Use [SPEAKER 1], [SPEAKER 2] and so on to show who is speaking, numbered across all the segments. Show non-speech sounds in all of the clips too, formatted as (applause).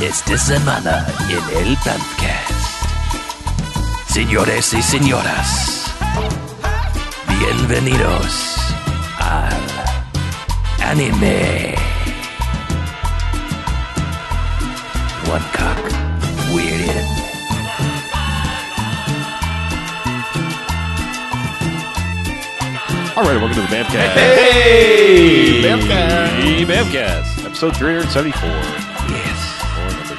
[SPEAKER 1] Esta semana en el podcast. Señores y señoras, bienvenidos al anime. One cock, we're in.
[SPEAKER 2] All right, welcome to the Bamcast.
[SPEAKER 3] Hey!
[SPEAKER 2] Hey, Bamcast, episode 374.
[SPEAKER 1] Yes.
[SPEAKER 2] Four numbers.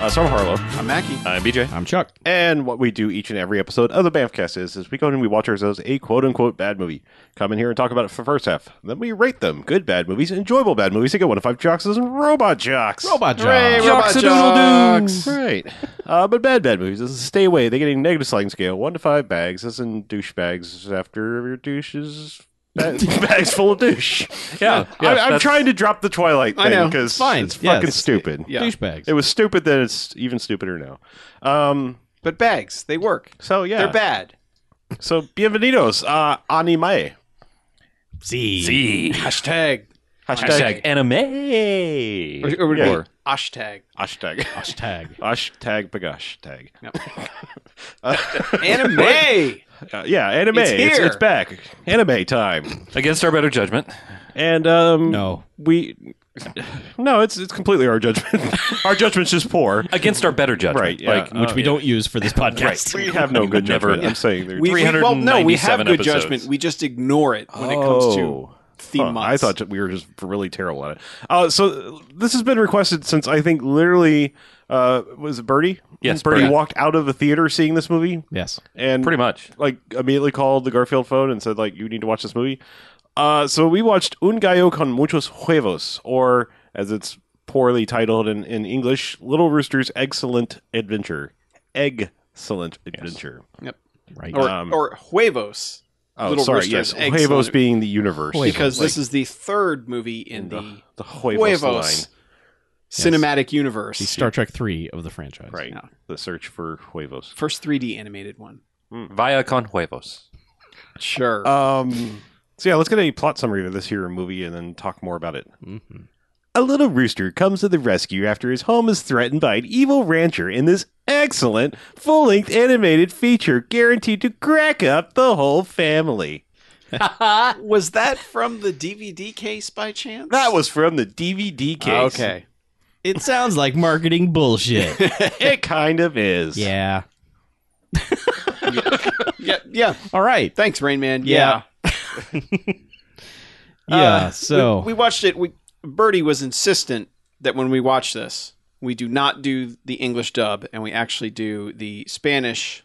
[SPEAKER 2] Uh, so I'm Harlow.
[SPEAKER 3] I'm Mackie.
[SPEAKER 2] I'm BJ.
[SPEAKER 4] I'm Chuck.
[SPEAKER 2] And what we do each and every episode of the Bamfcast is, is we go in and we watch ourselves a quote unquote bad movie. Come in here and talk about it for the first half. Then we rate them. Good bad movies, enjoyable bad movies. They get one to five jocks and robot jocks.
[SPEAKER 4] Robot Jock.
[SPEAKER 3] Hey, Robot Jocks.
[SPEAKER 2] Right. Uh, but bad, bad movies. This is Stay Away. They get a negative sliding scale. One to five bags. This in douchebags after your douches.
[SPEAKER 3] (laughs)
[SPEAKER 2] Ba- bags full of douche.
[SPEAKER 3] Yeah, yeah,
[SPEAKER 2] I, I'm
[SPEAKER 3] that's-
[SPEAKER 2] trying to drop the Twilight
[SPEAKER 3] I know.
[SPEAKER 2] thing because
[SPEAKER 4] It's fine.
[SPEAKER 2] it's
[SPEAKER 4] Yeah,
[SPEAKER 2] fucking
[SPEAKER 4] it's-
[SPEAKER 2] stupid.
[SPEAKER 3] Yeah.
[SPEAKER 4] Douchebags.
[SPEAKER 2] It was stupid then it's even stupider now. Um,
[SPEAKER 3] But bags, they work.
[SPEAKER 2] so yeah.
[SPEAKER 3] They're bad.
[SPEAKER 2] So bienvenidos, uh, anime.
[SPEAKER 4] Z.
[SPEAKER 1] See.
[SPEAKER 3] Hashtag.
[SPEAKER 2] Hashtag, anime.
[SPEAKER 3] Or, or,
[SPEAKER 2] Yeah.
[SPEAKER 3] or hashtag.
[SPEAKER 2] Hashtag.
[SPEAKER 4] Hashtag.
[SPEAKER 2] Hashtag bagosh tag.
[SPEAKER 3] No.
[SPEAKER 2] Uh,
[SPEAKER 3] (laughs)
[SPEAKER 2] (laughs)
[SPEAKER 3] Anime.
[SPEAKER 2] uh, yeah, anime.
[SPEAKER 3] It's
[SPEAKER 2] It's,
[SPEAKER 3] here.
[SPEAKER 2] it's back. Anime time.
[SPEAKER 1] Against our better judgment.
[SPEAKER 2] And um,
[SPEAKER 4] No.
[SPEAKER 2] we no, it's it's completely our judgment. (laughs) our judgment's just poor.
[SPEAKER 1] Against our better judgment.
[SPEAKER 2] Right, yeah.
[SPEAKER 1] Like,
[SPEAKER 4] Which we don't use for this podcast.
[SPEAKER 2] We have no good
[SPEAKER 1] never-
[SPEAKER 2] judgment. I'm saying there-
[SPEAKER 3] we, we, well, no, we have
[SPEAKER 1] 397
[SPEAKER 3] good
[SPEAKER 1] episodes.
[SPEAKER 3] judgment. We just ignore it when it comes to
[SPEAKER 2] Oh.
[SPEAKER 3] theme
[SPEAKER 2] Huh, I
[SPEAKER 3] months.
[SPEAKER 2] thought that we were just really terrible at it. Uh, so this has been requested since I think literally uh, was it Birdie?
[SPEAKER 1] Yes,
[SPEAKER 2] Birdie
[SPEAKER 1] Birdie.
[SPEAKER 2] walked out of the theater seeing this movie
[SPEAKER 4] yes.
[SPEAKER 2] and
[SPEAKER 1] Pretty much.
[SPEAKER 2] like immediately called the Garfield phone and said like you need to watch this movie. Uh, so we watched Un Gallo con muchos huevos, or as it's poorly titled in, in English, Little Rooster's Excellent Adventure. Excellent Adventure.
[SPEAKER 3] Yep.
[SPEAKER 4] Right.
[SPEAKER 3] Or,
[SPEAKER 2] Um,
[SPEAKER 3] or huevos.
[SPEAKER 2] Oh,
[SPEAKER 3] Little
[SPEAKER 2] sorry.
[SPEAKER 3] Rooster's
[SPEAKER 2] Yes,
[SPEAKER 3] Excellent-
[SPEAKER 2] huevos being the universe.
[SPEAKER 4] Huevos.
[SPEAKER 3] Because this is the third movie in the,
[SPEAKER 2] the huevos,
[SPEAKER 3] huevos,
[SPEAKER 2] line,
[SPEAKER 3] cinematic universe.
[SPEAKER 4] the Star Trek 3 of the franchise.
[SPEAKER 2] right?
[SPEAKER 3] Yeah.
[SPEAKER 2] The search for huevos.
[SPEAKER 3] First 3D animated one.
[SPEAKER 1] Via con huevos.
[SPEAKER 3] Sure.
[SPEAKER 2] Um. So yeah, let's get a plot summary of this here movie and then talk more about it.
[SPEAKER 4] hmm
[SPEAKER 2] A little rooster comes to the rescue after his home is threatened by an evil rancher in this excellent full length animated feature guaranteed to crack up the whole family.
[SPEAKER 3] (laughs) was that from the DVD case by chance?
[SPEAKER 2] That was from the DVD case.
[SPEAKER 3] Okay.
[SPEAKER 4] It sounds like
[SPEAKER 3] (laughs)
[SPEAKER 4] marketing bullshit.
[SPEAKER 2] (laughs) It kind of is.
[SPEAKER 4] yeah.
[SPEAKER 3] Yeah. Yeah.
[SPEAKER 4] All right.
[SPEAKER 3] Thanks, Rain Man. Yeah.
[SPEAKER 4] Yeah.
[SPEAKER 3] (laughs)
[SPEAKER 4] Yeah.
[SPEAKER 3] Uh,
[SPEAKER 4] so,
[SPEAKER 3] we, we watched it. We Birdie was insistent that when we watch this, we do not do the English dub, and we actually do the Spanish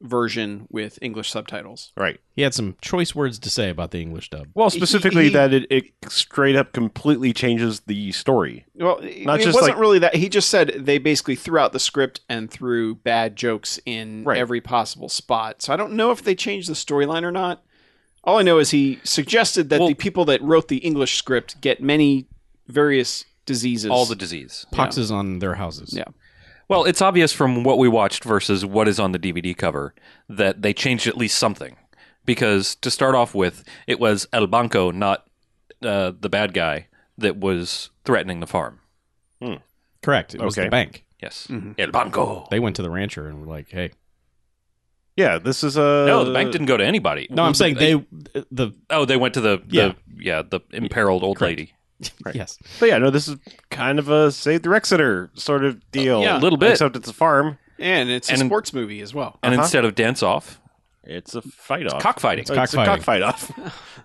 [SPEAKER 3] version with English subtitles.
[SPEAKER 2] Right.
[SPEAKER 4] he had some choice words to say about the English dub.
[SPEAKER 2] Well, specifically
[SPEAKER 3] He- he-
[SPEAKER 2] that it, it straight up completely changes the story.
[SPEAKER 3] Well, it
[SPEAKER 2] Not
[SPEAKER 3] it
[SPEAKER 2] just
[SPEAKER 3] wasn't
[SPEAKER 2] like-
[SPEAKER 3] really that. He just said they basically threw out the script and threw bad jokes in
[SPEAKER 2] Right.
[SPEAKER 3] every possible spot. So I don't know if they changed the storyline or not. All I know is he suggested that
[SPEAKER 1] Well-
[SPEAKER 3] the people that wrote the English script get many various diseases.
[SPEAKER 1] All the disease.
[SPEAKER 4] Poxes on their houses.
[SPEAKER 3] yeah.
[SPEAKER 1] Well, it's obvious from what we watched versus what is on the DVD cover that they changed at least something. Because to start off with, it was El Banco, not uh, the bad guy, that was threatening the farm.
[SPEAKER 4] Correct. It was
[SPEAKER 2] Okay.
[SPEAKER 4] the bank.
[SPEAKER 1] Yes. El Banco.
[SPEAKER 4] They went to the rancher and were like, hey.
[SPEAKER 2] Yeah, this is a
[SPEAKER 1] no, the bank didn't go to anybody.
[SPEAKER 4] No, I'm saying they, the,
[SPEAKER 1] Oh, they went to the,
[SPEAKER 4] Yeah.
[SPEAKER 1] the yeah, the imperiled old lady.
[SPEAKER 4] yes.
[SPEAKER 2] But yeah, no, this is kind of a save the Rexeter sort of deal.
[SPEAKER 3] Yeah.
[SPEAKER 1] A little bit.
[SPEAKER 2] Except it's a farm.
[SPEAKER 3] And it's
[SPEAKER 1] And
[SPEAKER 3] a
[SPEAKER 1] in- Uh,
[SPEAKER 3] sports movie as well.
[SPEAKER 1] And
[SPEAKER 2] Uh-huh.
[SPEAKER 1] instead of dance off,
[SPEAKER 2] It's a fight off. Oh,
[SPEAKER 1] cockfighting.
[SPEAKER 2] It's a cockfight
[SPEAKER 4] Cockfighting.
[SPEAKER 2] off.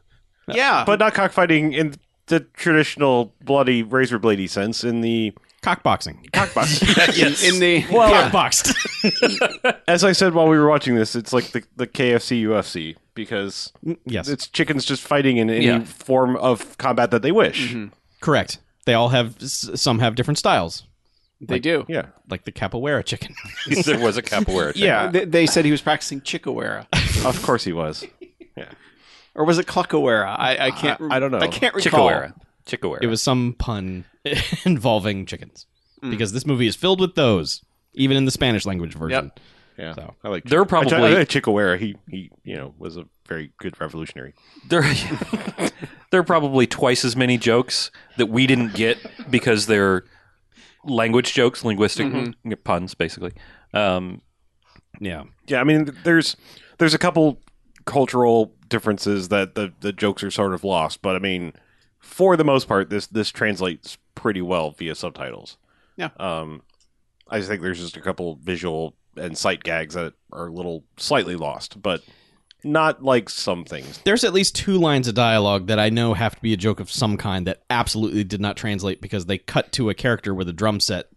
[SPEAKER 3] Yeah.
[SPEAKER 2] (laughs) but not cockfighting in the traditional bloody razor bladey sense in the
[SPEAKER 4] Cockboxing.
[SPEAKER 2] cockbox.
[SPEAKER 3] in, in the yeah. (laughs)
[SPEAKER 4] Cockboxed.
[SPEAKER 2] As I said while we were watching this, it's like the, the KFC UFC because
[SPEAKER 4] Mm, yes.
[SPEAKER 2] it's chickens just fighting in any
[SPEAKER 1] Yeah.
[SPEAKER 2] form of combat that they wish.
[SPEAKER 4] Correct. They all have s- some have different styles,
[SPEAKER 3] they do.
[SPEAKER 2] Yeah.
[SPEAKER 4] like the capoeira chicken.
[SPEAKER 1] (laughs) there was a (laughs) capoeira. thing.
[SPEAKER 2] Yeah.
[SPEAKER 3] They, they said he was practicing Chikawera,
[SPEAKER 2] of course he was.
[SPEAKER 3] or was it Cluckawera? I, I can't.
[SPEAKER 2] I- I don't know.
[SPEAKER 3] I can't recall.
[SPEAKER 1] Chikawera. Chikawera.
[SPEAKER 4] it was some pun (laughs) involving chickens,
[SPEAKER 3] Mm.
[SPEAKER 4] because this movie is filled with those, even in the Spanish language version.
[SPEAKER 2] Yeah.
[SPEAKER 4] So.
[SPEAKER 2] I like
[SPEAKER 1] They're
[SPEAKER 2] I tried-
[SPEAKER 1] probably-
[SPEAKER 2] I like Chikawera. He he you know was a very good revolutionary.
[SPEAKER 1] there, (laughs) there are probably twice as many jokes that we didn't get because they're language jokes, linguistic
[SPEAKER 3] Mm-hmm.
[SPEAKER 1] puns, basically. Um, (laughs)
[SPEAKER 4] Yeah.
[SPEAKER 2] Yeah, I mean, there's there's a couple cultural differences that the the jokes are sort of lost, but I mean, for the most part, this this translates pretty well via subtitles.
[SPEAKER 3] Yeah.
[SPEAKER 2] Um, I just think there's just a couple visual and sight gags that are a little slightly lost, but not like some things.
[SPEAKER 4] There's at least two lines of dialogue that I know have to be a joke of some kind that absolutely did not translate because they cut to a character with a drum set.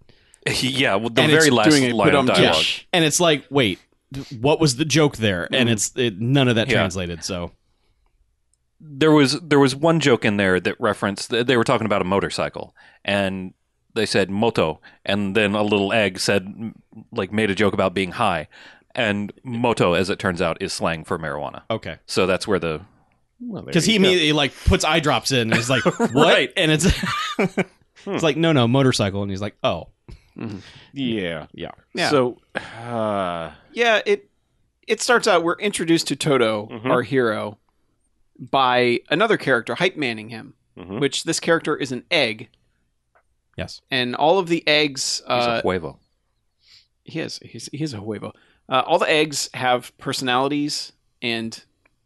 [SPEAKER 1] yeah, well, the
[SPEAKER 3] And it's
[SPEAKER 1] very last
[SPEAKER 3] doing a
[SPEAKER 1] line of
[SPEAKER 3] put-um
[SPEAKER 1] dialogue.
[SPEAKER 3] joke.
[SPEAKER 4] And it's like, wait, th- what was the joke there? And it's it, none of that
[SPEAKER 1] Yeah.
[SPEAKER 4] translated. So
[SPEAKER 1] there was there was one joke in there that referenced th- they were talking about a motorcycle and they said moto and then a little egg said m- like made a joke about being high and moto as it turns out is slang for marijuana
[SPEAKER 4] okay,
[SPEAKER 1] so that's where the
[SPEAKER 4] because he immediately like puts eye drops in and is (laughs) like, what?
[SPEAKER 1] Right.
[SPEAKER 4] And (laughs) it's Hmm. it's like, no, no, motorcycle. And he's like, oh,
[SPEAKER 2] Yeah.
[SPEAKER 4] yeah,
[SPEAKER 3] Yeah.
[SPEAKER 2] So, uh,
[SPEAKER 3] yeah, it it starts out we're introduced to Toto,
[SPEAKER 1] Mm-hmm.
[SPEAKER 2] Mhm.
[SPEAKER 3] our hero, by another character, hype manning him,
[SPEAKER 1] Mm-hmm.
[SPEAKER 2] Mhm.
[SPEAKER 3] which this character is an egg,
[SPEAKER 4] yes,
[SPEAKER 3] and all of the eggs
[SPEAKER 1] he's
[SPEAKER 3] uh,
[SPEAKER 1] a huevo
[SPEAKER 3] he is he's, he is a huevo. Uh, all the eggs have personalities, and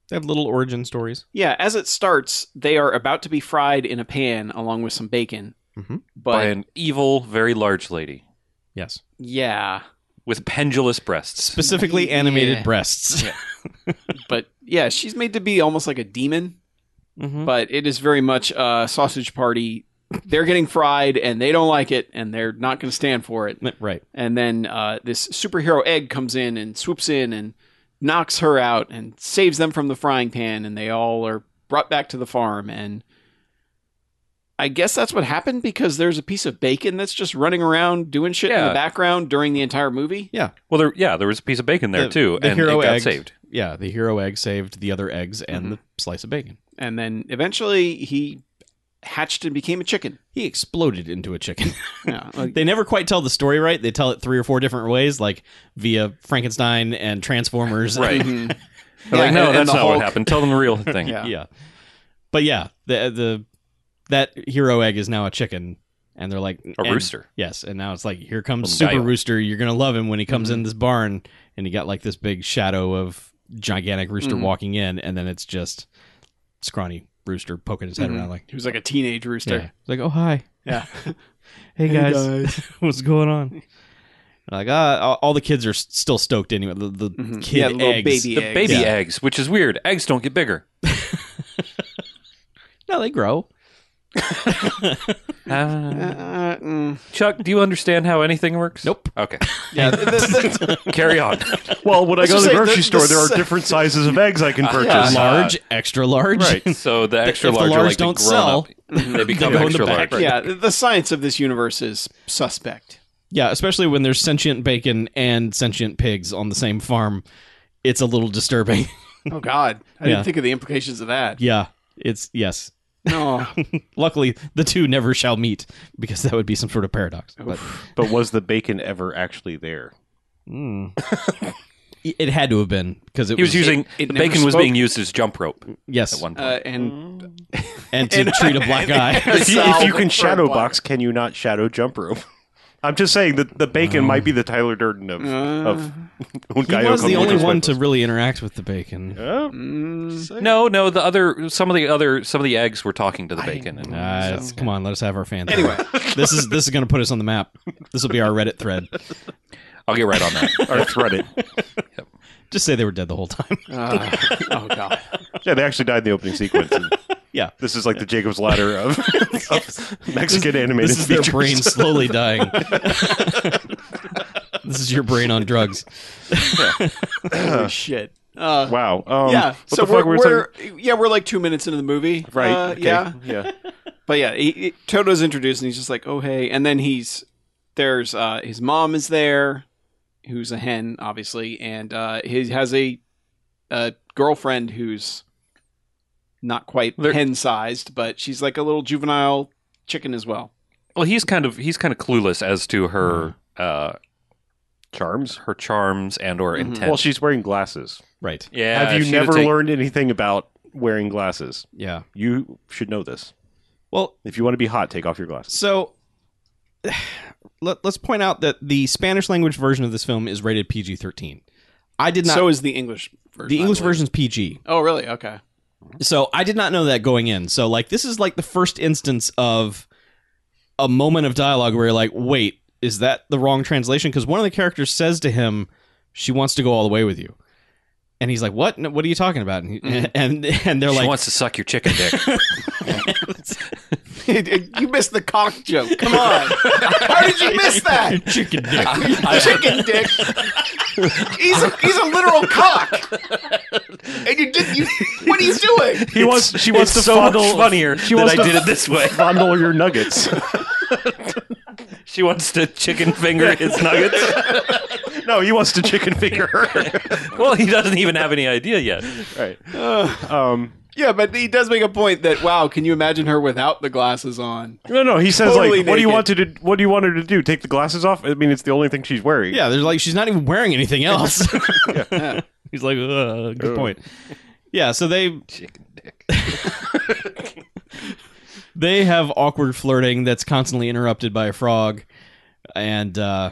[SPEAKER 4] they have little origin stories.
[SPEAKER 3] yeah, as it starts, they are about to be fried in a pan along with some bacon.
[SPEAKER 4] Mhm.
[SPEAKER 3] But
[SPEAKER 1] by an evil very large lady
[SPEAKER 4] Yes,
[SPEAKER 3] yeah,
[SPEAKER 1] with pendulous breasts
[SPEAKER 4] (laughs) specifically animated
[SPEAKER 3] Yeah.
[SPEAKER 4] breasts.
[SPEAKER 3] but yeah, she's made to be almost like a demon.
[SPEAKER 4] Mm-hmm.
[SPEAKER 1] Mhm.
[SPEAKER 3] but it is very much a sausage party. They're getting fried and they don't like it and they're not going to stand for it.
[SPEAKER 4] (laughs) right.
[SPEAKER 3] And then uh, this superhero egg comes in and swoops in and knocks her out and saves them from the frying pan and they all are brought back to the farm and I guess that's what happened because there's a piece of bacon that's just running around doing shit in
[SPEAKER 1] Yeah.
[SPEAKER 3] the background during the entire movie.
[SPEAKER 4] Yeah.
[SPEAKER 1] well there yeah there was a piece of bacon there
[SPEAKER 4] The-
[SPEAKER 1] too
[SPEAKER 4] the
[SPEAKER 1] and
[SPEAKER 4] hero
[SPEAKER 1] it got
[SPEAKER 4] egg.
[SPEAKER 1] saved
[SPEAKER 4] Yeah, the hero egg saved the other eggs and the slice of bacon.
[SPEAKER 3] And then eventually he hatched and became a chicken.
[SPEAKER 4] He exploded into a chicken.
[SPEAKER 3] (laughs) Yeah, like-
[SPEAKER 4] they never quite tell the story right. They tell it three or four different ways, like via Frankenstein and
[SPEAKER 1] (laughs)
[SPEAKER 4] Transformers.
[SPEAKER 1] Right.
[SPEAKER 3] Mhm.
[SPEAKER 1] They're
[SPEAKER 3] Yeah,
[SPEAKER 1] like no
[SPEAKER 3] and- and
[SPEAKER 1] that's
[SPEAKER 3] the
[SPEAKER 1] not
[SPEAKER 3] Hulk.
[SPEAKER 1] what happened tell them the real thing
[SPEAKER 3] Yeah.
[SPEAKER 4] (laughs) yeah. But yeah, the the that hero egg is now a chicken, and they're like
[SPEAKER 1] a
[SPEAKER 4] and-
[SPEAKER 1] rooster
[SPEAKER 4] Yes, and now it's like here comes
[SPEAKER 1] Little
[SPEAKER 4] Super
[SPEAKER 1] guy.
[SPEAKER 4] Rooster. You're gonna love him when he comes
[SPEAKER 3] Mhm.
[SPEAKER 4] in this barn, and he got like this big shadow of gigantic rooster
[SPEAKER 1] Mm.
[SPEAKER 3] Mhm.
[SPEAKER 4] walking in, and then it's just scrawny rooster poking his
[SPEAKER 3] Mhm.
[SPEAKER 4] head
[SPEAKER 1] Mm-hmm.
[SPEAKER 4] around like.
[SPEAKER 3] He was like a teenage rooster.
[SPEAKER 4] Yeah. It's like, oh hi, (laughs)
[SPEAKER 3] Yeah.
[SPEAKER 4] hey, guys, (laughs) what's going on? Like, ah, all- all the kids are s- still stoked anyway. The, the
[SPEAKER 3] Mhm.
[SPEAKER 4] kid
[SPEAKER 3] Yeah, the little
[SPEAKER 4] eggs,
[SPEAKER 3] baby
[SPEAKER 1] the
[SPEAKER 3] eggs.
[SPEAKER 1] baby
[SPEAKER 4] Yeah.
[SPEAKER 1] eggs which is weird eggs don't get bigger
[SPEAKER 4] no, they grow.
[SPEAKER 1] Ah.
[SPEAKER 3] Uh, mm.
[SPEAKER 1] Chuck, do you understand how anything works?
[SPEAKER 4] Nope.
[SPEAKER 1] Okay.
[SPEAKER 3] (laughs) Yeah, th- th- th-
[SPEAKER 1] (laughs) Carry on.
[SPEAKER 2] well, when I go to
[SPEAKER 3] Let's just
[SPEAKER 2] the
[SPEAKER 3] say
[SPEAKER 2] grocery
[SPEAKER 3] the-
[SPEAKER 2] store,
[SPEAKER 3] the
[SPEAKER 2] there are (laughs)
[SPEAKER 3] se-
[SPEAKER 2] different sizes of eggs I can purchase.
[SPEAKER 4] large, extra large.
[SPEAKER 1] right. So the extra
[SPEAKER 4] if the
[SPEAKER 1] large, are
[SPEAKER 4] large
[SPEAKER 1] like the
[SPEAKER 4] don't
[SPEAKER 1] grown
[SPEAKER 4] sell,
[SPEAKER 1] up. (laughs) They become
[SPEAKER 4] go in the
[SPEAKER 1] extra large.
[SPEAKER 4] back.
[SPEAKER 1] Right.
[SPEAKER 3] yeah, the science of this universe is suspect.
[SPEAKER 4] (laughs) yeah, especially when there's sentient bacon and sentient pigs on the same farm. It's a little disturbing. (laughs)
[SPEAKER 3] Oh God, I
[SPEAKER 4] Yeah.
[SPEAKER 3] didn't think of the implications
[SPEAKER 2] (laughs)
[SPEAKER 3] of that.
[SPEAKER 4] yeah, it's yes.
[SPEAKER 3] No,
[SPEAKER 4] Luckily, the two never shall meet because that would be some sort of paradox. But
[SPEAKER 2] But was the bacon ever actually there?
[SPEAKER 4] Mm. it had to have been because it
[SPEAKER 1] He was using
[SPEAKER 3] it
[SPEAKER 1] the
[SPEAKER 3] never
[SPEAKER 1] bacon was
[SPEAKER 3] spoke.
[SPEAKER 1] being used as jump rope
[SPEAKER 4] yes,
[SPEAKER 1] at one point.
[SPEAKER 3] uh, and
[SPEAKER 4] and to treat a black
[SPEAKER 3] (laughs)
[SPEAKER 4] eye.
[SPEAKER 2] if, you, if you can
[SPEAKER 3] Salve
[SPEAKER 2] shadow
[SPEAKER 3] for a
[SPEAKER 2] box, can you not shadow jump rope? (laughs) I'm just saying that the bacon might be the Tyler Durden of
[SPEAKER 3] Uh,
[SPEAKER 2] (laughs) of Un
[SPEAKER 4] He was the only one to really interact with the bacon. Uh,
[SPEAKER 1] no, no, the other some of the other some of the eggs were talking to the bacon and
[SPEAKER 4] Uh, it's- Come on, let us have our fan. Anyway, (laughs) this is this is going to put us on the map. This will be our Reddit thread.
[SPEAKER 1] I'll get right on that.
[SPEAKER 2] or Reddit.
[SPEAKER 4] (laughs) Just say they were dead the whole time. (laughs)
[SPEAKER 3] uh, oh
[SPEAKER 2] (laughs)
[SPEAKER 3] God,
[SPEAKER 2] Yeah, they actually died in the opening sequence. and
[SPEAKER 4] yeah,
[SPEAKER 2] This is like the Jacob's Ladder
[SPEAKER 4] (laughs)
[SPEAKER 2] of, of Mexican animated
[SPEAKER 4] this is their
[SPEAKER 2] features.
[SPEAKER 3] (laughs)
[SPEAKER 4] brain slowly dying. (laughs) this is your brain on drugs.
[SPEAKER 3] holy shit. Uh,
[SPEAKER 2] (laughs) Wow. Um,
[SPEAKER 3] yeah,
[SPEAKER 2] What
[SPEAKER 3] so
[SPEAKER 2] the fuck
[SPEAKER 3] we're,
[SPEAKER 2] were we
[SPEAKER 3] we're
[SPEAKER 2] talking-
[SPEAKER 3] yeah we're like two minutes into the movie,
[SPEAKER 2] right.
[SPEAKER 3] Uh,
[SPEAKER 2] okay,
[SPEAKER 3] Yeah,
[SPEAKER 4] (laughs)
[SPEAKER 2] Yeah.
[SPEAKER 3] but yeah, he, he- Toto's introduced and he's just like, oh hey, and then he's there's uh, his mom is there, who's a hen obviously, and uh, he has a, a girlfriend who's not quite
[SPEAKER 1] They're-
[SPEAKER 3] hen sized, but she's like a little juvenile chicken as well.
[SPEAKER 1] Well, he's kind of he's kind of clueless as to her uh,
[SPEAKER 2] Mm-hmm. Charms. Mm-hmm.
[SPEAKER 1] her charms and or
[SPEAKER 3] Mhm.
[SPEAKER 1] intent.
[SPEAKER 2] Well, she's wearing glasses.
[SPEAKER 4] Right.
[SPEAKER 1] yeah,
[SPEAKER 2] Have you
[SPEAKER 1] she'd
[SPEAKER 2] never
[SPEAKER 1] take-
[SPEAKER 2] learned anything about wearing glasses?
[SPEAKER 4] Yeah.
[SPEAKER 2] You should know this.
[SPEAKER 4] Well,
[SPEAKER 2] If you want to be hot, take off your glasses.
[SPEAKER 4] so (sighs) let, let's point out that the Spanish language version of this film is rated PG thirteen. I did not.
[SPEAKER 3] so is the English version.
[SPEAKER 4] the
[SPEAKER 3] I
[SPEAKER 4] English
[SPEAKER 3] believe.
[SPEAKER 4] version's PG.
[SPEAKER 3] Oh, really? Okay.
[SPEAKER 4] So I did not know that going in. So like this is like the first instance of a moment of dialogue where you're like, wait, is that the wrong translation? Because one of the characters says to him, "She wants to go all the way with you," and he's like, "What? No, what are you talking about?" And he, (laughs) and, and they're
[SPEAKER 1] Mm-hmm. she
[SPEAKER 4] like,
[SPEAKER 1] wants to suck your chicken dick.
[SPEAKER 3] you missed the cock joke. Come on. How did you miss that?
[SPEAKER 4] (laughs) "Chicken dick."
[SPEAKER 3] (laughs) Chicken dick. He's a, he's a literal cock. And you did you, what are you doing?
[SPEAKER 2] (laughs) He wants. She wants to
[SPEAKER 1] so
[SPEAKER 2] fondle.
[SPEAKER 1] much
[SPEAKER 2] (laughs)
[SPEAKER 1] funnier
[SPEAKER 2] She
[SPEAKER 1] that
[SPEAKER 2] wants
[SPEAKER 1] I
[SPEAKER 2] to
[SPEAKER 1] did it
[SPEAKER 2] (laughs)
[SPEAKER 1] this way.
[SPEAKER 2] fondle your nuggets. (laughs)
[SPEAKER 1] She wants to chicken finger his nuggets.
[SPEAKER 2] no, he wants to chicken finger her.
[SPEAKER 1] (laughs) Well, he doesn't even have any idea yet.
[SPEAKER 2] right. (sighs) um.
[SPEAKER 3] Yeah, but he does make a point that wow, can you imagine her without the glasses on?
[SPEAKER 2] No, no. He says
[SPEAKER 3] Totally
[SPEAKER 2] like, "What do you
[SPEAKER 3] naked.
[SPEAKER 2] want to? Do, what do you want her to do? Take the glasses off? I mean, it's the only thing she's wearing.
[SPEAKER 4] Yeah, there's like she's not even wearing anything else. (laughs) He's like, uh, good point. Yeah, so they
[SPEAKER 1] Chicken dick.
[SPEAKER 4] (laughs) they have awkward flirting that's constantly interrupted by a frog, and uh,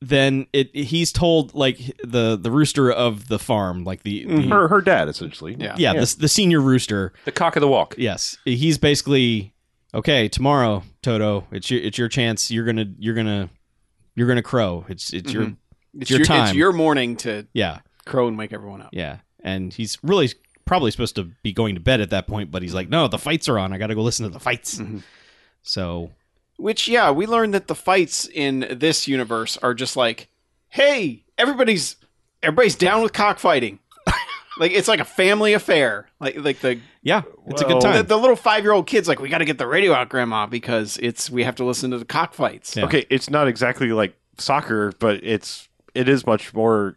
[SPEAKER 4] then it he's told like the the rooster of the farm, like the, the
[SPEAKER 2] Her, her dad essentially.
[SPEAKER 3] Yeah.
[SPEAKER 4] yeah, The, the senior rooster.
[SPEAKER 1] The cock of the walk.
[SPEAKER 4] Yes, he's basically okay. Tomorrow, Toto, it's your it's your chance. You're gonna you're gonna you're gonna crow. It's it's your
[SPEAKER 3] It's
[SPEAKER 4] Your
[SPEAKER 3] It's
[SPEAKER 4] time.
[SPEAKER 3] your morning to
[SPEAKER 4] yeah.
[SPEAKER 3] crow and wake everyone up.
[SPEAKER 4] Yeah. And he's really probably supposed to be going to bed at that point, but he's like, no, the fights are on. I got to go listen to the fights. So,
[SPEAKER 3] Which yeah, we learned that the fights in this universe are just like, hey, everybody's everybody's down with cockfighting. like it's like a family affair. Like like the
[SPEAKER 4] yeah, it's a
[SPEAKER 2] Well-
[SPEAKER 4] good
[SPEAKER 3] the,
[SPEAKER 4] time.
[SPEAKER 3] the little five year old kids like we got to get the radio out, grandma, because it's we have to listen to the cockfights.
[SPEAKER 4] Yeah.
[SPEAKER 2] Okay, it's not exactly like soccer, but it's it is much more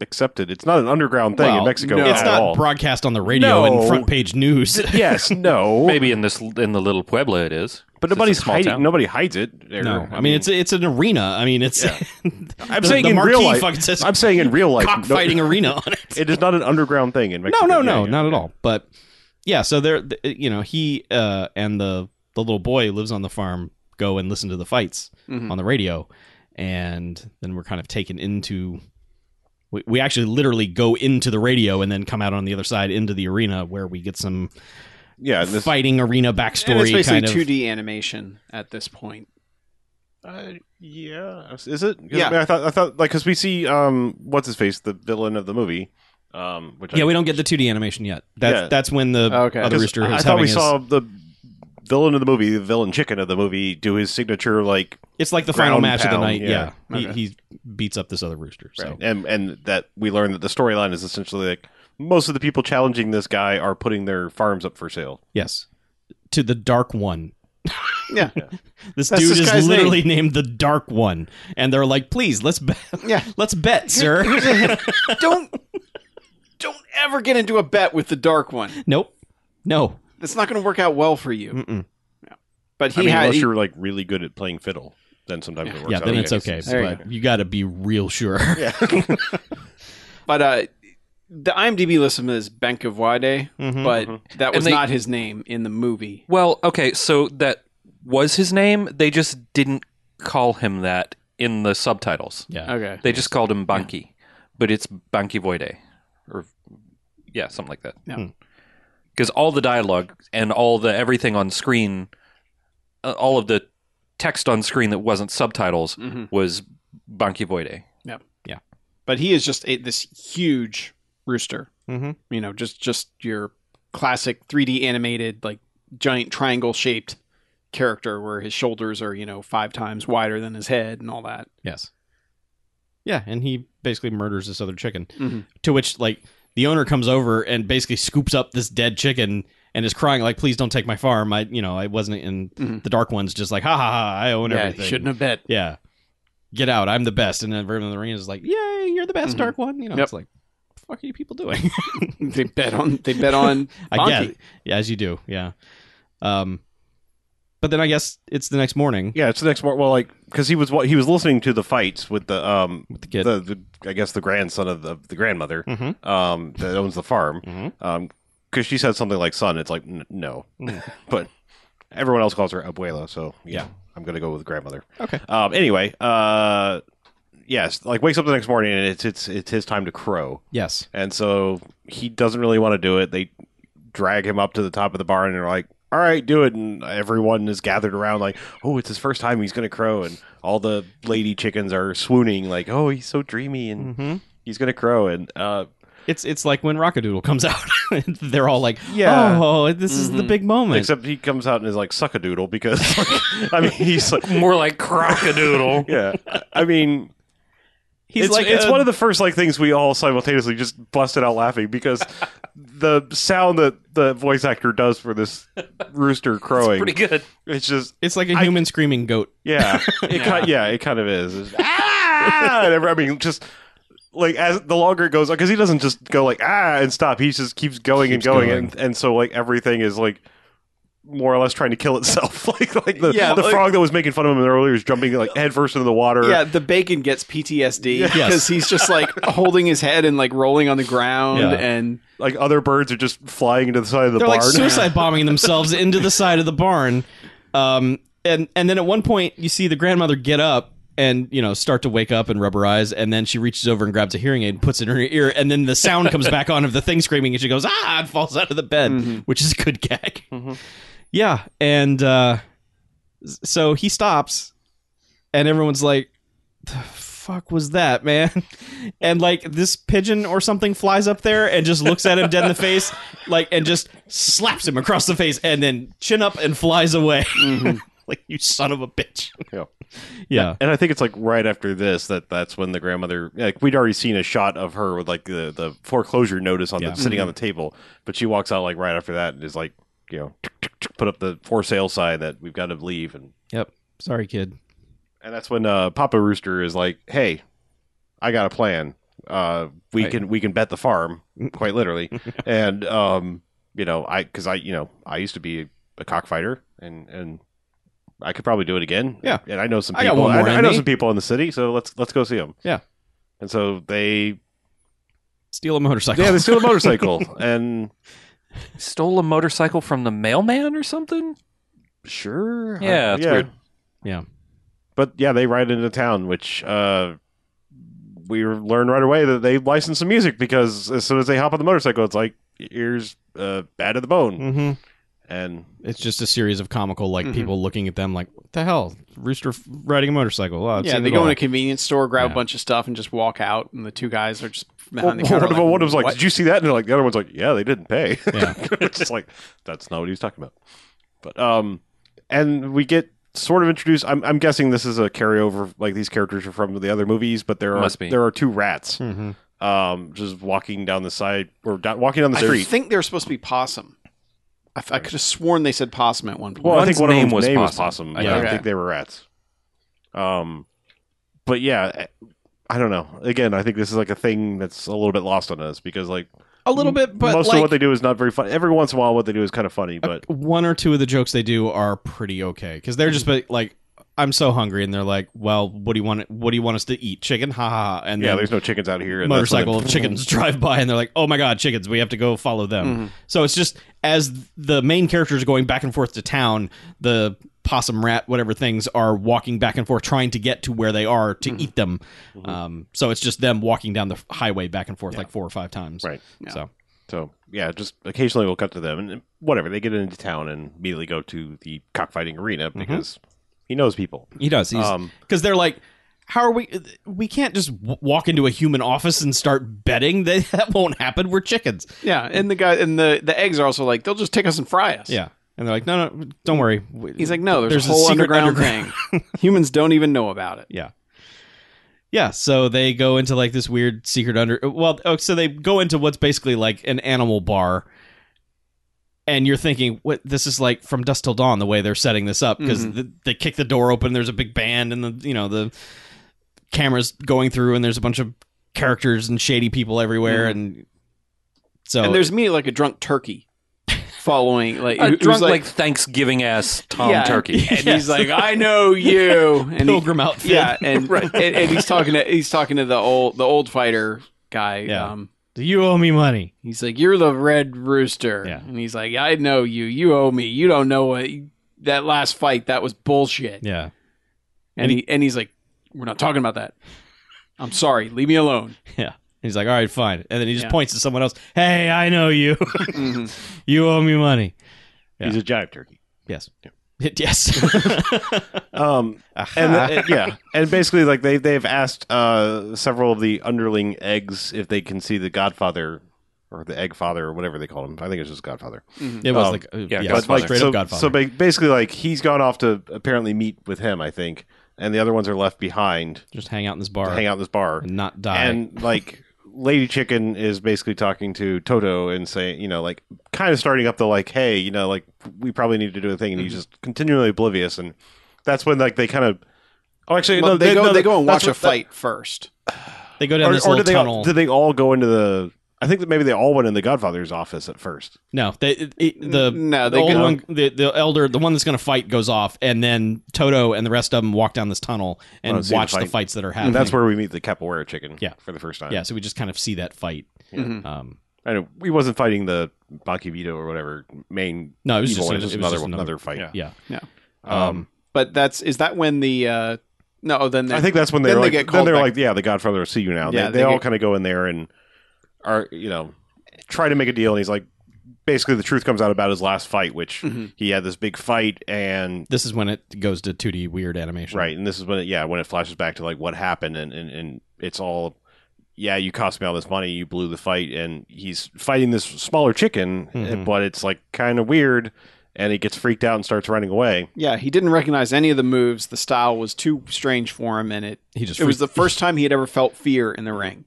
[SPEAKER 2] accepted. It's not an underground thing
[SPEAKER 3] Well,
[SPEAKER 2] in Mexico
[SPEAKER 3] no.
[SPEAKER 4] It's
[SPEAKER 2] at
[SPEAKER 4] not
[SPEAKER 2] all.
[SPEAKER 4] broadcast on the radio
[SPEAKER 2] No.
[SPEAKER 4] and front page news.
[SPEAKER 2] (laughs) yes, no.
[SPEAKER 1] Maybe in this in the little pueblo it is.
[SPEAKER 2] but
[SPEAKER 1] It's a
[SPEAKER 2] nobody's
[SPEAKER 1] small
[SPEAKER 2] hiding.
[SPEAKER 1] town.
[SPEAKER 2] Nobody hides it. there.
[SPEAKER 4] (laughs) No, I mean it's it's an arena. I mean it's
[SPEAKER 2] I'm
[SPEAKER 4] the-
[SPEAKER 2] saying
[SPEAKER 4] the
[SPEAKER 2] in
[SPEAKER 4] marquee
[SPEAKER 2] real life.
[SPEAKER 4] fucking says
[SPEAKER 2] I'm saying in real life. no-
[SPEAKER 4] (laughs) cockfighting arena on
[SPEAKER 2] (laughs)
[SPEAKER 4] it.
[SPEAKER 2] it is not an underground thing in Mexico.
[SPEAKER 4] No, no,
[SPEAKER 2] Yeah,
[SPEAKER 4] no,
[SPEAKER 2] yeah.
[SPEAKER 4] not at all. But yeah, so they're th- you know he uh, and the the little boy who lives on the farm go and listen to the fights
[SPEAKER 2] Mm-hmm.
[SPEAKER 3] Mhm.
[SPEAKER 4] on the radio, and then we're kind of taken into. We, we actually literally go into the radio and then come out on the other side into the arena where we get some
[SPEAKER 2] Yeah, and this,
[SPEAKER 4] fighting arena
[SPEAKER 3] And it's
[SPEAKER 4] backstory
[SPEAKER 3] basically
[SPEAKER 4] kind of.
[SPEAKER 3] two D animation at this point.
[SPEAKER 2] Uh, yeah, is it? 'Cause,
[SPEAKER 3] Yeah.
[SPEAKER 2] I, mean, I thought I thought like because we see um what's his face the villain of the movie um which
[SPEAKER 4] yeah,
[SPEAKER 2] I,
[SPEAKER 4] we don't get the 2D animation yet. That's
[SPEAKER 2] Yeah.
[SPEAKER 4] that's when the
[SPEAKER 3] Okay.
[SPEAKER 4] other
[SPEAKER 2] 'cause
[SPEAKER 4] rooster
[SPEAKER 2] I
[SPEAKER 4] is
[SPEAKER 2] thought
[SPEAKER 4] having
[SPEAKER 2] we
[SPEAKER 4] his.
[SPEAKER 2] saw the villain of the movie the villain chicken of the movie do his signature like
[SPEAKER 4] it's like the final
[SPEAKER 2] ground
[SPEAKER 4] match of the
[SPEAKER 2] pound,
[SPEAKER 4] night. Yeah,
[SPEAKER 2] yeah.
[SPEAKER 4] He, he beats up this other rooster. So
[SPEAKER 2] and and that we learn that the storyline is essentially like most of the people challenging this guy are putting their farms up for sale.
[SPEAKER 4] Yes. To the Dark One.
[SPEAKER 3] Yeah.
[SPEAKER 4] This
[SPEAKER 3] That's
[SPEAKER 4] dude
[SPEAKER 3] this
[SPEAKER 4] is
[SPEAKER 3] guy's
[SPEAKER 4] literally named the Dark One, and they're like, "Please, let's bet. (laughs)
[SPEAKER 3] Yeah.
[SPEAKER 4] let's
[SPEAKER 3] (laughs)
[SPEAKER 4] bet, sir."
[SPEAKER 3] don't don't ever get into a bet with the dark one.
[SPEAKER 4] nope, no.
[SPEAKER 3] That's not going to work out well for you.
[SPEAKER 4] Mm-mm.
[SPEAKER 3] Yeah. But he
[SPEAKER 2] I mean,
[SPEAKER 3] had
[SPEAKER 2] unless
[SPEAKER 3] he-
[SPEAKER 2] you're like really good at playing fiddle, then sometimes it works.
[SPEAKER 4] Yeah,
[SPEAKER 2] out
[SPEAKER 4] then
[SPEAKER 2] okay.
[SPEAKER 4] it's okay.
[SPEAKER 3] There you
[SPEAKER 4] but you, got to be real sure. (laughs)
[SPEAKER 3] but uh the IMDb lists him as Benka Wade,
[SPEAKER 4] Mhm.
[SPEAKER 3] but that was
[SPEAKER 1] And they-
[SPEAKER 3] not his name in the movie.
[SPEAKER 1] Well, okay, so that was his name. They just didn't call him that in the subtitles.
[SPEAKER 4] yeah,
[SPEAKER 3] Okay.
[SPEAKER 1] They just called him Banki, but it's Banki Voide, or yeah, something like that.
[SPEAKER 3] Yeah.
[SPEAKER 4] Hmm.
[SPEAKER 1] Because all the dialogue and all the everything on screen, uh, all of the text on screen that wasn't subtitles
[SPEAKER 3] hmm
[SPEAKER 1] was Banki Voide.
[SPEAKER 3] But he is just a, this huge rooster.
[SPEAKER 4] Mhm.
[SPEAKER 3] You know, just just your classic 3D animated like giant triangle shaped character where his shoulders are, you know, 5 times wider than his head and all that.
[SPEAKER 4] yes, yeah. And he basically murders this other chicken,
[SPEAKER 3] Mhm.
[SPEAKER 4] to which like the owner comes over and basically scoops up this dead chicken and is crying like, "Please don't take my farm. I, you know, I wasn't." And
[SPEAKER 3] Mhm.
[SPEAKER 4] the Dark One's just like, "Ha ha ha! I own
[SPEAKER 3] yeah,
[SPEAKER 4] everything."
[SPEAKER 3] he shouldn't have bet.
[SPEAKER 4] yeah, get out, I'm the best. And then Vermin of the Ring is like, yay, you're the best,
[SPEAKER 2] Mm-hmm.
[SPEAKER 3] Mhm.
[SPEAKER 4] Dark One. You know,
[SPEAKER 3] Yep.
[SPEAKER 4] it's like, fuck are you
[SPEAKER 2] (laughs)
[SPEAKER 4] people doing? (laughs)
[SPEAKER 3] they bet on they bet on
[SPEAKER 4] I
[SPEAKER 3] Bonky.
[SPEAKER 4] guess, yeah, as you do, yeah. Um, but then I guess it's the next morning.
[SPEAKER 2] Yeah, it's the next morning. Well, like because he was what he was listening to the fights with the um
[SPEAKER 4] With the kid.
[SPEAKER 2] the, the I guess the grandson of the, the grandmother
[SPEAKER 4] Mhm.
[SPEAKER 2] um that owns the farm
[SPEAKER 4] Mhm.
[SPEAKER 2] um because she said something like son. It's like n- no, (laughs) but Everyone else calls her abuela, so yeah,
[SPEAKER 4] Mm. Yeah.
[SPEAKER 2] I'm gonna go with grandmother.
[SPEAKER 4] Okay.
[SPEAKER 2] Um, anyway, uh, yes, like wakes up the next morning and it's it's it's his time to crow,
[SPEAKER 4] Yes.
[SPEAKER 2] and so he doesn't really want to do it. They drag him up to the top of the barn and are like, "All right, do it." And everyone is gathered around, like, "Oh, it's his first time. He's gonna crow." And all the lady chickens are swooning, like, "Oh, he's so dreamy and he's gonna crow." And uh,
[SPEAKER 4] It's it's like when Rockadoodle comes (laughs) out. They're all like,
[SPEAKER 2] Yeah. Mm-hmm.
[SPEAKER 4] oh, this is the big moment.
[SPEAKER 2] except he comes out and is like, "Suck a doodle," because (laughs) like, I mean, he's like,
[SPEAKER 1] More like crockadoodle.
[SPEAKER 2] (laughs) yeah, I mean.
[SPEAKER 4] He's
[SPEAKER 2] it's,
[SPEAKER 4] like
[SPEAKER 2] it's
[SPEAKER 4] a-
[SPEAKER 2] one of the first like things we all simultaneously just busted out laughing because the sound that the voice actor does for this rooster crowing
[SPEAKER 1] Pretty good.
[SPEAKER 2] it's just
[SPEAKER 4] it's like a
[SPEAKER 2] I-
[SPEAKER 4] human screaming goat.
[SPEAKER 2] yeah it yeah. Kind, yeah it kind of is It's- ah! And every- I mean just like as the longer it goes because he doesn't just go like ah and stop he just keeps going
[SPEAKER 4] Keeps
[SPEAKER 2] and going,
[SPEAKER 4] going.
[SPEAKER 2] And, and so like everything is like more or less trying to kill itself (laughs) like like the,
[SPEAKER 3] Yeah,
[SPEAKER 2] the
[SPEAKER 3] like-
[SPEAKER 2] frog that was making fun of him earlier is jumping like headfirst into the water
[SPEAKER 3] Yeah, the bacon gets PTSD because
[SPEAKER 4] Yes.
[SPEAKER 3] he's just like holding his head and like rolling on the ground
[SPEAKER 4] Yeah.
[SPEAKER 3] and
[SPEAKER 2] like other birds are just flying into the side of the
[SPEAKER 4] They're
[SPEAKER 2] barn
[SPEAKER 4] like
[SPEAKER 2] (laughs)
[SPEAKER 4] suicide bombing themselves into the side of the barn. Um, and and then at one point you see the grandmother get up and you know start to wake up and rub her eyes, and then she reaches over and grabs a hearing aid and puts it in her ear, and then the
[SPEAKER 2] (laughs)
[SPEAKER 4] sound comes back on of the thing screaming, and she goes ah and falls out of the bed,
[SPEAKER 2] Mm-hmm.
[SPEAKER 4] which is a good gag. Yeah, and uh, s- so he stops, and everyone's like, "The fuck was that, man?" (laughs) And like this pigeon or something flies up there and just looks at him dead in the face, like, and just slaps him across the face, and then chin up and flies away.
[SPEAKER 3] Mm-hmm.
[SPEAKER 4] (laughs) like you son of a bitch.
[SPEAKER 2] Yeah.
[SPEAKER 4] (laughs) Yeah.
[SPEAKER 2] And I think it's like right after this that that's when the grandmother like we'd already seen a shot of her with like the, the foreclosure notice on
[SPEAKER 4] Yeah.
[SPEAKER 2] the sitting on the table, but she walks out like right after that and is like you know tick, tick, tick, put up the for sale sign that we've got to leave and
[SPEAKER 4] Yep. Sorry, kid.
[SPEAKER 2] and that's when uh, Papa Rooster is like hey I got a plan uh we
[SPEAKER 1] Right.
[SPEAKER 2] can we can bet the
[SPEAKER 4] (laughs)
[SPEAKER 2] farm quite literally and um you know I because I you know I used to be a cockfighter and and. I could probably do it again.
[SPEAKER 4] Yeah.
[SPEAKER 2] and I know some
[SPEAKER 4] I got
[SPEAKER 2] people.
[SPEAKER 4] one more
[SPEAKER 2] I,
[SPEAKER 4] in
[SPEAKER 2] know
[SPEAKER 4] me.
[SPEAKER 2] some people in the city, so let's let's go see them.
[SPEAKER 4] Yeah.
[SPEAKER 2] And so they
[SPEAKER 4] Steal a motorcycle.
[SPEAKER 2] yeah they steal a motorcycle and
[SPEAKER 1] Stole a motorcycle from the mailman or something?
[SPEAKER 2] sure
[SPEAKER 1] Yeah, it's weird.
[SPEAKER 4] Yeah.
[SPEAKER 2] But yeah, they ride into town, which uh, we learn right away that they license some music because as soon as they hop on the motorcycle, it's like ears uh, bad to the bone
[SPEAKER 4] (laughs) Mm-hmm.
[SPEAKER 2] and
[SPEAKER 4] It's just a series of comical, like
[SPEAKER 3] Mhm.
[SPEAKER 4] people looking at them, like, "What the hell? Rooster f- riding a motorcycle." Oh, I've
[SPEAKER 3] yeah,
[SPEAKER 4] seen
[SPEAKER 3] they
[SPEAKER 4] it
[SPEAKER 3] go in
[SPEAKER 4] all."
[SPEAKER 3] a convenience store, grab
[SPEAKER 4] Yeah.
[SPEAKER 3] a bunch of stuff, and just walk out. And the two guys are just behind
[SPEAKER 2] well,
[SPEAKER 3] the counter.
[SPEAKER 2] one of them one of them's like,
[SPEAKER 3] "What?"
[SPEAKER 2] "Did you see that?" And they're like, the other one's like, "Yeah, they didn't pay."
[SPEAKER 4] Yeah.
[SPEAKER 2] (laughs) it's just like that's not what he's talking about. But um, and we get sort of introduced. I'm, I'm guessing this is a carryover. Like these characters are from the other movies, but there are
[SPEAKER 1] Must be.
[SPEAKER 2] there are two rats um just walking down the side or down, walking down the
[SPEAKER 3] I
[SPEAKER 2] street.
[SPEAKER 3] think they're supposed to be possum. I, f- I could have sworn they said possum at one point.
[SPEAKER 2] well, I think
[SPEAKER 1] One's
[SPEAKER 2] one of
[SPEAKER 1] name
[SPEAKER 2] them's
[SPEAKER 1] was
[SPEAKER 2] name was
[SPEAKER 1] Possum.
[SPEAKER 2] Possum.
[SPEAKER 1] I
[SPEAKER 2] I don't
[SPEAKER 3] think.
[SPEAKER 2] think they were rats. Um, but yeah, I don't know. Again, I think this is like a thing that's a little bit lost on us because like
[SPEAKER 4] a little bit, but
[SPEAKER 2] most
[SPEAKER 4] like,
[SPEAKER 2] of what they do is not very funny. Every once in a while, what they do is kind of funny, but
[SPEAKER 4] one or two of the jokes they do are pretty okay because they're just
[SPEAKER 2] Mm-hmm.
[SPEAKER 4] be- like i'm so hungry and they're like well what do you want what do you want us to eat chicken ha ha ha and
[SPEAKER 2] yeah,
[SPEAKER 4] then
[SPEAKER 2] there's no chickens out here. And that's when
[SPEAKER 4] motorcycle
[SPEAKER 2] they-
[SPEAKER 4] of chickens drive by and they're like oh my god chickens we have to go follow
[SPEAKER 2] Mm-hmm.
[SPEAKER 4] them so it's just as the main characters are going back and forth to town the possum rat whatever things are walking back and forth trying to get to where they are to
[SPEAKER 2] Mm-hmm.
[SPEAKER 4] eat them um, so it's just them walking down the f- highway back and forth like four or five times
[SPEAKER 2] Mm-hmm. Right.
[SPEAKER 3] Yeah.
[SPEAKER 4] so
[SPEAKER 2] So yeah, just occasionally we'll cut to them and whatever. They get into town and immediately go to the cockfighting arena because he knows people.
[SPEAKER 4] He does. Mm-hmm. He's
[SPEAKER 2] Um,
[SPEAKER 4] because they're like, how are we? We can't just w- walk into a human office and start betting that (laughs) that won't happen. We're chickens.
[SPEAKER 3] yeah, and the guy and the the eggs are also like they'll just take us and fry us.
[SPEAKER 4] Yeah, and they're like, no, no, don't worry. We-
[SPEAKER 3] He's like, no, there's,
[SPEAKER 4] There's
[SPEAKER 3] a
[SPEAKER 4] a
[SPEAKER 3] whole
[SPEAKER 4] secret
[SPEAKER 3] underground, thing. (laughs) Humans don't even know about it.
[SPEAKER 4] yeah, yeah. So they go into like this weird secret under. Well, oh, so they go into what's basically like an animal bar. And you're thinking, what? This is like from dusk till dawn the way they're setting this up because
[SPEAKER 3] Mhm.
[SPEAKER 4] they kick the door open. There's a big band, and the you know the cameras going through, and there's a bunch of characters and shady people everywhere,
[SPEAKER 3] Mhm.
[SPEAKER 4] and so
[SPEAKER 3] and there's me like a drunk turkey following like
[SPEAKER 1] (laughs) A
[SPEAKER 3] who's
[SPEAKER 1] drunk, like, Thanksgiving ass
[SPEAKER 3] (laughs)
[SPEAKER 1] Tom
[SPEAKER 3] Yeah.
[SPEAKER 1] Turkey.
[SPEAKER 3] and
[SPEAKER 4] Yes.
[SPEAKER 3] he's like, I know you, and he,
[SPEAKER 4] pilgrim outfit.
[SPEAKER 3] yeah, and, and and he's talking to he's talking to the old the old fighter guy.
[SPEAKER 4] Yeah.
[SPEAKER 3] Um,
[SPEAKER 4] Do you owe me money?
[SPEAKER 3] he's like, you're the red rooster,
[SPEAKER 4] Yeah.
[SPEAKER 3] and he's like, I know you, you owe me, you don't know what. that last fight, that was bullshit.
[SPEAKER 4] Yeah. (laughs)
[SPEAKER 3] And he and he's like, we're not talking about that. I'm sorry, leave me alone.
[SPEAKER 4] Yeah. He's like, all right, fine. And then he just
[SPEAKER 3] Yeah.
[SPEAKER 4] points to someone else. Hey, I know you. (laughs)
[SPEAKER 3] Mm-hmm.
[SPEAKER 4] you owe me money.
[SPEAKER 2] He's a jive turkey.
[SPEAKER 4] Yes. (laughs) Yes.
[SPEAKER 2] Um, and uh, yeah, and basically, like they they've asked uh, several of the underling eggs if they can see the Godfather or the Egg Father or whatever they call him. I think it's just Godfather.
[SPEAKER 4] it was
[SPEAKER 2] Um,
[SPEAKER 4] like, uh,
[SPEAKER 1] yeah,
[SPEAKER 4] yeah,
[SPEAKER 1] Godfather.
[SPEAKER 4] straight
[SPEAKER 2] so,
[SPEAKER 4] up Godfather.
[SPEAKER 2] So ba- basically, like he's gone off to apparently meet with him, I think, and the other ones are left behind
[SPEAKER 4] just hang out in this bar
[SPEAKER 2] to hang out in this bar.
[SPEAKER 4] and not die.
[SPEAKER 2] And like Lady Chicken is basically talking to Toto and saying, you know, like kind of starting up the like, hey, you know, like we probably need to do a thing, and he's
[SPEAKER 4] Mm-hmm.
[SPEAKER 2] just continually oblivious, and that's when like they kind of. Oh, actually,
[SPEAKER 3] Well,
[SPEAKER 2] no,
[SPEAKER 3] they, go
[SPEAKER 2] no,
[SPEAKER 3] they go and
[SPEAKER 2] that's
[SPEAKER 3] watch a
[SPEAKER 2] what- that-
[SPEAKER 3] fight first.
[SPEAKER 4] they go down this
[SPEAKER 2] or or
[SPEAKER 4] little
[SPEAKER 2] did they
[SPEAKER 4] tunnel.
[SPEAKER 2] all, did they all go into the? I think that maybe they all went in the Godfather's office at first.
[SPEAKER 4] no, they, it- it- the
[SPEAKER 3] No,
[SPEAKER 4] the
[SPEAKER 3] they
[SPEAKER 4] old
[SPEAKER 3] go-
[SPEAKER 4] one, the, the elder, the one that's going to fight, goes off, and then Toto and the rest of them walk down this tunnel and
[SPEAKER 2] Oh, see the
[SPEAKER 4] watch the,
[SPEAKER 2] fight.
[SPEAKER 4] fights that are happening.
[SPEAKER 2] And that's where we meet the capoeira chicken.
[SPEAKER 4] Mm-hmm. Yeah.
[SPEAKER 2] for the first time.
[SPEAKER 4] yeah. So we just kind of see that fight.
[SPEAKER 3] Mhm.
[SPEAKER 4] Um,
[SPEAKER 2] I know he wasn't fighting the Bakivito or whatever main.
[SPEAKER 4] No, it was
[SPEAKER 2] evil
[SPEAKER 4] just-
[SPEAKER 2] one.
[SPEAKER 4] it was- it was
[SPEAKER 2] another
[SPEAKER 4] just
[SPEAKER 2] one-
[SPEAKER 4] another-
[SPEAKER 2] another fight.
[SPEAKER 1] Yeah.
[SPEAKER 4] yeah.
[SPEAKER 2] Um,
[SPEAKER 3] But that's is that when the uh no then they,
[SPEAKER 2] I think that's when
[SPEAKER 3] then
[SPEAKER 2] they're
[SPEAKER 3] they
[SPEAKER 2] like,
[SPEAKER 3] get
[SPEAKER 2] then
[SPEAKER 3] called
[SPEAKER 2] they're
[SPEAKER 3] back.
[SPEAKER 2] like, yeah, the Godfather will see you now.
[SPEAKER 3] Yeah,
[SPEAKER 2] they,
[SPEAKER 3] they
[SPEAKER 2] they, all
[SPEAKER 3] get-
[SPEAKER 2] kind of go in there and are you know try to make a deal, and he's like, basically the truth comes out about his last fight, which
[SPEAKER 3] Mhm.
[SPEAKER 2] he had this big fight, and
[SPEAKER 4] This is when it goes to 2D weird animation.
[SPEAKER 2] right, and this is when it, yeah, when it flashes back to like what happened, and and, and it's all. Yeah, you cost me all this money. You blew the fight, and he's fighting this smaller chicken,
[SPEAKER 3] Mm-hmm.
[SPEAKER 4] Mhm.
[SPEAKER 2] but it's like kind of weird, and he gets freaked out and starts running away.
[SPEAKER 3] Yeah, he didn't recognize any of the moves. The style was too strange for him, and it
[SPEAKER 4] He just
[SPEAKER 3] it was
[SPEAKER 4] freaked-
[SPEAKER 3] the first time he had ever felt fear in the ring.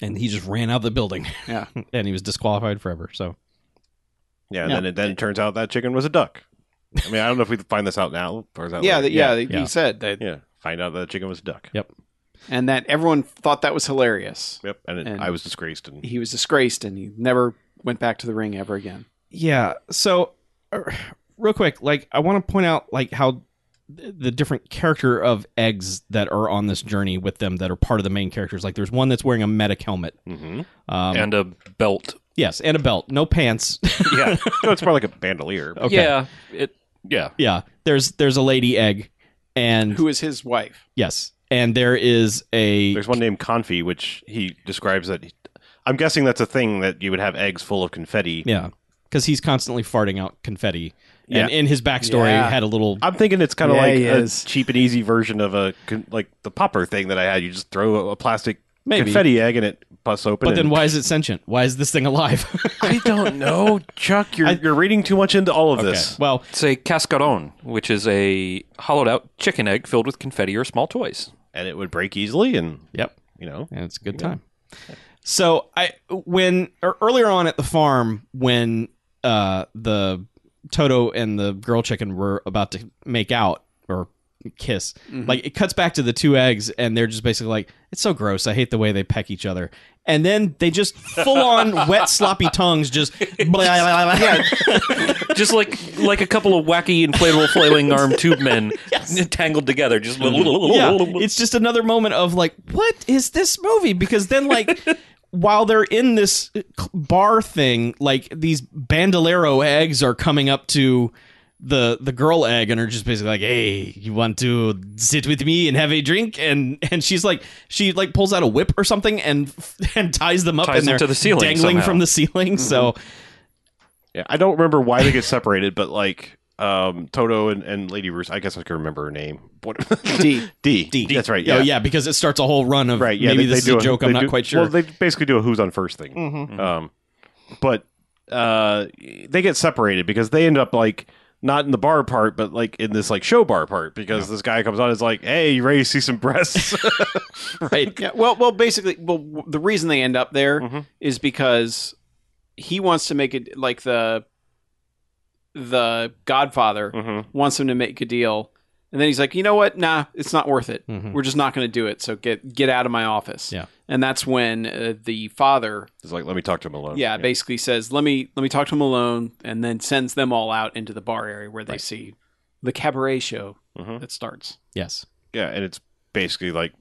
[SPEAKER 4] and he just ran out of the building.
[SPEAKER 3] Yeah.
[SPEAKER 4] (laughs) and he was disqualified forever. So
[SPEAKER 2] Yeah, and
[SPEAKER 4] Yeah.
[SPEAKER 2] then it then it turns out that chicken was a duck. I mean, I don't know if we find this out now or is that
[SPEAKER 3] Yeah,
[SPEAKER 2] later?
[SPEAKER 3] that, yeah,
[SPEAKER 4] Yeah.
[SPEAKER 3] he said that,
[SPEAKER 2] yeah, yeah. Find out that the chicken was a duck.
[SPEAKER 4] yep.
[SPEAKER 3] and that everyone thought that was hilarious.
[SPEAKER 2] Yep, and, it,
[SPEAKER 3] And-
[SPEAKER 2] I was disgraced. And
[SPEAKER 3] He was disgraced, and he never went back to the ring ever again.
[SPEAKER 4] Yeah. So, uh, real quick, like I want to point out like how th- the different character of eggs that are on this journey with them that are part of the main characters. Like there's one that's wearing a medic helmet.
[SPEAKER 3] (laughs)
[SPEAKER 2] hmm
[SPEAKER 4] Um,
[SPEAKER 1] and a belt.
[SPEAKER 4] yes, and a belt, no pants. (laughs)
[SPEAKER 2] (laughs) yeah, no, it's more like a bandolier.
[SPEAKER 3] Oh.
[SPEAKER 4] okay.
[SPEAKER 1] Yeah, it. Yeah,
[SPEAKER 4] Yeah. There's there's a lady egg, and
[SPEAKER 3] Who is his wife?
[SPEAKER 4] yes, and there is a
[SPEAKER 2] There's one named Confi, which he describes that. I'm guessing that's a thing that you would have eggs full of confetti.
[SPEAKER 4] yeah because he's constantly farting out confetti.
[SPEAKER 2] Yeah.
[SPEAKER 4] And in his backstory,
[SPEAKER 3] Yeah.
[SPEAKER 4] had a little
[SPEAKER 2] I'm thinking it's kind of
[SPEAKER 3] Yeah,
[SPEAKER 2] like
[SPEAKER 3] he
[SPEAKER 2] a
[SPEAKER 3] is.
[SPEAKER 2] cheap and easy version of a con- like the popper thing that I had. You just throw a, a plastic
[SPEAKER 4] Maybe.
[SPEAKER 2] confetti egg and it busts open.
[SPEAKER 4] But then
[SPEAKER 2] and-
[SPEAKER 4] why is it sentient? Why is this thing alive? (laughs)
[SPEAKER 2] I don't know, Oh, Chuck. You're
[SPEAKER 4] I-
[SPEAKER 2] you're reading too much into all of this.
[SPEAKER 4] Well,
[SPEAKER 1] it's a cascaron, which is a hollowed out chicken egg filled with confetti or small toys.
[SPEAKER 2] and it would break easily and
[SPEAKER 4] yep.
[SPEAKER 2] you know
[SPEAKER 4] and it's a good time. So I when or earlier on at the farm when uh the Toto and the girl chicken were about to make out or kiss, like it cuts back to the two eggs and they're just basically like, "It's so gross. I hate the way they peck each other." And then they just full on wet sloppy tongues just blah, blah, blah, blah.
[SPEAKER 1] Just like like a couple of wacky inflatable flailing (laughs) arm tube men tangled together. Just (laughs)
[SPEAKER 4] yeah, it's just another moment of like, what is this movie? Because then,
[SPEAKER 1] (laughs)
[SPEAKER 4] like, while they're in this uh, bar thing, like these bandolero eggs are coming up to the the girl egg and are just basically like, hey, you want to sit with me and have a drink? And and she's like, she like pulls out a whip or something and (laughs) and ties them up
[SPEAKER 1] Ties
[SPEAKER 4] and
[SPEAKER 1] them
[SPEAKER 4] they're
[SPEAKER 1] to the ceiling
[SPEAKER 4] dangling
[SPEAKER 1] somehow. Mm-hmm.
[SPEAKER 4] from the ceiling. So
[SPEAKER 2] Yeah, I don't remember why they get separated, but like um Toto and, and Lady Roost, I guess I can remember her name. What
[SPEAKER 3] D.
[SPEAKER 2] (laughs) D. D. That's right. Yeah.
[SPEAKER 4] oh yeah, because it starts a whole run of
[SPEAKER 2] Right. Yeah.
[SPEAKER 4] maybe
[SPEAKER 2] they-
[SPEAKER 4] this
[SPEAKER 2] they
[SPEAKER 4] is
[SPEAKER 2] do
[SPEAKER 4] a joke. I'm
[SPEAKER 2] they
[SPEAKER 4] not
[SPEAKER 2] do-
[SPEAKER 4] quite sure.
[SPEAKER 2] Well, they basically do a who's on first thing. Um, but uh, they get separated because they end up like not in the bar part, but like in this like show bar part because this guy comes on is like, "Hey, you ready to see some
[SPEAKER 4] (laughs)
[SPEAKER 2] breasts?"
[SPEAKER 4] (laughs) right. Mm-hmm.
[SPEAKER 3] Yeah, well, well, basically, well, w- the reason they end up there is
[SPEAKER 2] Mhm.
[SPEAKER 3] because he wants to make it like the the Godfather
[SPEAKER 4] Mm-hmm.
[SPEAKER 2] Mhm.
[SPEAKER 3] wants him to make a deal, and then he's like, you know what? Nah, it's not worth it.
[SPEAKER 4] Mhm.
[SPEAKER 3] We're just not going to do it. So get get out of my office.
[SPEAKER 4] Yeah.
[SPEAKER 3] and that's when uh, the father,
[SPEAKER 2] He's like, "Let me talk to him alone."
[SPEAKER 3] yeah, basically says, let me let me talk to him alone, and then sends them all out into the bar area where they see the cabaret show
[SPEAKER 2] Mhm.
[SPEAKER 3] that starts.
[SPEAKER 4] Yes.
[SPEAKER 2] Yeah, and it's basically like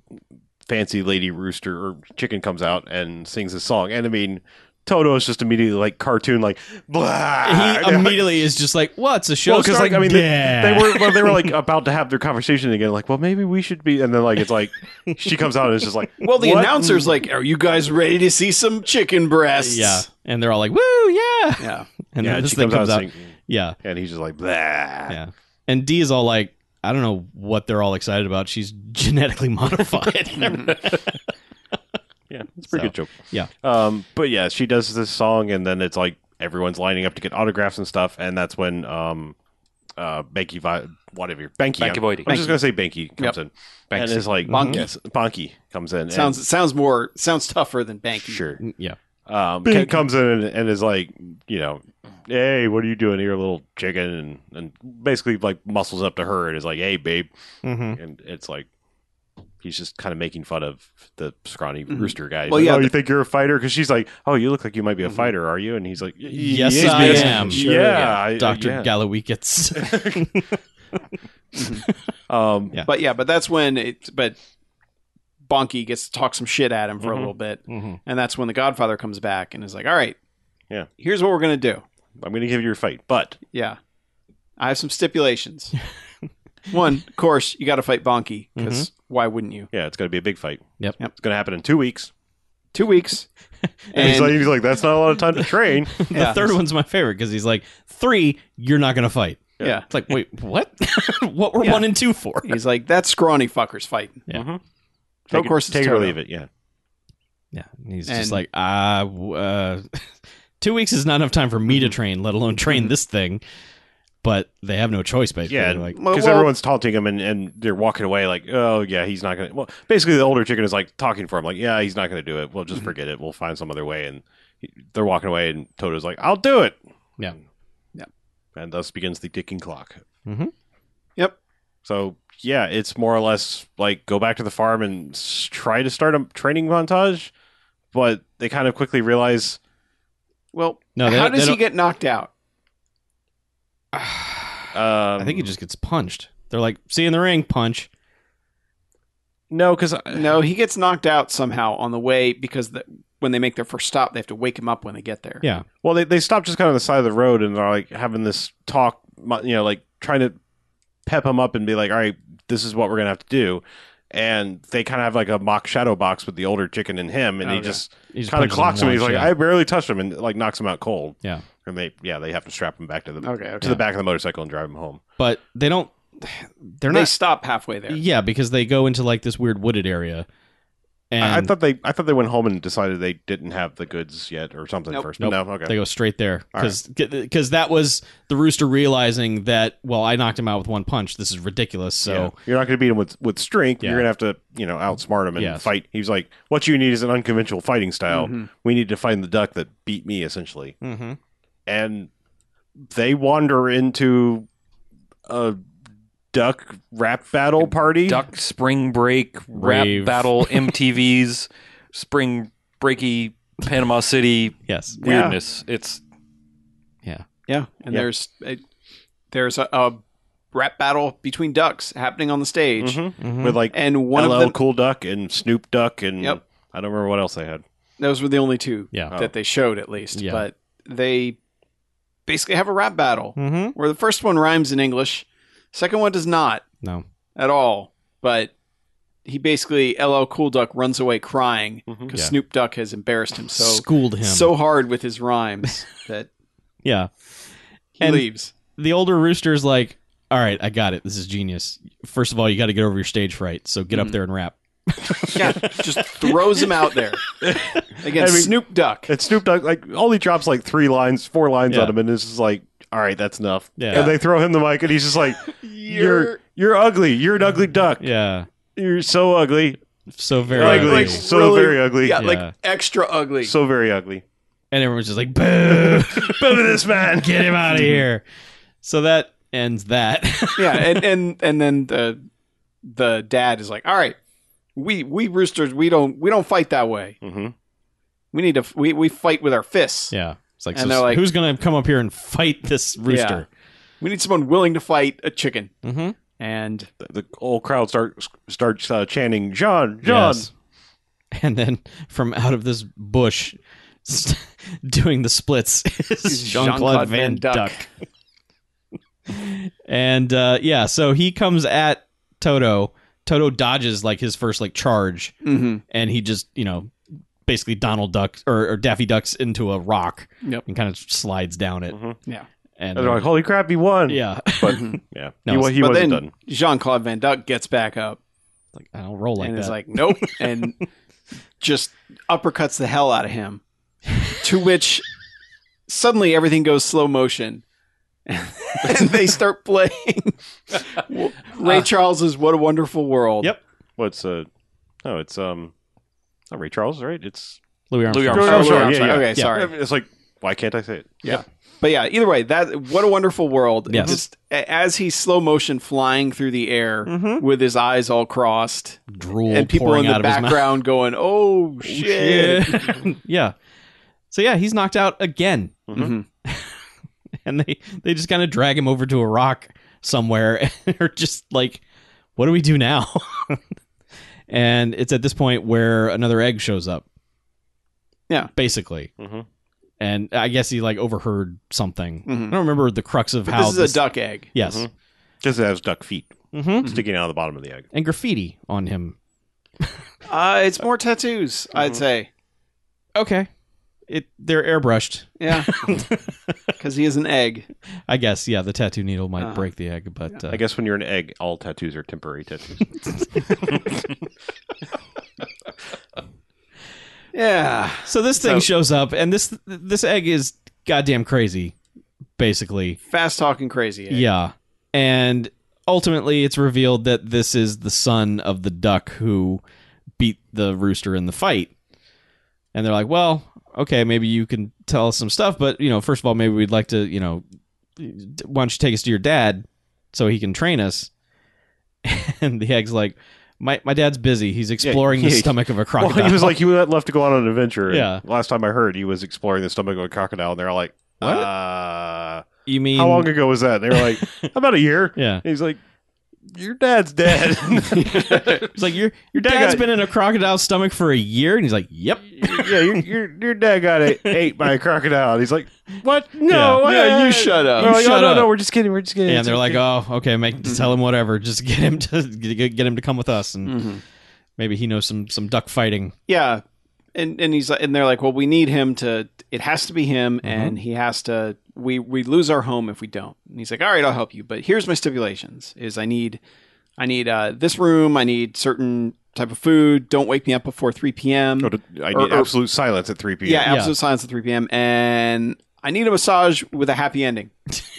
[SPEAKER 2] fancy lady rooster or chicken comes out and sings a song. And I mean, Toto is just immediately like cartoon, like (laughs) blah.
[SPEAKER 4] He immediately is just like, "What's a show?"
[SPEAKER 2] Well, because like I mean, they,
[SPEAKER 4] yeah.
[SPEAKER 2] they were well, they were like about to have their conversation again. Like, well, maybe we should be. And then like it's like she comes out and it's just like,
[SPEAKER 3] Well, the
[SPEAKER 2] what?
[SPEAKER 3] announcer's like, "Are you guys ready to see some chicken breasts?"
[SPEAKER 2] (laughs)
[SPEAKER 4] yeah, and they're all like, "Woo, yeah!"
[SPEAKER 3] yeah.
[SPEAKER 4] And
[SPEAKER 2] yeah,
[SPEAKER 4] then
[SPEAKER 2] and
[SPEAKER 4] this
[SPEAKER 2] she
[SPEAKER 4] thing
[SPEAKER 2] comes out,
[SPEAKER 4] comes out.
[SPEAKER 2] singing,
[SPEAKER 4] Yeah,
[SPEAKER 2] and he's just like, blah. Yeah,
[SPEAKER 4] yeah. And D is all like, "I don't know what they're all excited about. She's (laughs)
[SPEAKER 2] (laughs)
[SPEAKER 4] genetically
[SPEAKER 2] Mm-hmm.
[SPEAKER 4] modified."
[SPEAKER 2] it's a pretty
[SPEAKER 4] So,
[SPEAKER 2] good joke.
[SPEAKER 4] yeah.
[SPEAKER 2] um, but yeah, she does this song, and then it's like everyone's lining up to get autographs and stuff, and that's when um, uh, Banky, Vi- whatever, Banky,
[SPEAKER 1] Banky
[SPEAKER 2] I'm,
[SPEAKER 1] Boydie.
[SPEAKER 2] I'm just gonna say Banky comes in, and
[SPEAKER 1] Banksy.
[SPEAKER 2] it's like
[SPEAKER 3] Bonky.
[SPEAKER 2] yes, Bonky comes in,
[SPEAKER 3] Sounds sounds more sounds tougher than
[SPEAKER 2] and,
[SPEAKER 3] Banky.
[SPEAKER 2] sure.
[SPEAKER 4] yeah.
[SPEAKER 2] um,
[SPEAKER 4] Big-
[SPEAKER 2] Ken comes in and, and is like, you know, hey, what are you doing here, little chicken? And, and basically like muscles up to her and is like, hey, babe.
[SPEAKER 4] Mm-hmm.
[SPEAKER 2] And it's like, he's just kind of making fun of the scrawny
[SPEAKER 3] Mhm.
[SPEAKER 2] rooster guy. He's
[SPEAKER 3] Well,
[SPEAKER 2] like,
[SPEAKER 3] yeah,
[SPEAKER 2] oh,
[SPEAKER 3] the-
[SPEAKER 2] you think you're a fighter? Because she's like, oh, you look like you might be a
[SPEAKER 3] Mhm.
[SPEAKER 2] fighter, are you? And he's like,
[SPEAKER 4] Yes,
[SPEAKER 2] "Yes,
[SPEAKER 4] I
[SPEAKER 2] yes,
[SPEAKER 4] am."
[SPEAKER 2] Yeah, I- uh,
[SPEAKER 4] Doctor
[SPEAKER 2] yeah. (laughs)
[SPEAKER 4] Gallowikits.
[SPEAKER 2] um,
[SPEAKER 4] Yeah.
[SPEAKER 3] But yeah, but that's when it. But Bonky gets to talk some shit at him for a
[SPEAKER 2] Mhm.
[SPEAKER 3] little bit,
[SPEAKER 4] Mhm.
[SPEAKER 3] and that's when the Godfather comes back and is like, "All right,
[SPEAKER 2] Yeah.
[SPEAKER 3] here's what we're gonna do.
[SPEAKER 2] I'm going to give you your fight, but
[SPEAKER 3] Yeah, I have some
[SPEAKER 4] (laughs)
[SPEAKER 3] stipulations. One, of course, you got to fight Bonky because
[SPEAKER 4] Mm-hmm.
[SPEAKER 3] why wouldn't you?
[SPEAKER 2] yeah, it's going to be a big fight.
[SPEAKER 4] Yep.
[SPEAKER 3] Yep.
[SPEAKER 2] It's going to happen in two weeks.
[SPEAKER 3] Two
[SPEAKER 4] (laughs)
[SPEAKER 3] weeks,
[SPEAKER 2] And, (laughs) he's,
[SPEAKER 3] and
[SPEAKER 2] like, he's like, that's not a lot of time to train.
[SPEAKER 4] The
[SPEAKER 3] Yeah.
[SPEAKER 4] third one's my favorite because he's like, three, you're not going to fight.
[SPEAKER 3] yeah,
[SPEAKER 2] (laughs)
[SPEAKER 4] It's like, wait, what? (laughs) what were
[SPEAKER 3] Yeah.
[SPEAKER 4] one and two for?
[SPEAKER 3] he's like, that scrawny fucker's fighting.
[SPEAKER 4] Yeah.
[SPEAKER 2] Mhm.
[SPEAKER 3] So
[SPEAKER 2] Take
[SPEAKER 3] of
[SPEAKER 2] it-
[SPEAKER 3] course, it's
[SPEAKER 2] take it or
[SPEAKER 3] Toto.
[SPEAKER 2] leave it. Yeah.
[SPEAKER 4] Yeah. And he's
[SPEAKER 3] And-
[SPEAKER 4] just like, ah, w- uh, (laughs) two weeks is not enough time for me
[SPEAKER 2] Mm-hmm.
[SPEAKER 4] to train, let alone train this thing. But they have no choice, basically.
[SPEAKER 2] Yeah,
[SPEAKER 4] They're like,
[SPEAKER 3] Well,
[SPEAKER 2] because
[SPEAKER 3] well-
[SPEAKER 2] everyone's taunting him and, and they're walking away like, oh yeah, he's not gonna. Well, basically the older chicken is like talking for him like, yeah, he's not gonna do it. We'll
[SPEAKER 4] Mm-hmm.
[SPEAKER 2] just forget it. We'll find some other way. And he, they're walking away, and Toto's like, I'll do it.
[SPEAKER 4] Yeah.
[SPEAKER 3] Yeah.
[SPEAKER 2] And thus begins the ticking clock.
[SPEAKER 4] Mhm.
[SPEAKER 3] Yep.
[SPEAKER 2] So yeah, it's more or less like go back to the farm and s- try to start a training montage, but they kind of quickly realize
[SPEAKER 3] Well,
[SPEAKER 4] no, they,
[SPEAKER 3] how
[SPEAKER 4] don't- they
[SPEAKER 3] does he
[SPEAKER 4] don't-
[SPEAKER 3] get knocked out?
[SPEAKER 2] um,
[SPEAKER 4] I think he just gets punched. They're like, see you in the ring, punch.
[SPEAKER 2] no because
[SPEAKER 3] No, he gets knocked out somehow on the way because the, when they make their first stop, they have to wake him up when they get there.
[SPEAKER 4] Yeah.
[SPEAKER 2] Well, they they stop just kind of on the side of the road and are like having this talk, mu- you know, like trying to pep him up and be like, "All right, this is what we're gonna have to do." And they kind of have like a mock shadow box with the older chicken and him, and he
[SPEAKER 3] Okay.
[SPEAKER 2] just
[SPEAKER 4] Oh, He just
[SPEAKER 2] kind of
[SPEAKER 4] punches
[SPEAKER 2] clocks him.
[SPEAKER 4] once,
[SPEAKER 2] He's like,
[SPEAKER 4] yeah.
[SPEAKER 2] "I barely touched him," and like knocks him out cold.
[SPEAKER 4] Yeah.
[SPEAKER 2] And they yeah they have to strap him back to the
[SPEAKER 3] Okay. okay.
[SPEAKER 2] to the back of the motorcycle and drive him home.
[SPEAKER 4] but they don't, they're
[SPEAKER 3] they
[SPEAKER 4] not.
[SPEAKER 3] stop halfway there.
[SPEAKER 4] yeah, because they go into like this weird wooded area. And
[SPEAKER 2] I, I thought they I thought they went home and decided they didn't have the goods yet or something
[SPEAKER 3] Nope.
[SPEAKER 2] first.
[SPEAKER 4] Nope.
[SPEAKER 2] No, okay.
[SPEAKER 4] They go straight there
[SPEAKER 2] All
[SPEAKER 4] because that was the rooster realizing that well I knocked him out with one punch this is ridiculous
[SPEAKER 2] Yeah.
[SPEAKER 4] so
[SPEAKER 2] you're not going to beat him with with strength.
[SPEAKER 4] Yeah.
[SPEAKER 2] You're going to have to you know outsmart him and
[SPEAKER 4] Yes.
[SPEAKER 2] fight. He was like, "What you need is an unconventional fighting style.
[SPEAKER 3] Mhm.
[SPEAKER 2] We need to find the duck that beat me, essentially."
[SPEAKER 4] mm-hmm.
[SPEAKER 2] And they wander into a duck rap battle party.
[SPEAKER 1] Duck Spring Break
[SPEAKER 4] Rave.
[SPEAKER 1] Rap
[SPEAKER 4] (laughs)
[SPEAKER 1] Battle MTV's Spring Breaky Panama City
[SPEAKER 4] yes
[SPEAKER 3] Yeah.
[SPEAKER 1] weirdness. It's
[SPEAKER 3] Yeah. And
[SPEAKER 2] Yeah.
[SPEAKER 3] there's a, there's a, a rap battle between ducks happening on the stage,
[SPEAKER 4] Mm-hmm.
[SPEAKER 2] Mhm. with like
[SPEAKER 3] and one
[SPEAKER 2] one LL
[SPEAKER 3] of them.
[SPEAKER 2] Cool Duck and Snoop Duck and
[SPEAKER 3] Yep.
[SPEAKER 2] I don't remember what else they had.
[SPEAKER 3] Those were the only two
[SPEAKER 4] yeah
[SPEAKER 2] Oh.
[SPEAKER 3] that they showed, at least.
[SPEAKER 4] Yeah.
[SPEAKER 3] But they basically have a rap battle
[SPEAKER 4] mm-hmm.
[SPEAKER 3] where the first one rhymes in English, second one does not.
[SPEAKER 4] no
[SPEAKER 3] at all. But he basically LL Cool Duck runs away crying
[SPEAKER 2] Mm-hmm.
[SPEAKER 3] because
[SPEAKER 4] Yeah.
[SPEAKER 3] Snoop Duck has embarrassed him so
[SPEAKER 4] schooled him
[SPEAKER 3] so hard with his
[SPEAKER 2] (laughs)
[SPEAKER 3] rhymes that
[SPEAKER 4] yeah
[SPEAKER 3] he
[SPEAKER 4] And-
[SPEAKER 3] leaves.
[SPEAKER 4] the older rooster's like all right I got it this is genius first of all you got to get over your stage fright so get up
[SPEAKER 3] Mhm.
[SPEAKER 4] there and rap
[SPEAKER 3] Yeah, just throws him
[SPEAKER 2] (laughs)
[SPEAKER 3] out there against
[SPEAKER 2] I mean-
[SPEAKER 3] Snoop Duck.
[SPEAKER 2] And Snoop Duck like only drops like three lines, four lines
[SPEAKER 4] Yeah.
[SPEAKER 2] on him, and it's just like, "All right, that's enough."
[SPEAKER 4] Yeah.
[SPEAKER 2] And they throw him the mic, and he's just like, "You're you're ugly. You're an ugly duck.
[SPEAKER 4] yeah
[SPEAKER 2] You're so ugly.
[SPEAKER 4] so very
[SPEAKER 2] Like-
[SPEAKER 4] ugly.
[SPEAKER 2] like- so very ugly.
[SPEAKER 3] Yeah,
[SPEAKER 4] Yeah.
[SPEAKER 3] like extra ugly.
[SPEAKER 2] So very ugly.
[SPEAKER 4] and everyone's just like boo
[SPEAKER 2] Boo to this man.
[SPEAKER 4] (laughs) get him out of here so that ends that (laughs)
[SPEAKER 3] yeah, and and and then the the dad is like, "All right, we we roosters we don't we don't fight that way.
[SPEAKER 2] Mm-hmm.
[SPEAKER 3] We need to we we fight with our fists.
[SPEAKER 4] yeah it's like,
[SPEAKER 3] And
[SPEAKER 4] so
[SPEAKER 3] they're like-
[SPEAKER 4] who's gonna come up here and fight this rooster
[SPEAKER 3] We need someone willing to fight a chicken."
[SPEAKER 4] mm-hmm.
[SPEAKER 3] And
[SPEAKER 2] The, the whole crowd start starts uh, chanting, "John, John."
[SPEAKER 4] Yes. And then from out of this bush, st- (laughs) doing the splits is Jean Claude Van Duck. (laughs) And uh, yeah, so he comes at Toto. Toto dodges like his first like charge,
[SPEAKER 3] hmm
[SPEAKER 4] and he just you know basically Donald ducks or, or Daffy ducks into a rock
[SPEAKER 3] Yep. Mm-hmm.
[SPEAKER 4] and kind of slides down it.
[SPEAKER 2] Mhm.
[SPEAKER 3] Yeah.
[SPEAKER 4] and
[SPEAKER 2] And they're like, holy crap, he won.
[SPEAKER 4] yeah, (laughs)
[SPEAKER 2] But yeah,
[SPEAKER 4] No,
[SPEAKER 2] he, he
[SPEAKER 3] but
[SPEAKER 2] wasn't
[SPEAKER 3] then
[SPEAKER 2] done.
[SPEAKER 3] Jean Claude Van Duck gets back up
[SPEAKER 4] like I don't roll like
[SPEAKER 3] and
[SPEAKER 4] that.
[SPEAKER 3] is like, nope, and just uppercuts the hell out of him. to which suddenly everything goes slow motion. (laughs) and they start playing
[SPEAKER 2] (laughs)
[SPEAKER 3] Ray
[SPEAKER 2] Uh.
[SPEAKER 3] Charles's "What a Wonderful World."
[SPEAKER 4] Yep.
[SPEAKER 2] What's uh no, it's um not Ray Charles, right? It's
[SPEAKER 4] Louis
[SPEAKER 1] Louis
[SPEAKER 4] Armstrong.
[SPEAKER 1] Armstrong.
[SPEAKER 3] Oh,
[SPEAKER 2] Oh, sure,
[SPEAKER 3] I'm
[SPEAKER 2] yeah,
[SPEAKER 3] sorry.
[SPEAKER 2] yeah.
[SPEAKER 3] Okay,
[SPEAKER 4] Yeah.
[SPEAKER 3] sorry.
[SPEAKER 2] it's like why can't I say it?
[SPEAKER 3] But yeah, either way, that what a wonderful world. It
[SPEAKER 4] Yes.
[SPEAKER 3] Just a- as he's slow motion flying through the air
[SPEAKER 2] Mm-hmm.
[SPEAKER 3] with his eyes all crossed,
[SPEAKER 4] Drool
[SPEAKER 3] and people
[SPEAKER 4] pouring
[SPEAKER 3] in the
[SPEAKER 4] out of his mouth.
[SPEAKER 3] background (laughs) going, "Oh shit!"
[SPEAKER 4] (laughs) yeah. So yeah, he's knocked out again, (laughs)
[SPEAKER 3] Mhm.
[SPEAKER 4] and they they just kind of drag him over to a rock somewhere, (laughs) and are just like, "What do we do now?" (laughs) and it's at this point where another egg shows up.
[SPEAKER 3] Yeah.
[SPEAKER 4] basically,
[SPEAKER 2] Mhm.
[SPEAKER 4] and I guess he like overheard something.
[SPEAKER 3] Mhm.
[SPEAKER 4] I don't remember the crux of
[SPEAKER 3] But
[SPEAKER 4] how
[SPEAKER 3] this is a duck egg.
[SPEAKER 4] Yes,
[SPEAKER 2] Mhm. Because it has duck feet
[SPEAKER 4] Mhm.
[SPEAKER 2] sticking out of the bottom of the egg.
[SPEAKER 4] and graffiti on him.
[SPEAKER 3] Uh, it's more tattoos,
[SPEAKER 2] Mm-hmm.
[SPEAKER 3] I'd say.
[SPEAKER 4] Okay, it they're airbrushed. (laughs)
[SPEAKER 3] Yeah, because he is an egg.
[SPEAKER 4] I guess yeah, the tattoo needle might
[SPEAKER 3] Uh-huh.
[SPEAKER 4] break the egg, but uh,
[SPEAKER 2] I guess when you're an egg, all tattoos are temporary tattoos.
[SPEAKER 3] Yeah,
[SPEAKER 4] So this thing
[SPEAKER 3] So-
[SPEAKER 4] shows up, and this this egg is goddamn crazy, basically.
[SPEAKER 3] fast talking crazy. Egg.
[SPEAKER 4] Yeah, and ultimately, it's revealed that this is the son of the duck who beat the rooster in the fight. And they're like, "Well, okay, maybe you can tell us some stuff, but you know, first of all, maybe we'd like to, you know, why don't you take us to your dad so he can train us?" (laughs) And the egg's like, "My my dad's busy. He's exploring the
[SPEAKER 2] yeah.
[SPEAKER 4] stomach of a
[SPEAKER 2] (laughs) well,
[SPEAKER 4] crocodile."
[SPEAKER 2] he was like, he went left to go out on an adventure. and
[SPEAKER 4] Yeah.
[SPEAKER 2] Last time I heard, he was exploring the stomach of a crocodile, and they're like,
[SPEAKER 4] What?
[SPEAKER 2] Uh,
[SPEAKER 4] "You mean
[SPEAKER 2] how long ago was that? And they were
[SPEAKER 4] (laughs)
[SPEAKER 2] like, about a year.
[SPEAKER 4] Yeah.
[SPEAKER 2] And he's like, your dad's dead.
[SPEAKER 4] It's like your your
[SPEAKER 2] dad
[SPEAKER 4] dad's
[SPEAKER 2] got-
[SPEAKER 4] been in a crocodile's stomach for a year, and he's like, "Yep."
[SPEAKER 2] yeah, your, your your dad got a, ate by a crocodile. And he's like, what? No,
[SPEAKER 3] yeah.
[SPEAKER 2] uh,
[SPEAKER 3] You shut
[SPEAKER 2] They're
[SPEAKER 3] up.
[SPEAKER 4] You
[SPEAKER 2] like,
[SPEAKER 4] shut
[SPEAKER 2] oh,
[SPEAKER 4] up."
[SPEAKER 2] no, no, we're just kidding. We're just kidding.
[SPEAKER 4] And
[SPEAKER 2] It's
[SPEAKER 4] they're like,
[SPEAKER 2] okay. Mm-hmm.
[SPEAKER 4] "Oh, okay, make tell him whatever. Just get him to get, get him to come with us, and
[SPEAKER 2] Mm-hmm.
[SPEAKER 3] Mhm.
[SPEAKER 4] maybe he knows some some duck fighting."
[SPEAKER 3] yeah and and he's like- and they're like well we need him to it has to be him
[SPEAKER 2] Mm-hmm.
[SPEAKER 3] and he has to we we lose our home if we don't and he's like all right i'll help you but here's my stipulations is i need i need uh this room i need certain type of food don't wake me up before 3 p.m
[SPEAKER 2] No, d- I
[SPEAKER 3] Or-
[SPEAKER 2] need
[SPEAKER 3] or-
[SPEAKER 2] absolute silence at 3 p.m.
[SPEAKER 3] yeah
[SPEAKER 4] Yeah.
[SPEAKER 3] absolute silence at 3 p.m and i need a massage with a happy ending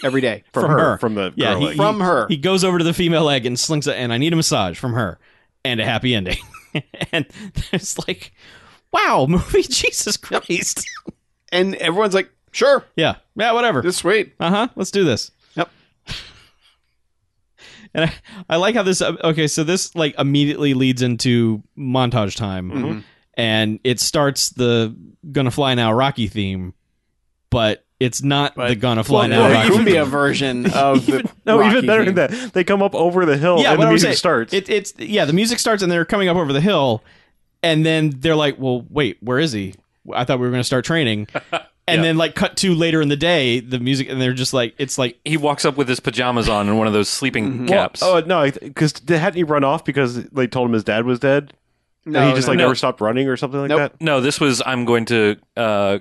[SPEAKER 3] every day
[SPEAKER 2] (laughs) from,
[SPEAKER 4] From
[SPEAKER 2] her,
[SPEAKER 4] her.
[SPEAKER 2] from the
[SPEAKER 4] Yeah,
[SPEAKER 2] girl
[SPEAKER 4] he-
[SPEAKER 2] egg.
[SPEAKER 3] from her
[SPEAKER 4] He goes over to the female egg and slings it, and I need a massage from her and a happy ending. (laughs) and it's like, "Wow, movie, (laughs) Jesus Christ!"
[SPEAKER 3] and everyone's like sure
[SPEAKER 4] yeah, yeah, whatever.
[SPEAKER 3] it's sweet
[SPEAKER 4] Uh huh. Let's do this.
[SPEAKER 3] Yep.
[SPEAKER 4] (laughs) And I, I like how this. uh, Okay, so this like immediately leads into montage time,
[SPEAKER 2] Mm-hmm.
[SPEAKER 3] Mhm.
[SPEAKER 4] and it starts the "Gonna Fly Now" Rocky theme, but it's not
[SPEAKER 3] But-
[SPEAKER 4] the "Gonna Fly
[SPEAKER 3] well,
[SPEAKER 4] Now"
[SPEAKER 3] there
[SPEAKER 4] Rocky.
[SPEAKER 3] could be
[SPEAKER 4] theme.
[SPEAKER 3] a version of the
[SPEAKER 2] No, (laughs) even
[SPEAKER 3] Rocky
[SPEAKER 2] better
[SPEAKER 3] theme.
[SPEAKER 2] than that. They come up over the hill
[SPEAKER 4] yeah,
[SPEAKER 2] and
[SPEAKER 4] what
[SPEAKER 2] the
[SPEAKER 4] I'm
[SPEAKER 2] music
[SPEAKER 4] saying,
[SPEAKER 2] starts.
[SPEAKER 4] It, it's yeah, the music starts, and they're coming up over the hill, and then they're like, "Well, wait, where is he? I thought we were gonna start training." And then, like, cut to later in the day, the music, and they're just like, it's like
[SPEAKER 1] He walks up with his pajamas on and one of those
[SPEAKER 4] Mm-hmm.
[SPEAKER 1] sleeping caps.
[SPEAKER 2] Well, oh no, because hadn't he run off because they told him his dad was dead?
[SPEAKER 3] no,
[SPEAKER 2] and he just
[SPEAKER 3] no,
[SPEAKER 2] like
[SPEAKER 3] no.
[SPEAKER 2] never stopped running or something like
[SPEAKER 3] Nope.
[SPEAKER 2] that.
[SPEAKER 1] no, this was I'm going to. Uh,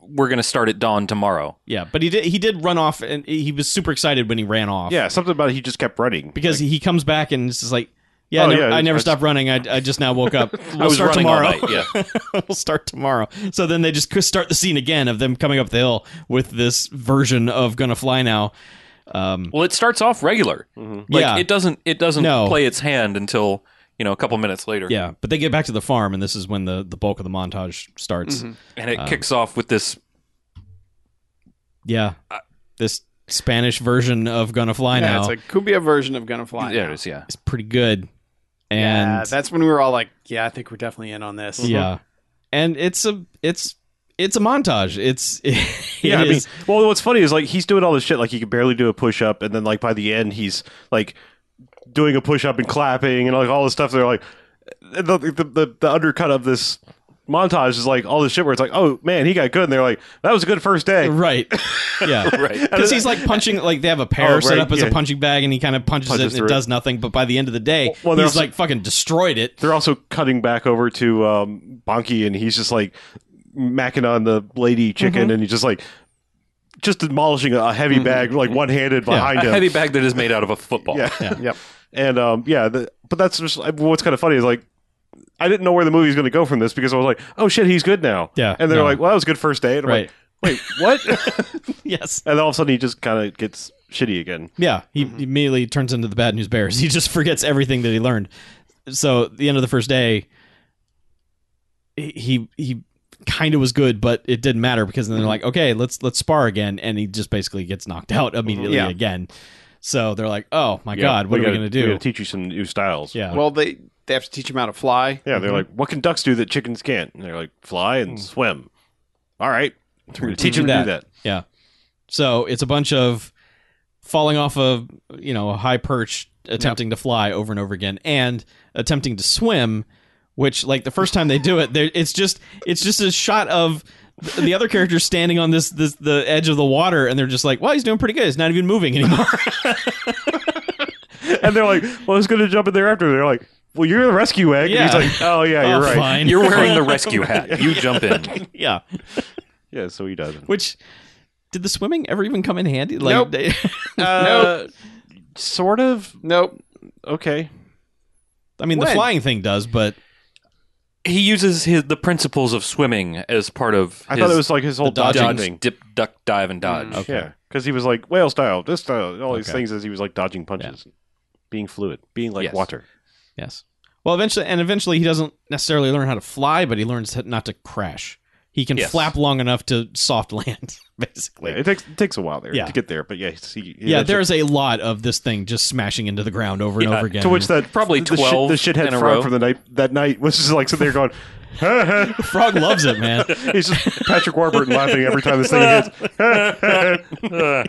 [SPEAKER 1] we're going to start at dawn tomorrow.
[SPEAKER 4] Yeah, but he did he did run off and he was super excited when he ran off.
[SPEAKER 2] Yeah, something about he just kept running.
[SPEAKER 4] Because he comes back and it's just like, yeah, I
[SPEAKER 2] Oh,
[SPEAKER 4] never-
[SPEAKER 2] yeah,
[SPEAKER 4] I never
[SPEAKER 2] I-
[SPEAKER 4] stopped running. I, I just now woke up. We'll
[SPEAKER 1] I was
[SPEAKER 4] start
[SPEAKER 1] running
[SPEAKER 4] tomorrow.
[SPEAKER 1] all night. Yeah,
[SPEAKER 4] (laughs) we'll start tomorrow. So then they just start the scene again of them coming up the hill with this version of "Gonna Fly Now." Um,
[SPEAKER 1] well, it starts off regular. Like
[SPEAKER 4] Yeah.
[SPEAKER 1] it doesn't. It doesn't
[SPEAKER 4] No.
[SPEAKER 1] play its hand until you know a couple minutes later.
[SPEAKER 4] yeah, but they get back to the farm and this is when the the bulk of the montage starts.
[SPEAKER 1] and it
[SPEAKER 4] Um,
[SPEAKER 1] kicks off with this.
[SPEAKER 4] Yeah, this Spanish version of "Gonna Fly
[SPEAKER 3] yeah,
[SPEAKER 4] Now"
[SPEAKER 3] it's like could be a version of gonna fly
[SPEAKER 1] Yeah,
[SPEAKER 3] Now.
[SPEAKER 1] it is. Yeah,
[SPEAKER 4] is pretty good. And
[SPEAKER 3] yeah, that's when we were all like, "Yeah, I think we're definitely in on this."
[SPEAKER 2] Uh-huh.
[SPEAKER 4] yeah, and it's a it's it's a montage. It's (laughs)
[SPEAKER 2] Yeah, I
[SPEAKER 4] it
[SPEAKER 2] mean,
[SPEAKER 4] is-
[SPEAKER 2] well, what's funny is like he's doing all this shit. Like he could barely do a push up, and then like by the end, he's like doing a push up and clapping and like all this stuff. They're like the the, the, the undercut of this montage is like all this shit where it's like, oh man, he got good, and they're like, that was a good first day. (laughs)
[SPEAKER 4] Right. Yeah.
[SPEAKER 1] Right.
[SPEAKER 4] Because he's like punching, like they have a pair
[SPEAKER 2] Oh,
[SPEAKER 4] set
[SPEAKER 2] right,
[SPEAKER 4] up as
[SPEAKER 2] yeah.
[SPEAKER 4] a punching bag, and he kind of punches,
[SPEAKER 2] Punches
[SPEAKER 4] it, and
[SPEAKER 2] through
[SPEAKER 4] it
[SPEAKER 2] it.
[SPEAKER 4] does nothing. But by the end of the day,
[SPEAKER 2] Well, they're
[SPEAKER 4] he's
[SPEAKER 2] also-
[SPEAKER 4] like fucking destroyed it.
[SPEAKER 2] They're also cutting back over to um, Bonky, and he's just like macking on the lady chicken,
[SPEAKER 4] Mm-hmm.
[SPEAKER 2] and he's just like just demolishing a heavy bag like one handed behind
[SPEAKER 1] a
[SPEAKER 2] him.
[SPEAKER 1] heavy bag that is made out of a football.
[SPEAKER 2] Yeah. yep. And um, yeah, the, but that's just I- what's kind of funny is like I didn't know where the movie's going to go from this because I was like, oh shit, he's good now.
[SPEAKER 4] Yeah,
[SPEAKER 2] And they're
[SPEAKER 4] no.
[SPEAKER 2] like, well, that was a good first date. And I'm
[SPEAKER 4] Right.
[SPEAKER 2] like, wait, what? (laughs)
[SPEAKER 4] Yes.
[SPEAKER 2] and all of a sudden he just kind of gets shitty again.
[SPEAKER 4] Yeah. He
[SPEAKER 2] Mm-hmm.
[SPEAKER 4] immediately turns into the bad news bears. (laughs) He just forgets everything that he learned. So at the end of the first day, he he kind of was good, but it didn't matter because then they're
[SPEAKER 2] Mm-hmm.
[SPEAKER 4] like, okay, let's let's spar again, and he just basically gets knocked (laughs) out immediately
[SPEAKER 2] Yeah.
[SPEAKER 4] again. So they're like, oh my god, what are we
[SPEAKER 2] gotta-
[SPEAKER 4] gonna
[SPEAKER 2] We
[SPEAKER 4] do?
[SPEAKER 2] gotta teach you some new styles.
[SPEAKER 4] yeah.
[SPEAKER 3] Well, they they have to teach him how to
[SPEAKER 4] (laughs)
[SPEAKER 3] fly.
[SPEAKER 2] Yeah. They're like, what can ducks do that chickens can't? And they're like, fly and swim. All right. We're gonna teach
[SPEAKER 4] you
[SPEAKER 2] them to do
[SPEAKER 4] that.
[SPEAKER 2] that.
[SPEAKER 4] Yeah. So it's a bunch of falling off of you know a high perch, attempting to fly over and over again, and attempting to swim. Which like the first time they do it, there it's just it's just a shot of th- the other character standing on this this the edge of the water, and they're just like, "Wow, he's doing pretty good. He's not even moving anymore."
[SPEAKER 2] And they're like, well, who's gonna jump in there after? They're like, well, you're the rescue egg.
[SPEAKER 4] Yeah.
[SPEAKER 2] And he's like, oh yeah,
[SPEAKER 4] (laughs) Oh,
[SPEAKER 2] you're right.
[SPEAKER 4] Fine.
[SPEAKER 1] You're wearing
[SPEAKER 4] (laughs)
[SPEAKER 1] the rescue hat. You
[SPEAKER 2] (laughs)
[SPEAKER 1] jump in.
[SPEAKER 4] yeah.
[SPEAKER 2] Yeah. So he doesn't.
[SPEAKER 4] Which did the swimming ever even come in handy? Like,
[SPEAKER 3] Nope.
[SPEAKER 4] they- (laughs)
[SPEAKER 2] Uh, Sort of.
[SPEAKER 3] Nope.
[SPEAKER 2] Okay.
[SPEAKER 4] I mean, the
[SPEAKER 3] When?
[SPEAKER 4] flying thing does, but
[SPEAKER 1] He uses his the principles of swimming as part of.
[SPEAKER 2] I
[SPEAKER 1] his
[SPEAKER 2] thought it was like his whole
[SPEAKER 4] dodging
[SPEAKER 2] dodging,
[SPEAKER 1] dodge,
[SPEAKER 2] thing.
[SPEAKER 1] dip, duck, dive, and dodge.
[SPEAKER 4] Mm,
[SPEAKER 2] (laughs)
[SPEAKER 4] okay.
[SPEAKER 2] Yeah, because he was like whale style, this style, all these
[SPEAKER 4] Okay.
[SPEAKER 2] things as he was like dodging punches, being fluid, being like
[SPEAKER 1] Yes.
[SPEAKER 2] water.
[SPEAKER 4] Yes. Well, eventually, and eventually, he doesn't necessarily learn how to fly, but he learns how- not to crash. He can
[SPEAKER 1] Yes.
[SPEAKER 4] flap long enough to soft (laughs) land, basically.
[SPEAKER 2] Yeah,
[SPEAKER 4] Yeah,
[SPEAKER 2] it takes it takes a while there
[SPEAKER 4] Yeah.
[SPEAKER 2] to get there, but yeah, he, he
[SPEAKER 4] there is a lot of this thing just smashing into the ground over and
[SPEAKER 1] Yeah,
[SPEAKER 4] over again.
[SPEAKER 2] to which that
[SPEAKER 1] Probably
[SPEAKER 2] the,
[SPEAKER 1] 12
[SPEAKER 2] the, shit, the
[SPEAKER 1] in a
[SPEAKER 2] shithead
[SPEAKER 1] row.
[SPEAKER 2] frog from the night that night was just like sitting there going. (laughs)
[SPEAKER 4] Frog loves it, man.
[SPEAKER 2] He's just Patrick Warburton laughing every time this thing
[SPEAKER 1] (laughs)
[SPEAKER 2] hits.
[SPEAKER 1] Uh,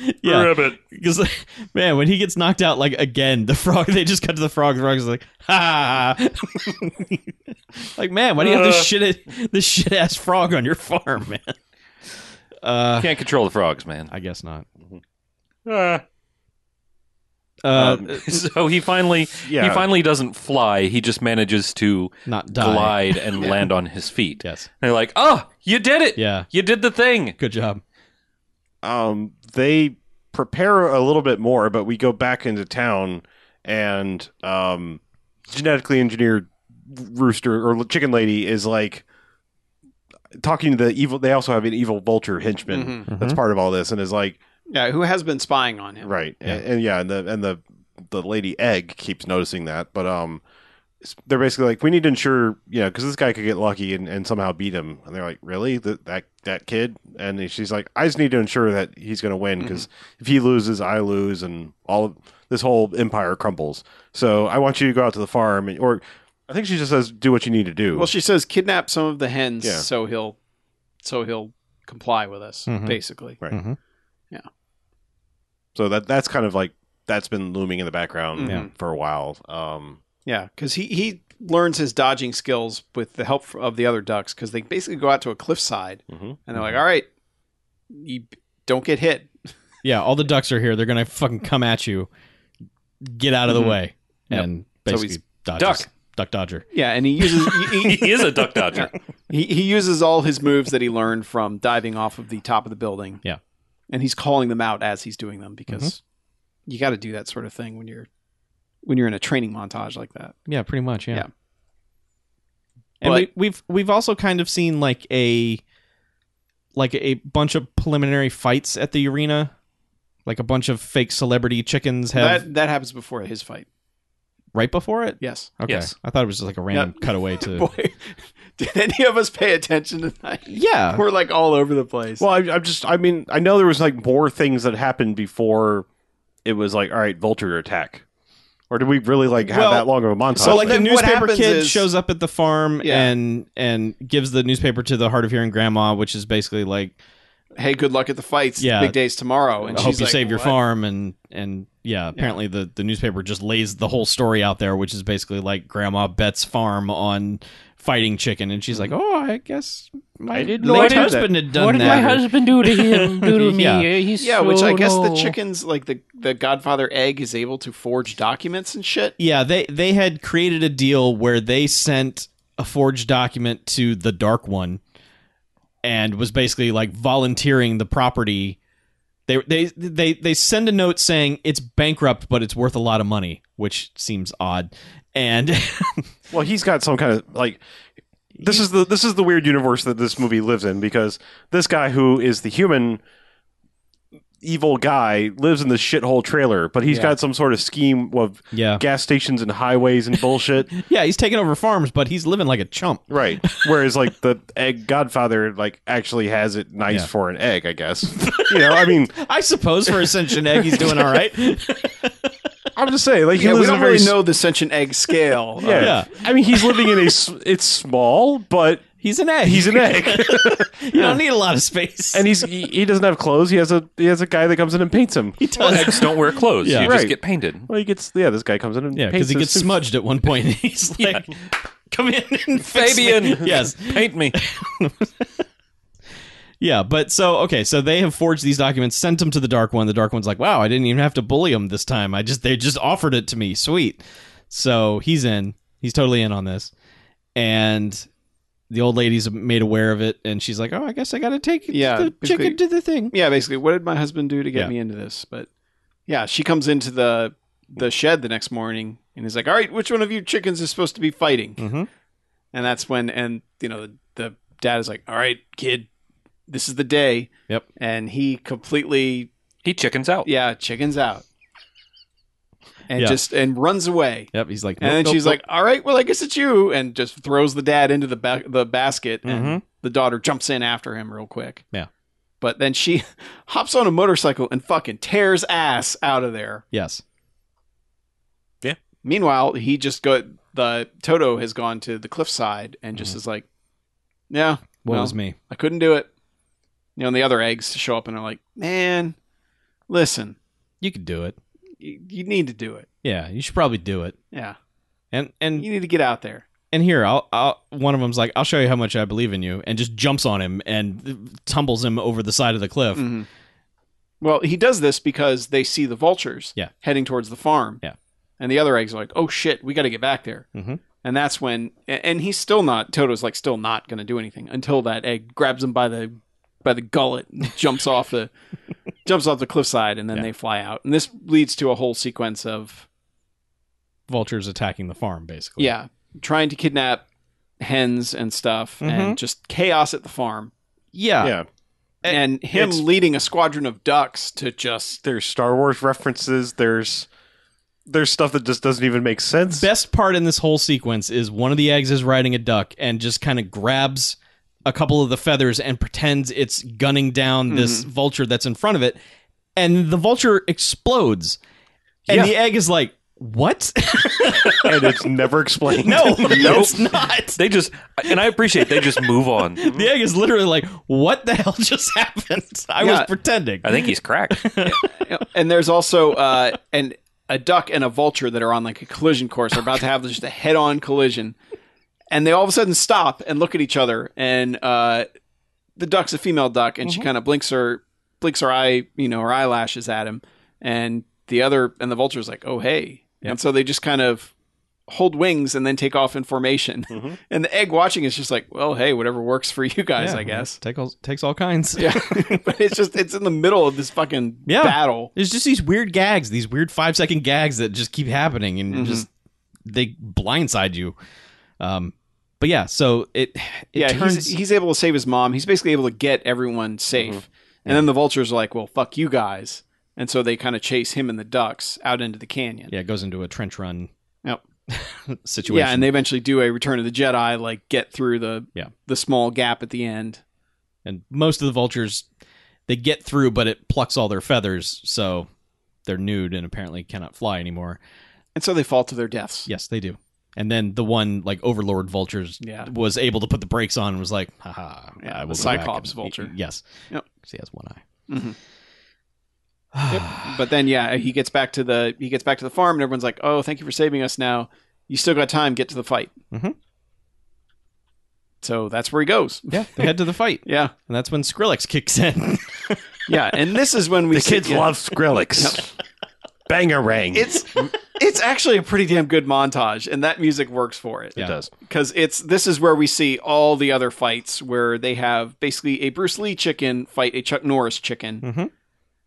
[SPEAKER 2] (laughs)
[SPEAKER 4] yeah, because man, when he gets knocked out like again, the frog (laughs) they just cut to the frog. The frog is like, ha! (laughs) like man, why do you have this shit this shit ass frog on your farm, man? Uh,
[SPEAKER 1] Can't control the frogs,
[SPEAKER 2] (laughs)
[SPEAKER 1] man.
[SPEAKER 4] I guess not.
[SPEAKER 2] Ah.
[SPEAKER 4] Uh,
[SPEAKER 1] (laughs)
[SPEAKER 2] Um,
[SPEAKER 1] so he finally
[SPEAKER 2] Yeah.
[SPEAKER 1] he finally doesn't fly. He just manages to
[SPEAKER 4] not die.
[SPEAKER 2] (laughs)
[SPEAKER 1] glide and land on his feet.
[SPEAKER 4] Yes.
[SPEAKER 1] And they're like, "Oh, you did it!
[SPEAKER 4] Yeah.
[SPEAKER 1] You did the thing."
[SPEAKER 4] Good job.
[SPEAKER 2] um, they prepare a little bit more, but we go back into town and um, genetically engineered rooster or chicken lady is like talking to the evil. They also have an evil vulture henchman that's part of all this, and is like
[SPEAKER 3] Yeah, who has been spying on him?
[SPEAKER 2] right and, and yeah, and the and the the lady egg keeps noticing that, but um. s- They're basically like, we need to ensure, you know, because this guy could get lucky and, and somehow beat him. And they're like, really, that that that kid? And she's like, I just need to ensure that he's going to win because if he loses, I lose, and all of this whole empire crumbles. So I want you to go out to the farm, and, or I think she just says, do what you need to do.
[SPEAKER 3] Well, she says kidnap some of the hens
[SPEAKER 2] Yeah.
[SPEAKER 3] so he'll so he'll comply with us,
[SPEAKER 4] Mhm.
[SPEAKER 3] basically.
[SPEAKER 2] Mm-hmm. Right.
[SPEAKER 3] Yeah.
[SPEAKER 2] So that that's kind of like that's been looming in the background
[SPEAKER 3] Mhm.
[SPEAKER 2] for a while. Um,
[SPEAKER 3] Yeah, because he he learns his dodging skills with the help of the other ducks because they basically go out to a cliffside
[SPEAKER 2] Mhm.
[SPEAKER 3] and they're like, "All right, you don't get hit."
[SPEAKER 4] Yeah, all the ducks are here. They're gonna fucking come at you. Get out of the way.
[SPEAKER 3] Mm-hmm. Yep.
[SPEAKER 4] And
[SPEAKER 3] So
[SPEAKER 4] basically
[SPEAKER 3] he's-
[SPEAKER 4] dodges.
[SPEAKER 1] Duck.
[SPEAKER 4] Duck dodger.
[SPEAKER 3] Yeah, and he uses he,
[SPEAKER 1] He is a duck (laughs) dodger.
[SPEAKER 3] he, he uses all his moves that he learned from diving off of the top of the building.
[SPEAKER 4] Yeah.
[SPEAKER 3] and he's calling them out as he's doing them because you got to do that sort of thing when you're when you're in a training montage like that.
[SPEAKER 4] Yeah, pretty much, yeah.
[SPEAKER 3] Yeah.
[SPEAKER 4] And
[SPEAKER 3] But-
[SPEAKER 4] we, we've we've also kind of seen like a like a bunch of preliminary fights at the arena. Like a bunch of fake celebrity chickens have
[SPEAKER 3] that that happens before his fight.
[SPEAKER 4] right before it?
[SPEAKER 3] Yes.
[SPEAKER 4] Okay.
[SPEAKER 1] Yes.
[SPEAKER 4] I thought it was just like a random cutaway
[SPEAKER 3] (laughs)
[SPEAKER 4] to
[SPEAKER 3] Boy, did any of us pay attention tonight?
[SPEAKER 4] Yeah.
[SPEAKER 3] We're like all over the place.
[SPEAKER 2] well, I, I'm just, I mean, I know there was like more things that happened before it was like, all right, vulture attack, or did we really like have
[SPEAKER 4] Well,
[SPEAKER 2] that long of a montage?
[SPEAKER 4] So like the
[SPEAKER 3] Then what
[SPEAKER 4] newspaper
[SPEAKER 3] happens
[SPEAKER 4] kid
[SPEAKER 3] is-
[SPEAKER 4] shows up at the farm
[SPEAKER 3] Yeah.
[SPEAKER 4] and and gives the newspaper to the hard of hearing grandma, which is basically like
[SPEAKER 3] hey, good luck at the fights.
[SPEAKER 4] Yeah.
[SPEAKER 3] Big days tomorrow. And
[SPEAKER 4] I
[SPEAKER 3] she's
[SPEAKER 4] hope you
[SPEAKER 3] like,
[SPEAKER 4] save your
[SPEAKER 3] "What?"
[SPEAKER 4] farm and and yeah, apparently the the newspaper just lays the whole story out there, which is basically like Grandma Bet's farm on fighting chicken, and she's like,
[SPEAKER 3] Mm-hmm.
[SPEAKER 4] "Oh, I guess my
[SPEAKER 2] I didn't
[SPEAKER 4] late
[SPEAKER 2] know that.
[SPEAKER 4] husband had done
[SPEAKER 5] what did
[SPEAKER 4] that."
[SPEAKER 5] my husband do to him? Do to
[SPEAKER 4] (laughs)
[SPEAKER 5] me?
[SPEAKER 4] Yeah.
[SPEAKER 5] He's
[SPEAKER 3] Yeah, which
[SPEAKER 5] so
[SPEAKER 3] I guess the
[SPEAKER 5] low.
[SPEAKER 3] chickens, like the the Godfather egg, is able to forge documents and shit.
[SPEAKER 4] Yeah, they they had created a deal where they sent a forged document to the Dark One, and was basically like volunteering the property. They they they they send a note saying it's bankrupt, but it's worth a lot of money, which seems odd. And (laughs)
[SPEAKER 2] Well, he's got some kind of like this is the this is the weird universe that this movie lives in because this guy who is the human evil guy lives in this shithole trailer, but he's got some sort of scheme of
[SPEAKER 4] yeah,
[SPEAKER 2] gas stations and highways and
[SPEAKER 4] (laughs)
[SPEAKER 2] bullshit.
[SPEAKER 4] yeah, he's taking over farms, but he's living like a chump.
[SPEAKER 2] right. Whereas like the egg godfather like actually has it nice
[SPEAKER 4] Yeah.
[SPEAKER 2] for an egg, I guess. (laughs) you know, I mean
[SPEAKER 4] I suppose for Ascension Egg, he's doing all right.
[SPEAKER 2] I'm just saying, like he
[SPEAKER 3] Yeah,
[SPEAKER 2] lives in a
[SPEAKER 3] we don't
[SPEAKER 2] very
[SPEAKER 3] really
[SPEAKER 2] s-
[SPEAKER 3] know the sentient egg scale.
[SPEAKER 2] Yeah.
[SPEAKER 4] Yeah.
[SPEAKER 2] I mean he's living in a s- it's small, but
[SPEAKER 4] He's an egg.
[SPEAKER 2] he's an egg.
[SPEAKER 4] (laughs) You don't need a lot of space.
[SPEAKER 2] and he's he, he doesn't have clothes. He has a he has a guy that comes in and paints him.
[SPEAKER 1] Eggs don't wear clothes.
[SPEAKER 4] Yeah.
[SPEAKER 1] you
[SPEAKER 2] Right.
[SPEAKER 1] just get painted.
[SPEAKER 2] Well, he gets yeah. This guy comes in and
[SPEAKER 4] Yeah,
[SPEAKER 2] because
[SPEAKER 4] because he gets smudged at
[SPEAKER 3] (laughs)
[SPEAKER 4] one point. (laughs) And he's like, "Come in, and fix
[SPEAKER 1] (laughs)
[SPEAKER 4] me."
[SPEAKER 1] Fabian.
[SPEAKER 4] (laughs) Yes,
[SPEAKER 1] Paint me.
[SPEAKER 4] yeah, but so okay, so they have forged these documents, sent them to the Dark One. The Dark One's like, "Wow, I didn't even have to bully him this time. I just they just offered it to me. Sweet." So he's in. He's totally in on this, and the old lady's made aware of it, and she's like, "Oh, I guess I got to take
[SPEAKER 3] Yeah,
[SPEAKER 4] the
[SPEAKER 3] basically-
[SPEAKER 4] chicken to the thing."
[SPEAKER 3] yeah, basically, what did my husband do to get
[SPEAKER 4] Yeah.
[SPEAKER 3] me into this? But yeah, she comes into the the shed the next morning and is like, "All right, which one of you chickens is supposed to be fighting?"
[SPEAKER 4] Mhm.
[SPEAKER 3] And that's when, and you know, the, the dad is like, "All right, kid, this is the day."
[SPEAKER 4] Yep.
[SPEAKER 3] And he completely,
[SPEAKER 1] He chickens out.
[SPEAKER 3] yeah, chickens out and
[SPEAKER 4] Yeah.
[SPEAKER 3] just and runs away.
[SPEAKER 4] Yep, he's like,
[SPEAKER 3] And
[SPEAKER 4] "Nope,
[SPEAKER 3] then
[SPEAKER 4] nope,
[SPEAKER 3] she's
[SPEAKER 4] nope."
[SPEAKER 3] like, "All right, well, I guess it's you," and just throws the dad into the ba- the basket, and the daughter jumps in after him real quick.
[SPEAKER 4] Mm-hmm. Yeah.
[SPEAKER 3] but then she (laughs) hops on a motorcycle and fucking tears ass out of there.
[SPEAKER 4] "Yes,
[SPEAKER 3] Meanwhile, he just go the Toto has gone to the cliffside and
[SPEAKER 4] Mm-hmm.
[SPEAKER 3] just is like, "Yeah,
[SPEAKER 4] what
[SPEAKER 3] Well,
[SPEAKER 4] was me?"
[SPEAKER 3] I couldn't do it." You know, and the other eggs show up and are like, "Man, listen,
[SPEAKER 4] You could do it.
[SPEAKER 3] you, you need to do it.
[SPEAKER 4] Yeah, you should probably do it."
[SPEAKER 3] Yeah,
[SPEAKER 4] And and
[SPEAKER 3] you need to get out there."
[SPEAKER 4] and here I'll, I'll one of them's like i'll show you how much i believe in you and just jumps on him and tumbles him over the side of the cliff
[SPEAKER 3] Mhm. Well, he does this because they see the vultures
[SPEAKER 4] Yeah.
[SPEAKER 3] heading towards the farm.
[SPEAKER 4] Yeah.
[SPEAKER 3] And the other eggs are like, oh shit, we got to get back there.
[SPEAKER 4] Mhm.
[SPEAKER 3] And that's when, a- and he's still not, Toto's like still not going to do anything until that egg grabs him by the, by the gullet and (laughs) jumps off the, jumps off the cliffside and then
[SPEAKER 4] Yeah.
[SPEAKER 3] they fly out. And this leads to a whole sequence of,
[SPEAKER 4] vultures attacking the farm basically
[SPEAKER 3] yeah, trying to kidnap hens and stuff
[SPEAKER 4] Mm-hmm.
[SPEAKER 3] and just chaos at the farm.
[SPEAKER 4] yeah
[SPEAKER 2] yeah.
[SPEAKER 3] and him
[SPEAKER 2] it's-
[SPEAKER 3] leading a squadron of ducks to just
[SPEAKER 2] There's Star Wars references. There's there's stuff that just doesn't even make sense.
[SPEAKER 4] best part in this whole sequence is one of the eggs is riding a duck and just kind of grabs a couple of the feathers and pretends it's gunning down this vulture that's in front of it and the vulture explodes and
[SPEAKER 2] Yeah.
[SPEAKER 4] the egg is like what (laughs)
[SPEAKER 2] and it's never explained. (laughs)
[SPEAKER 4] no it's not
[SPEAKER 1] They just, and I appreciate they just move on.
[SPEAKER 4] the egg is literally like what the hell just (laughs) happened i was
[SPEAKER 3] Yeah.
[SPEAKER 4] pretending
[SPEAKER 1] I think he's (laughs) cracked.
[SPEAKER 3] and there's also uh, an a duck and a vulture that are on like a collision course are about to have just a head-on collision, and they all of a sudden stop and look at each other. And uh, the duck's a female duck, and
[SPEAKER 4] Mm-hmm.
[SPEAKER 3] she kind of blinks her blinks her eye, you know, her eyelashes at him. And the other and the vulture's like, "Oh hey," and so they just kind of hold wings and then take off in formation.
[SPEAKER 4] Mm-hmm.
[SPEAKER 3] (laughs) and the egg watching is just like, "Well, hey, whatever works for you guys,
[SPEAKER 4] Yeah,
[SPEAKER 3] I guess."
[SPEAKER 4] Take all, takes all kinds.
[SPEAKER 3] Yeah, (laughs) but it's just it's in the middle of this fucking
[SPEAKER 4] Yeah.
[SPEAKER 3] battle.
[SPEAKER 4] There's just these weird gags, these weird five second gags that just keep happening and
[SPEAKER 3] Mm-hmm.
[SPEAKER 4] just they blindside you. Um, but yeah, so it, it
[SPEAKER 3] yeah,
[SPEAKER 4] turns. Mm-hmm.
[SPEAKER 3] he's, he's able to save his mom. He's basically able to get everyone safe. And then the vultures are like, well, fuck you guys. And so they kind of chase him and the ducks out into the canyon.
[SPEAKER 4] yeah, it goes into a trench run (laughs)
[SPEAKER 3] Yep.
[SPEAKER 4] situation.
[SPEAKER 3] Yeah, and they eventually do a Return of the Jedi, like get through the
[SPEAKER 4] Yeah.
[SPEAKER 3] the small gap at the end.
[SPEAKER 4] and most of the vultures they get through, but it plucks all their feathers, so they're nude and apparently cannot fly anymore.
[SPEAKER 3] And so they fall to their
[SPEAKER 4] (sighs)
[SPEAKER 3] deaths.
[SPEAKER 4] Yes, they do. And then the one like overlord vultures
[SPEAKER 3] Yeah.
[SPEAKER 4] was able to put the brakes on and was like, haha,
[SPEAKER 3] Yeah,
[SPEAKER 4] I
[SPEAKER 3] the
[SPEAKER 4] will go back
[SPEAKER 3] Cyclops
[SPEAKER 4] and-"
[SPEAKER 3] vulture.
[SPEAKER 4] Yes.
[SPEAKER 3] Yep.
[SPEAKER 4] She has one eye.
[SPEAKER 3] Mhm.
[SPEAKER 4] (sighs)
[SPEAKER 3] But then yeah, he gets back to the he gets back to the farm and everyone's like, "Oh, thank you for saving us now. You still got time, get to the fight."
[SPEAKER 4] Mhm.
[SPEAKER 3] So that's where he goes.
[SPEAKER 4] yeah, they head to the fight,
[SPEAKER 3] Yeah.
[SPEAKER 4] and that's when Skrillex kicks in. (laughs)
[SPEAKER 3] Yeah, and this is when we
[SPEAKER 2] The
[SPEAKER 3] see-
[SPEAKER 2] kids
[SPEAKER 3] yeah.
[SPEAKER 2] love
[SPEAKER 4] (laughs)
[SPEAKER 2] Skrillex. Bangarang.
[SPEAKER 3] it's it's actually a pretty damn good montage and that music works for it.
[SPEAKER 4] Yeah.
[SPEAKER 2] it does.
[SPEAKER 3] because it's this is where we see all the other fights where they have basically a Bruce Lee chicken fight a Chuck Norris chicken.
[SPEAKER 4] Mhm.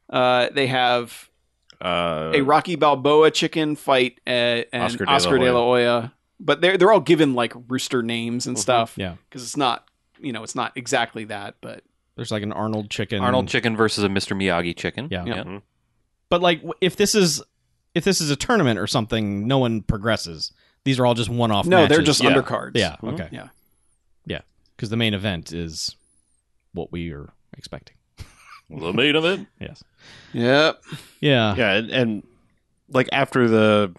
[SPEAKER 3] Uh, they have
[SPEAKER 2] Uh,
[SPEAKER 3] a Rocky Balboa chicken fight a, an Oscar,
[SPEAKER 2] Oscar de la
[SPEAKER 3] de la Hoya, but they're they're all given like rooster names and stuff.
[SPEAKER 4] Yeah.
[SPEAKER 3] because it's not you know it's not exactly that, but
[SPEAKER 4] There's like an Arnold chicken.
[SPEAKER 1] Arnold Chicken versus a Mr. Miyagi Chicken.
[SPEAKER 4] Yeah.
[SPEAKER 1] yeah.
[SPEAKER 4] But like, w- if this is if this is a tournament or something, no one progresses. These are all just one-off.
[SPEAKER 3] no, they're
[SPEAKER 4] matches.
[SPEAKER 3] just
[SPEAKER 1] Yeah.
[SPEAKER 3] undercards.
[SPEAKER 4] Yeah.
[SPEAKER 2] Mhm.
[SPEAKER 4] Okay.
[SPEAKER 3] Yeah.
[SPEAKER 4] Yeah. Because the main event is what we are expecting.
[SPEAKER 1] The main event.
[SPEAKER 4] Yes.
[SPEAKER 3] Yep.
[SPEAKER 4] Yeah.
[SPEAKER 2] yeah, and, and like after the,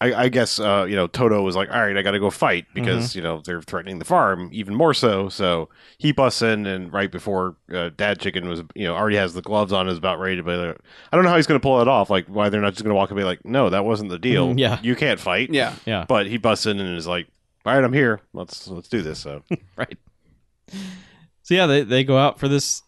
[SPEAKER 2] I, I guess uh, you know Toto was like, all right, I got to go fight
[SPEAKER 4] Mm-hmm.
[SPEAKER 2] because you know they're threatening the farm even more so. So he busts in, and right before uh, Dad Chicken was, you know, already has the gloves on, is about ready to. Be like, I don't know how he's going to pull it off. Like, why they're not just going to walk up and be like, no, that wasn't the deal.
[SPEAKER 4] Mhm, yeah.
[SPEAKER 2] you can't fight.
[SPEAKER 3] Yeah.
[SPEAKER 4] Yeah.
[SPEAKER 2] but he busts in and is like, all right, I'm here. Let's let's do this. So
[SPEAKER 4] Right. So yeah, they they go out for this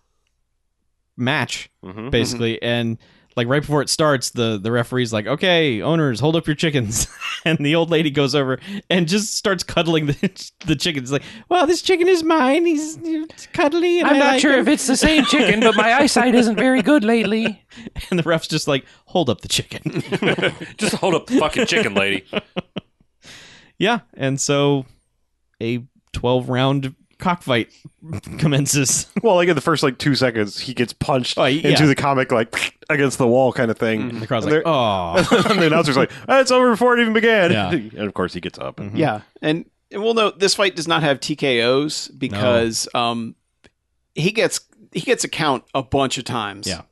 [SPEAKER 4] match
[SPEAKER 2] Mhm.
[SPEAKER 4] (laughs)
[SPEAKER 5] Mm-hmm.
[SPEAKER 4] basically, and like right before it starts, the the referee's like, "Okay, owners, hold up your chickens," (laughs) and the old lady goes over and just starts cuddling the (laughs) the chickens. Like, "Well, this chicken is mine. He's, he's cuddly." And
[SPEAKER 5] I'm
[SPEAKER 4] I
[SPEAKER 5] not
[SPEAKER 4] like
[SPEAKER 5] sure
[SPEAKER 4] him."
[SPEAKER 5] if it's the same chicken, but my eyesight isn't very good lately.
[SPEAKER 4] And the ref's just like, "Hold up the chicken." (laughs)
[SPEAKER 1] Just hold up the fucking chicken, (laughs) lady.
[SPEAKER 4] yeah, and so a twelve round cockfight (laughs) commences. (laughs)
[SPEAKER 2] Well, like in the first like two seconds, he gets punched
[SPEAKER 4] Oh, yeah.
[SPEAKER 2] into the comic like against the wall kind of thing.
[SPEAKER 4] And the crowd's
[SPEAKER 2] And
[SPEAKER 4] like,
[SPEAKER 2] they're-
[SPEAKER 4] "Oh."
[SPEAKER 2] (laughs)
[SPEAKER 5] (laughs)
[SPEAKER 2] and the announcer's like, "Ah, it's over before it even began. (laughs)
[SPEAKER 4] Yeah.
[SPEAKER 2] And of course, he gets up.
[SPEAKER 1] Mm-hmm.
[SPEAKER 4] Mm-hmm.
[SPEAKER 2] And,
[SPEAKER 3] Yeah, and, and we'll note this fight does not have TKOs because um, he gets he gets a count a bunch of times.
[SPEAKER 4] Yeah.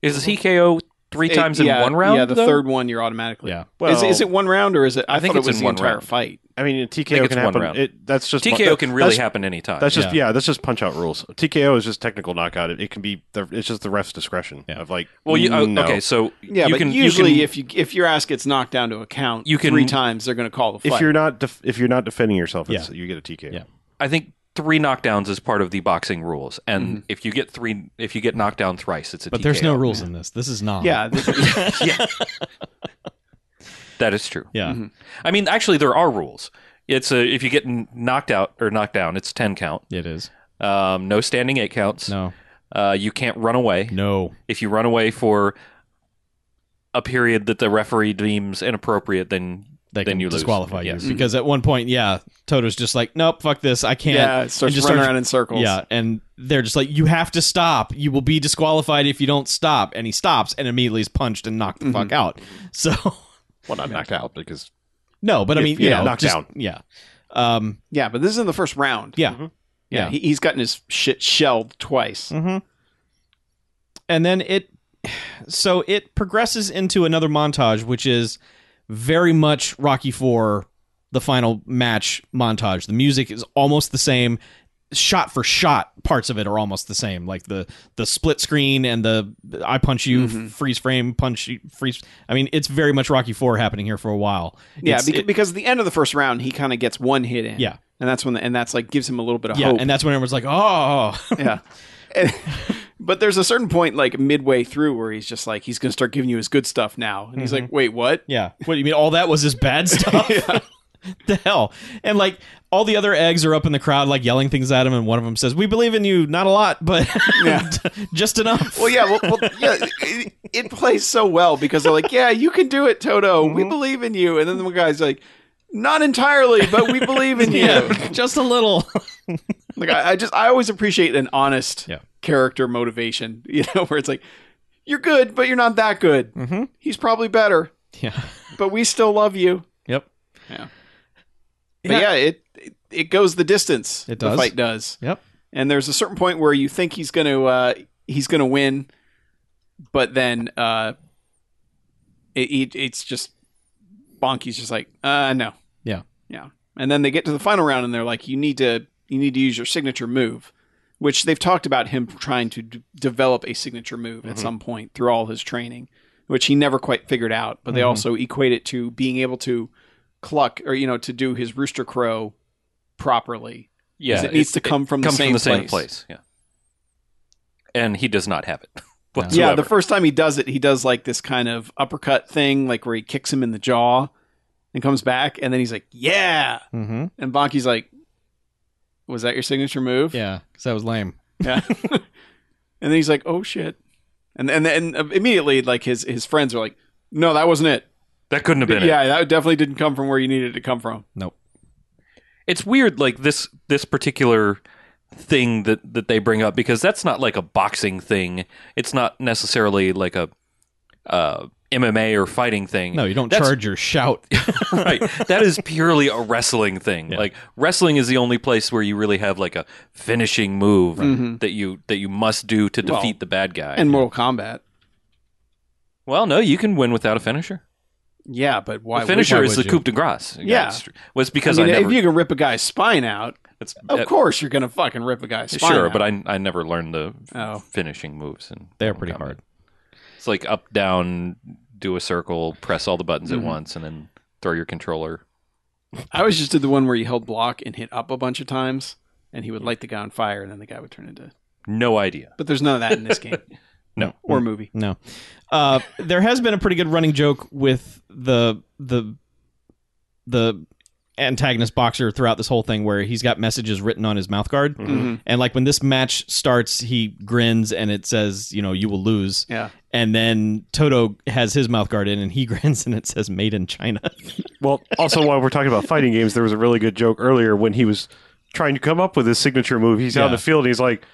[SPEAKER 1] Is he KO three
[SPEAKER 3] It-
[SPEAKER 1] times in
[SPEAKER 3] yeah,
[SPEAKER 1] one round?
[SPEAKER 3] Yeah, the
[SPEAKER 1] though?
[SPEAKER 3] third one you're automatically.
[SPEAKER 4] Yeah.
[SPEAKER 2] Well,
[SPEAKER 3] is, is it one round or is it? I,
[SPEAKER 1] think
[SPEAKER 3] thought
[SPEAKER 1] it's
[SPEAKER 3] it was
[SPEAKER 1] in
[SPEAKER 3] the
[SPEAKER 1] one
[SPEAKER 3] entire
[SPEAKER 1] round.
[SPEAKER 3] fight.
[SPEAKER 2] I mean,
[SPEAKER 1] I
[SPEAKER 2] TKO
[SPEAKER 1] think
[SPEAKER 2] can
[SPEAKER 1] it's one
[SPEAKER 2] happen.
[SPEAKER 1] round.
[SPEAKER 2] It, that's just
[SPEAKER 1] TKO
[SPEAKER 2] that-
[SPEAKER 1] can really
[SPEAKER 2] that's-
[SPEAKER 1] happen anytime.
[SPEAKER 2] That's just
[SPEAKER 4] Yeah.
[SPEAKER 2] yeah. That's just punch out rules. TKO is just technical knockout. It, it can be. The, it's just the ref's discretion
[SPEAKER 4] Yeah.
[SPEAKER 2] of like.
[SPEAKER 1] well, you, uh,
[SPEAKER 2] no.
[SPEAKER 1] okay. So
[SPEAKER 3] Yeah,
[SPEAKER 1] you
[SPEAKER 3] but
[SPEAKER 1] can
[SPEAKER 3] usually
[SPEAKER 1] you can,
[SPEAKER 3] if you if your ass gets knocked down to a count,
[SPEAKER 1] You can-
[SPEAKER 3] three times they're going to call the
[SPEAKER 2] If
[SPEAKER 3] fight.
[SPEAKER 2] you're not def- if you're not defending yourself, it's, you get a TKO.
[SPEAKER 4] Yeah.
[SPEAKER 1] I think three knockdowns is part of the boxing rules, and if you get three, if you get knocked down thrice, it's a.
[SPEAKER 4] But there's no
[SPEAKER 1] TKO.
[SPEAKER 4] rules in this. This is not. (laughs)
[SPEAKER 3] yeah, th-
[SPEAKER 1] That is true.
[SPEAKER 4] Yeah.
[SPEAKER 5] Mm-hmm.
[SPEAKER 1] I mean, actually, there are rules. It's a, if you get n- knocked out or knocked down, it's ten count.
[SPEAKER 4] It is.
[SPEAKER 1] Um, no standing eight counts.
[SPEAKER 4] No.
[SPEAKER 1] Uh, you can't run away.
[SPEAKER 4] No.
[SPEAKER 1] If you run away for a period that the referee deems inappropriate, then
[SPEAKER 4] They
[SPEAKER 1] then
[SPEAKER 4] can
[SPEAKER 1] you lose.
[SPEAKER 4] disqualify you.
[SPEAKER 1] Yes.
[SPEAKER 4] Because at one point, yeah, Toto's just like, nope, fuck this. I can't.
[SPEAKER 3] yeah, it starts
[SPEAKER 4] And just
[SPEAKER 3] running
[SPEAKER 4] starts-
[SPEAKER 3] around in circles.
[SPEAKER 4] Yeah, and they're just like, you have to stop. You will be disqualified if you don't stop. And he stops and immediately is punched and knocked the
[SPEAKER 3] Mm-hmm.
[SPEAKER 4] fuck out. (laughs) So,
[SPEAKER 2] Well, not knocked out because
[SPEAKER 4] no, but I
[SPEAKER 2] If-
[SPEAKER 4] mean, you
[SPEAKER 2] yeah,
[SPEAKER 4] know,
[SPEAKER 2] knocked
[SPEAKER 4] just-
[SPEAKER 2] down.
[SPEAKER 4] Yeah. Um,
[SPEAKER 3] yeah, but this is in the first round.
[SPEAKER 4] yeah.
[SPEAKER 3] yeah,
[SPEAKER 4] yeah. Mm-hmm.
[SPEAKER 3] He, he's gotten his shit shelled twice.
[SPEAKER 4] and then it so it progresses into another montage which is very much rocky 4 the final match montage the music is almost the same shot for shot parts of it are almost the same like the the split screen and the i punch you
[SPEAKER 3] Mm-hmm.
[SPEAKER 4] freeze frame punch you freeze i mean it's very much rocky 4 happening here for a while
[SPEAKER 3] Yeah,
[SPEAKER 4] It's-
[SPEAKER 3] because,
[SPEAKER 4] it-
[SPEAKER 3] because at the end of the first round, he kind of gets one hit in.
[SPEAKER 4] Yeah.
[SPEAKER 3] and that's when the, and that's like gives him a little bit of
[SPEAKER 4] yeah
[SPEAKER 3] hope.
[SPEAKER 4] and that's when everyone's like oh (laughs)
[SPEAKER 3] yeah. And- but there's a certain point, like midway through, where he's just like, he's gonna start giving you his good stuff now, and he's like, wait, what?
[SPEAKER 4] Mm-hmm. Yeah. What do you mean? All that was his (laughs) bad stuff? the hell? And like all the other eggs are up in the crowd, like yelling things at him, and one of them says, "We believe in you, not a lot, but (laughs)
[SPEAKER 3] Yeah.
[SPEAKER 4] just enough."
[SPEAKER 3] Well, yeah, well, well yeah, it, it plays so well because they're like, yeah, you can do it, Toto.
[SPEAKER 4] Mm-hmm.
[SPEAKER 3] We believe in you. And then the guy's like, not entirely, but we believe in you.
[SPEAKER 4] (laughs) (laughs) Yeah, just a little.
[SPEAKER 3] Like, I, I just, I always appreciate an honest
[SPEAKER 4] Yeah.
[SPEAKER 3] character motivation, (laughs) you know, where it's like, you're good, but you're not that good. Mm-hmm. He's probably better,
[SPEAKER 4] Yeah.
[SPEAKER 3] (laughs) but we still love you.
[SPEAKER 4] Yep.
[SPEAKER 3] Yeah. But yeah, it, it it goes the distance.
[SPEAKER 4] It
[SPEAKER 3] The
[SPEAKER 4] does.
[SPEAKER 3] fight does.
[SPEAKER 4] Yep.
[SPEAKER 3] And there's a certain point where you think he's going to uh he's going to win, but then uh it, it it's just Bonky's just like, "Uh no."
[SPEAKER 4] Yeah.
[SPEAKER 3] Yeah. And then they get to the final round and they're like, "You need to you need to use your signature move." which they've talked about him trying to d- develop a signature move
[SPEAKER 1] Mm-hmm.
[SPEAKER 3] at some point through all his training, which he never quite figured out. But they
[SPEAKER 1] Mm-hmm.
[SPEAKER 3] also equate it to being able to cluck or you know to do his rooster crow properly.
[SPEAKER 1] Yeah,
[SPEAKER 3] 'Cause it needs to come from the
[SPEAKER 1] comes
[SPEAKER 3] same
[SPEAKER 1] from the same
[SPEAKER 3] place.
[SPEAKER 1] place. Yeah, and he does not have it.
[SPEAKER 3] yeah,
[SPEAKER 1] (laughs) whatsoever.
[SPEAKER 3] the first time he does it, he does like this kind of uppercut thing, like where he kicks him in the jaw and comes back, and then he's like, "Yeah,"
[SPEAKER 4] Mm-hmm.
[SPEAKER 3] and Bonky's like, "Was that your signature move?"
[SPEAKER 4] Yeah, because that was lame.
[SPEAKER 3] Yeah. (laughs) and then he's like, "Oh shit," and and and immediately like his his friends are like, "No, that wasn't it.
[SPEAKER 1] that couldn't have been. it.
[SPEAKER 3] yeah, that definitely didn't come from where you needed it to come from."
[SPEAKER 4] Nope.
[SPEAKER 1] it's weird. Like this this particular thing that that they bring up because that's not like a boxing thing. It's not necessarily like a uh, MMA or fighting thing.
[SPEAKER 4] No, you don't
[SPEAKER 1] That's-
[SPEAKER 4] charge your shout.
[SPEAKER 1] (laughs)
[SPEAKER 4] (laughs)
[SPEAKER 1] right. That is purely a wrestling thing. Like wrestling is the only place where you really have like a finishing move that you that you must do to
[SPEAKER 3] Well,
[SPEAKER 1] defeat the bad guy.
[SPEAKER 3] Mm-hmm. And Mortal Kombat.
[SPEAKER 1] well, no, you can win without a finisher.
[SPEAKER 3] Yeah, but why?
[SPEAKER 1] the finisher
[SPEAKER 4] why
[SPEAKER 1] is the
[SPEAKER 4] would you?
[SPEAKER 1] coup de grace.
[SPEAKER 3] Yeah.
[SPEAKER 1] It's- was because
[SPEAKER 3] Because
[SPEAKER 1] I,
[SPEAKER 3] I mean,
[SPEAKER 1] never.
[SPEAKER 3] if you can rip a guy's spine out,
[SPEAKER 1] it's-
[SPEAKER 3] of
[SPEAKER 1] uh,
[SPEAKER 3] course you're gonna fucking rip a guy's spine.
[SPEAKER 1] sure,
[SPEAKER 3] out.
[SPEAKER 1] but I I never learned the f-
[SPEAKER 3] Oh.
[SPEAKER 1] finishing moves and
[SPEAKER 4] They're pretty hard.
[SPEAKER 1] It's like up down, do a circle, press all the buttons at once, and then throw your controller.
[SPEAKER 3] I always just did the one where you held block and hit up a bunch of times, and he would light the guy on fire, and then the guy would turn into.
[SPEAKER 1] No idea.
[SPEAKER 3] But there's none of that
[SPEAKER 1] (laughs)
[SPEAKER 3] in this game.
[SPEAKER 1] No.
[SPEAKER 3] or movie.
[SPEAKER 4] No. Uh, there has been a pretty good running joke with the the the antagonist boxer throughout this whole thing where he's got messages written on his mouth guard. And like when this match starts, he grins and it says, you know, you will lose.
[SPEAKER 3] Yeah,
[SPEAKER 4] And then Toto has his mouth guard in and he (laughs) grins and it says made in China.
[SPEAKER 2] Well, also while we're talking about fighting games, there was a really good joke earlier when he was trying to come up with his signature move. He's out in
[SPEAKER 4] Yeah.
[SPEAKER 2] the field and he's like,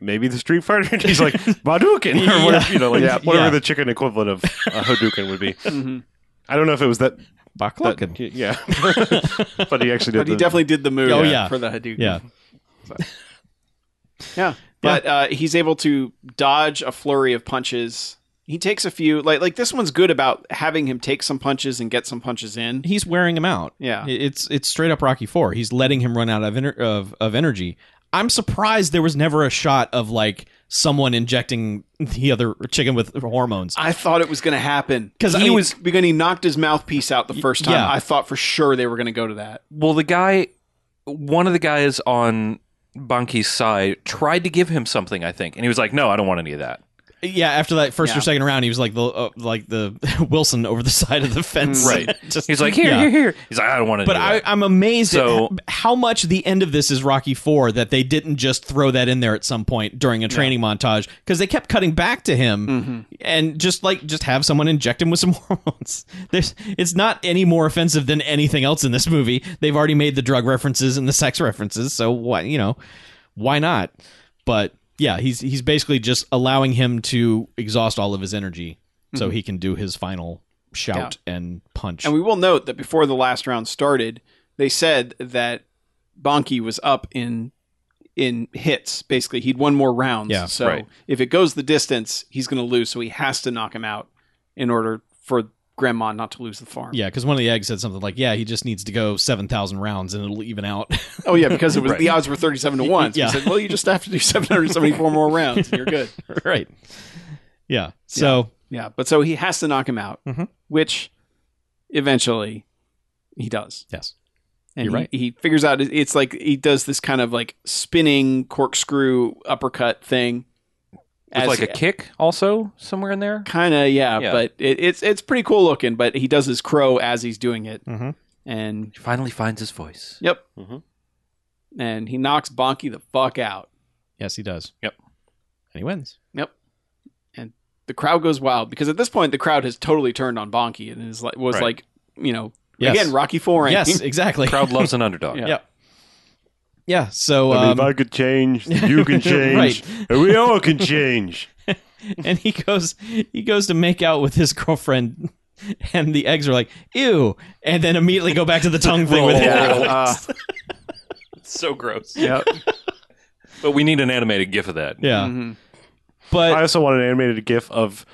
[SPEAKER 2] maybe the Street Fighter. (laughs) And he's like, Badouken, or whatever, you know, like
[SPEAKER 4] Yeah.
[SPEAKER 2] whatever
[SPEAKER 4] Yeah. Mm-hmm.
[SPEAKER 2] the chicken equivalent of uh, Hadouken would be. I don't know if it was that. that
[SPEAKER 4] Bakloken. (laughs)
[SPEAKER 2] yeah, but he actually did.
[SPEAKER 3] but he
[SPEAKER 2] the-
[SPEAKER 3] definitely did the move.
[SPEAKER 4] Oh, yeah.
[SPEAKER 3] for the Hadouken.
[SPEAKER 4] Yeah.
[SPEAKER 3] yeah. But Uh, he's able to dodge a flurry of punches. He takes a few. Like like this one's good about having him take some punches and get some punches in.
[SPEAKER 4] He's wearing him out.
[SPEAKER 3] Yeah.
[SPEAKER 4] It- It's it's straight up Rocky 4. He's letting him run out of ener- of of energy. I'm surprised there was never a shot of like someone injecting the other chicken with hormones.
[SPEAKER 3] I thought it was going to happen
[SPEAKER 4] 'Cause, I
[SPEAKER 3] he
[SPEAKER 4] mean-
[SPEAKER 3] was because he knocked his mouthpiece out the first time.
[SPEAKER 4] yeah.
[SPEAKER 3] I thought for sure they were going to go to that.
[SPEAKER 1] Well, the guy, one of the guys on Bunky's side tried to give him something, I think, and he was like, "No, I don't want any of that."
[SPEAKER 4] Yeah, after that first
[SPEAKER 3] Yeah.
[SPEAKER 4] or second round, he was like the uh, like the (laughs) Wilson over the side of the fence.
[SPEAKER 1] Right.
[SPEAKER 4] (laughs) Just-
[SPEAKER 1] He's like, "Here,
[SPEAKER 4] yeah.
[SPEAKER 1] here, here." He's like, "I don't want any."
[SPEAKER 4] But
[SPEAKER 1] of
[SPEAKER 4] I,
[SPEAKER 1] that."
[SPEAKER 4] I'm amazed
[SPEAKER 1] So-
[SPEAKER 4] at h- how much the end of this is Rocky Four that they didn't just throw that in there at some point during a training montage because they kept cutting back to him and just like just have someone inject him with some (laughs) hormones. There's, it's not any more offensive than anything else in this movie. They've already made the drug references and the sex references, so why you know why not? But yeah, he's he's basically just allowing him to exhaust all of his energy so he can do his final shout and punch.
[SPEAKER 3] And we will note that before the last round started, they said that Bonky was up in in hits. Basically, he'd won more rounds.
[SPEAKER 4] Yeah,
[SPEAKER 3] so
[SPEAKER 1] right.
[SPEAKER 3] if it goes the distance, he's going to lose. So he has to knock him out in order for Grandma not to lose the farm.
[SPEAKER 4] Yeah, because one of the eggs said something like, "Yeah, he just needs to go seven thousand rounds and it'll even out." (laughs)
[SPEAKER 3] Oh yeah, because it was the odds were thirty-seven to one. So He
[SPEAKER 4] Yeah.
[SPEAKER 3] said, "Well, you just have to do seven hundred seventy-four more rounds, and you're
[SPEAKER 4] (laughs)
[SPEAKER 3] good."
[SPEAKER 4] right. Yeah. So
[SPEAKER 3] Yeah, but so he has to knock him out,
[SPEAKER 4] Mm-hmm.
[SPEAKER 3] which eventually he does.
[SPEAKER 4] yes,
[SPEAKER 3] And
[SPEAKER 4] You're
[SPEAKER 3] he,
[SPEAKER 4] right.
[SPEAKER 3] he figures out it- it's like he does this kind of like spinning corkscrew uppercut thing.
[SPEAKER 1] with like a kick also somewhere in there.
[SPEAKER 3] kind of yeah,
[SPEAKER 1] Yeah.
[SPEAKER 3] but it, it's it's pretty cool looking. But he does his crow as he's doing it,
[SPEAKER 2] Mhm.
[SPEAKER 3] and
[SPEAKER 1] He finally finds his voice.
[SPEAKER 3] yep,
[SPEAKER 2] Mhm.
[SPEAKER 3] and he knocks Bonky the fuck out.
[SPEAKER 4] yes, he does.
[SPEAKER 1] Yep.
[SPEAKER 4] And he wins.
[SPEAKER 3] The crowd goes wild because at this point the crowd has totally turned on Bonky and is like was
[SPEAKER 1] Right.
[SPEAKER 3] like you know
[SPEAKER 4] Yes.
[SPEAKER 3] again Rocky Four (laughs)
[SPEAKER 4] Yes, exactly.
[SPEAKER 1] Crowd loves an underdog.
[SPEAKER 3] Yeah.
[SPEAKER 4] Yep. (laughs) Yeah. So
[SPEAKER 2] I mean,
[SPEAKER 4] um,
[SPEAKER 2] if I could change, you
[SPEAKER 4] (laughs)
[SPEAKER 2] can change,
[SPEAKER 4] Right.
[SPEAKER 2] and we all can
[SPEAKER 4] (laughs)
[SPEAKER 2] change.
[SPEAKER 4] (laughs) and he goes he goes to make out with his girlfriend. (laughs) And the eggs are like ew, and then immediately go back to the tongue (laughs) thing with
[SPEAKER 3] Yeah,
[SPEAKER 4] him.
[SPEAKER 3] uh,
[SPEAKER 1] so gross.
[SPEAKER 3] yep.
[SPEAKER 1] But we need an animated gif of that.
[SPEAKER 4] Yeah,
[SPEAKER 3] Mhm.
[SPEAKER 2] I
[SPEAKER 4] but
[SPEAKER 2] also want an (laughs) animated GIF of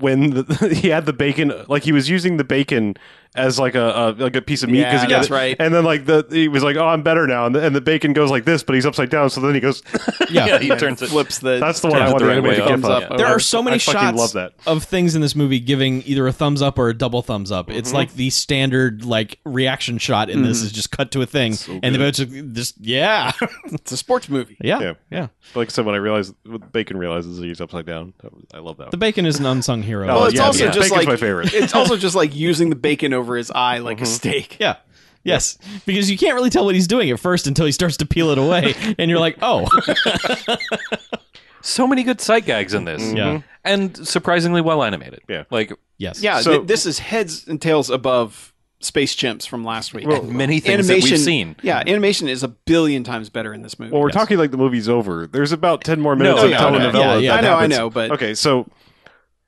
[SPEAKER 2] when the, he had the bacon, like he was using the bacon as like a, a like a piece of meat because
[SPEAKER 3] Yeah,
[SPEAKER 2] he got
[SPEAKER 3] that's
[SPEAKER 2] it.
[SPEAKER 3] right.
[SPEAKER 2] And then like the he was like, oh, I'm better now, and the, and the bacon goes like this, but he's upside down. So then he goes, (laughs)
[SPEAKER 4] (laughs) Yeah.
[SPEAKER 1] yeah, he turns it.
[SPEAKER 3] flips the.
[SPEAKER 2] that's the one
[SPEAKER 1] Turns
[SPEAKER 2] I
[SPEAKER 1] it
[SPEAKER 2] want
[SPEAKER 1] the
[SPEAKER 2] to
[SPEAKER 1] right
[SPEAKER 2] animate
[SPEAKER 1] way
[SPEAKER 2] a gif
[SPEAKER 1] up.
[SPEAKER 2] of.
[SPEAKER 3] Yeah.
[SPEAKER 4] There
[SPEAKER 2] I-
[SPEAKER 4] are so many
[SPEAKER 2] I fucking
[SPEAKER 4] shots
[SPEAKER 2] love that.
[SPEAKER 4] of things in this movie giving either a thumbs up or a double thumbs up. It's
[SPEAKER 2] Mm-hmm.
[SPEAKER 4] like the standard like reaction shot in
[SPEAKER 2] Mm.
[SPEAKER 4] this is just cut to a thing, and the boat's just yeah, (laughs)
[SPEAKER 3] It's a sports movie.
[SPEAKER 4] yeah,
[SPEAKER 2] Yeah.
[SPEAKER 4] yeah,
[SPEAKER 2] Like I said, when I realized when bacon realizes that he's upside down, that was- I love that.
[SPEAKER 4] The
[SPEAKER 2] One.
[SPEAKER 4] bacon is an unsung hero.
[SPEAKER 2] Oh,
[SPEAKER 3] Well, it's
[SPEAKER 2] yeah,
[SPEAKER 3] also
[SPEAKER 2] yeah.
[SPEAKER 3] just
[SPEAKER 2] Bacon's
[SPEAKER 3] like
[SPEAKER 2] my favorite.
[SPEAKER 3] (laughs) it's also just like using the bacon over his eye like a steak.
[SPEAKER 4] yeah. Yes, because you can't really tell what he's doing at first until he starts to peel
[SPEAKER 2] (laughs)
[SPEAKER 4] it away, and you're like, "Oh,
[SPEAKER 2] Mm-hmm.
[SPEAKER 1] So many good sight gags in this.
[SPEAKER 4] Mm-hmm. Yeah.
[SPEAKER 1] And surprisingly well animated.
[SPEAKER 2] Yeah.
[SPEAKER 1] Like
[SPEAKER 4] yes,
[SPEAKER 3] Yeah,
[SPEAKER 2] So-
[SPEAKER 3] th- this is heads and tails above Space Chimps from last week.
[SPEAKER 1] many things that we've seen.
[SPEAKER 3] Yeah, animation is is a billion times better in this movie.
[SPEAKER 2] Well, we're talking like the movie's over. There's about ten more minutes
[SPEAKER 1] No,
[SPEAKER 2] of
[SPEAKER 1] yeah,
[SPEAKER 2] telenovela.
[SPEAKER 4] yeah,
[SPEAKER 2] that
[SPEAKER 3] I
[SPEAKER 4] yeah,
[SPEAKER 3] know, I
[SPEAKER 2] happens.
[SPEAKER 3] know, but-
[SPEAKER 2] okay, so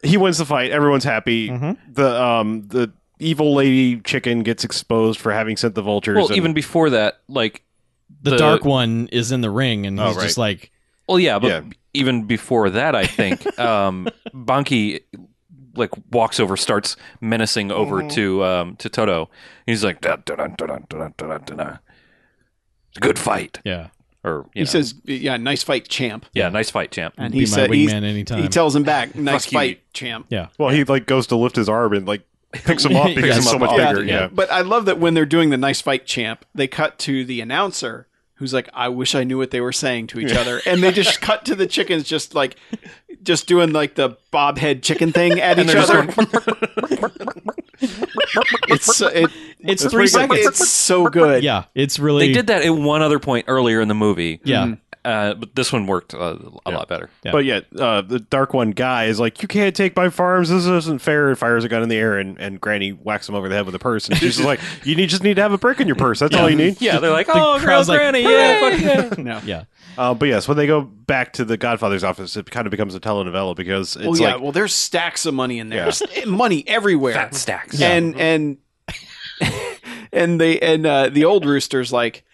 [SPEAKER 2] he wins the fight. Everyone's happy. The um the evil lady chicken gets exposed for having sent the vultures.
[SPEAKER 1] Well,
[SPEAKER 2] and-
[SPEAKER 1] even before that, like
[SPEAKER 4] the,
[SPEAKER 1] The-
[SPEAKER 4] dark one is in the ring, and he's
[SPEAKER 2] Oh, right.
[SPEAKER 4] just like,
[SPEAKER 1] Well, yeah, but
[SPEAKER 2] Yeah.
[SPEAKER 1] even before that, I
[SPEAKER 4] (laughs)
[SPEAKER 1] think um, Banki like walks over, starts menacing over to um, to Toto. He's like, "Da, da, da, da, da, da, da, da, da." "Good fight,"
[SPEAKER 4] "Yeah,
[SPEAKER 1] or you
[SPEAKER 3] he
[SPEAKER 1] know,
[SPEAKER 3] says, "Yeah, nice fight, champ."
[SPEAKER 1] "Yeah, nice fight, champ."
[SPEAKER 3] And
[SPEAKER 4] Be
[SPEAKER 3] he
[SPEAKER 4] my
[SPEAKER 3] said,
[SPEAKER 4] wingman
[SPEAKER 3] he's-
[SPEAKER 4] anytime.
[SPEAKER 3] He tells him back, "Nice
[SPEAKER 1] Fuck you.
[SPEAKER 3] fight, champ."
[SPEAKER 4] yeah."
[SPEAKER 2] well, he like goes to lift his arm and like picks him up because
[SPEAKER 4] Yeah,
[SPEAKER 2] he's so much
[SPEAKER 3] Yeah,
[SPEAKER 2] bigger. Yeah.
[SPEAKER 3] But I love that when they're doing the nice fight champ, they cut to the announcer who's like, I wish I knew what they were saying to each other. And they just cut to the chickens just like just doing like the bobhead chicken thing at each
[SPEAKER 1] They're just
[SPEAKER 3] other.
[SPEAKER 1] going,
[SPEAKER 3] It's so, it,
[SPEAKER 4] It's three seconds.
[SPEAKER 3] it's so good.
[SPEAKER 4] yeah, it's really
[SPEAKER 1] they did that at one other point earlier in the movie.
[SPEAKER 4] Yeah.
[SPEAKER 1] uh, but this one worked uh, a lot better.
[SPEAKER 4] Yeah.
[SPEAKER 2] But yet, uh, the dark one guy is like, "You can't take my farms. This isn't fair." And fires a gun in the air, and, and Granny whacks him over the head with a purse. And she's just like, "You need, just need to have a brick in your purse. That's all you need."
[SPEAKER 1] Yeah, they're like, "Oh, girl,
[SPEAKER 4] crowd's like,
[SPEAKER 1] granny, yeah, fuck (laughs) yeah."
[SPEAKER 3] No.
[SPEAKER 4] Yeah,
[SPEAKER 2] Uh, but yes, when they go back to the Godfather's office, it kind of becomes a telenovela because it's
[SPEAKER 3] Well, Oh, yeah.
[SPEAKER 2] like
[SPEAKER 3] well, there's stacks of money in there.
[SPEAKER 2] Yeah.
[SPEAKER 3] There's money everywhere.
[SPEAKER 1] Fat stacks.
[SPEAKER 3] and and (laughs) and they and uh, the old rooster's like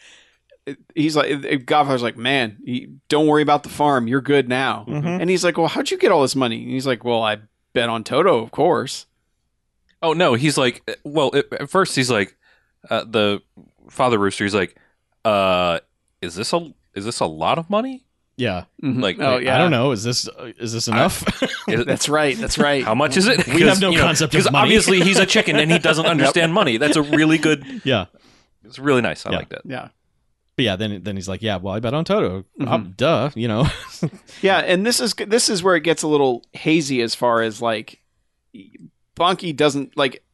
[SPEAKER 3] he's like Godfather's like man you- don't worry about the farm you're good now and he's like well how'd you get all this money and he's like well I bet on Toto of course
[SPEAKER 1] Oh no, he's like, well, at, at first he's like, uh, the father rooster. He's like, uh, is this a is this a lot of money?
[SPEAKER 4] yeah.
[SPEAKER 1] Like,
[SPEAKER 3] oh yeah
[SPEAKER 4] I don't know. Is this is this enough? (laughs)
[SPEAKER 3] (laughs)
[SPEAKER 1] is-
[SPEAKER 3] that's right that's right
[SPEAKER 1] how much is it?
[SPEAKER 4] We have no concept of
[SPEAKER 1] because
[SPEAKER 4] money.
[SPEAKER 1] obviously he's a chicken
[SPEAKER 4] (laughs)
[SPEAKER 1] and he doesn't understand money. That's a really good.
[SPEAKER 4] yeah,
[SPEAKER 1] It's really nice. I
[SPEAKER 4] Yeah.
[SPEAKER 1] like that.
[SPEAKER 3] yeah
[SPEAKER 4] but yeah. Then then he's like, "Yeah, well, I bet on Toto. Um, duh, you know." (laughs)
[SPEAKER 3] yeah and this is this is where it gets a little hazy as far as like Bonky doesn't like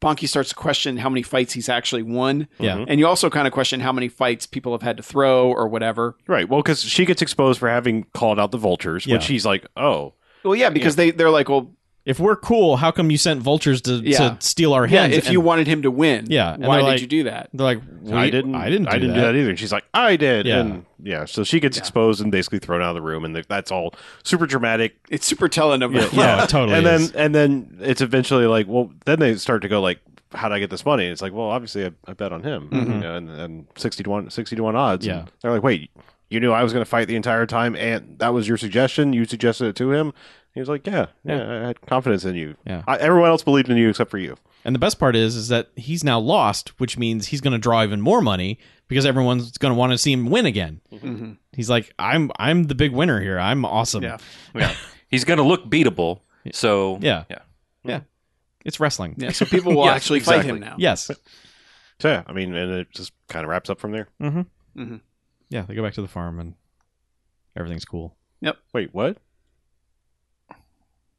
[SPEAKER 3] Bonky starts to question how many fights he's actually won
[SPEAKER 4] yeah.
[SPEAKER 3] and you also kind of question how many fights people have had to throw or whatever
[SPEAKER 2] right. Well, because she gets exposed for having called out the vultures,
[SPEAKER 4] Yeah.
[SPEAKER 2] which he's like, "Oh,
[SPEAKER 3] Well, yeah, because they they're like, well,
[SPEAKER 4] if we're cool, how come you sent vultures to,
[SPEAKER 3] Yeah.
[SPEAKER 4] to steal our
[SPEAKER 3] yeah,
[SPEAKER 4] hands?
[SPEAKER 3] if you
[SPEAKER 4] And
[SPEAKER 3] wanted him to win,
[SPEAKER 4] Yeah, and
[SPEAKER 3] why
[SPEAKER 4] they're
[SPEAKER 3] did
[SPEAKER 4] like-
[SPEAKER 3] you do that?
[SPEAKER 4] they're like,
[SPEAKER 2] I
[SPEAKER 4] "We-
[SPEAKER 2] didn't,
[SPEAKER 4] I didn't, do
[SPEAKER 2] I didn't
[SPEAKER 4] that.
[SPEAKER 2] do that either." And she's like, "I did,"
[SPEAKER 4] Yeah.
[SPEAKER 2] and yeah. So she gets exposed and basically thrown out of the room, and that's all super dramatic.
[SPEAKER 3] It's super telenovela.
[SPEAKER 4] Yeah, it totally.
[SPEAKER 2] and
[SPEAKER 4] is.
[SPEAKER 2] then and then it's eventually like, well, then they start to go like, "How would I get this money?" And it's like, well, obviously I, I bet on him, you know, and, and 60 to one, 60 to one odds.
[SPEAKER 4] Mm-hmm. Yeah.
[SPEAKER 2] And they're like, wait, you knew I was going to fight the entire time, and that was your suggestion. You suggested it to him. He was like, yeah, yeah, I had confidence in you.
[SPEAKER 4] Yeah.
[SPEAKER 2] I, everyone else believed in you except for you.
[SPEAKER 4] and the best part is, is that he's now lost, which means he's going to draw even more money because everyone's going to want to see him win again. He's like, "I'm, I'm the big winner here. I'm awesome.
[SPEAKER 3] Yeah.
[SPEAKER 1] Yeah, he's gonna look beatable. So
[SPEAKER 4] Yeah.
[SPEAKER 1] yeah.
[SPEAKER 4] It's wrestling.
[SPEAKER 3] Yeah, (laughs) so people will
[SPEAKER 1] Yes,
[SPEAKER 3] actually fight
[SPEAKER 2] exactly.
[SPEAKER 3] him now.
[SPEAKER 4] Yes.
[SPEAKER 2] So yeah, I mean, and it just kind of wraps up from there.
[SPEAKER 4] Yeah. They go back to the farm and everything's cool.
[SPEAKER 2] Wait, what?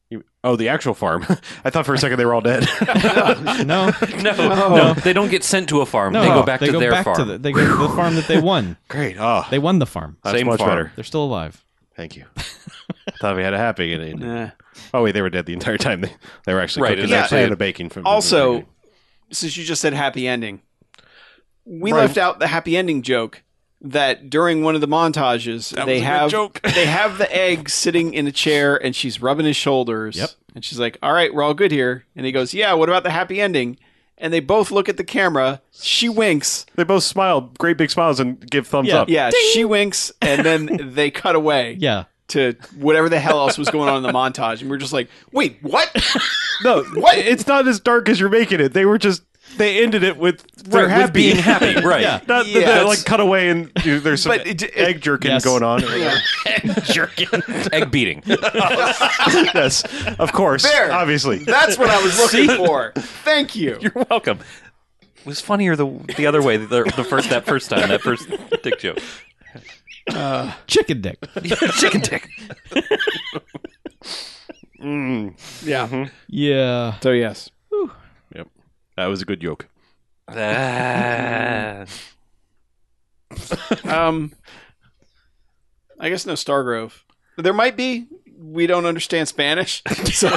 [SPEAKER 2] You- Oh, the actual farm. (laughs) I thought for a second they were all
[SPEAKER 4] (laughs)
[SPEAKER 2] dead. (laughs)
[SPEAKER 4] No,
[SPEAKER 1] No, no, they don't get sent to a farm.
[SPEAKER 4] no.
[SPEAKER 1] they go back
[SPEAKER 4] they
[SPEAKER 1] to
[SPEAKER 4] go
[SPEAKER 1] their
[SPEAKER 4] back
[SPEAKER 1] farm.
[SPEAKER 4] To the, they go to the farm that they won.
[SPEAKER 2] Great. Oh,
[SPEAKER 4] They won the farm.
[SPEAKER 2] that's
[SPEAKER 1] Same
[SPEAKER 2] much
[SPEAKER 1] farm.
[SPEAKER 2] better.
[SPEAKER 4] They're still alive.
[SPEAKER 2] Thank you. I thought we had a happy
[SPEAKER 3] (laughs)
[SPEAKER 2] ending.
[SPEAKER 3] Nah.
[SPEAKER 2] Oh wait, they were dead the entire time. They, they were actually
[SPEAKER 1] Right,
[SPEAKER 2] cooking.
[SPEAKER 1] it's
[SPEAKER 2] They were
[SPEAKER 1] actually-
[SPEAKER 2] planning a baking. From
[SPEAKER 3] Also, since you just said happy ending, we
[SPEAKER 2] Right.
[SPEAKER 3] left out the happy ending joke that during one of the montages they have (laughs) they have the egg sitting in a chair and she's rubbing his shoulders.
[SPEAKER 4] Yep.
[SPEAKER 3] And she's like, "All right, we're all good here." And he goes, "Yeah, what about the happy ending?" And they both look at the camera. She winks.
[SPEAKER 2] they both smile, great big smiles, and give thumbs
[SPEAKER 4] Yeah.
[SPEAKER 2] up.
[SPEAKER 4] (laughs)
[SPEAKER 3] Yeah, she winks, and then they cut away.
[SPEAKER 4] Yeah.
[SPEAKER 3] to whatever the hell else was going on in the montage, and we are just like, wait, what?
[SPEAKER 2] No, what? It's not as dark as you're making it. They were just they ended it with they're
[SPEAKER 1] Right,
[SPEAKER 2] happy.
[SPEAKER 1] with being
[SPEAKER 4] (laughs)
[SPEAKER 1] happy, right?
[SPEAKER 4] Yeah.
[SPEAKER 2] (laughs) Not
[SPEAKER 3] Yeah.
[SPEAKER 2] that they're like cut away and you know, there's some
[SPEAKER 3] But it- it-
[SPEAKER 2] egg jerking
[SPEAKER 4] Yes.
[SPEAKER 2] going on.
[SPEAKER 1] Jerking, egg beating.
[SPEAKER 2] (laughs) yes, of course.
[SPEAKER 3] There.
[SPEAKER 2] Obviously.
[SPEAKER 3] That's what I was looking for. Thank
[SPEAKER 2] (laughs)
[SPEAKER 3] you.
[SPEAKER 1] You're welcome. It was funnier the the other way the, the first that first time that first dick joke.
[SPEAKER 4] Chicken dick.
[SPEAKER 1] (laughs) Chicken (laughs) dick. Mm.
[SPEAKER 3] Yeah.
[SPEAKER 1] Mm-hmm.
[SPEAKER 4] Yeah.
[SPEAKER 3] So yes.
[SPEAKER 2] Yep. That was a good yoke.
[SPEAKER 1] Ah.
[SPEAKER 3] Um, I guess no Stargrove. There might be. We don't understand Spanish, (laughs) so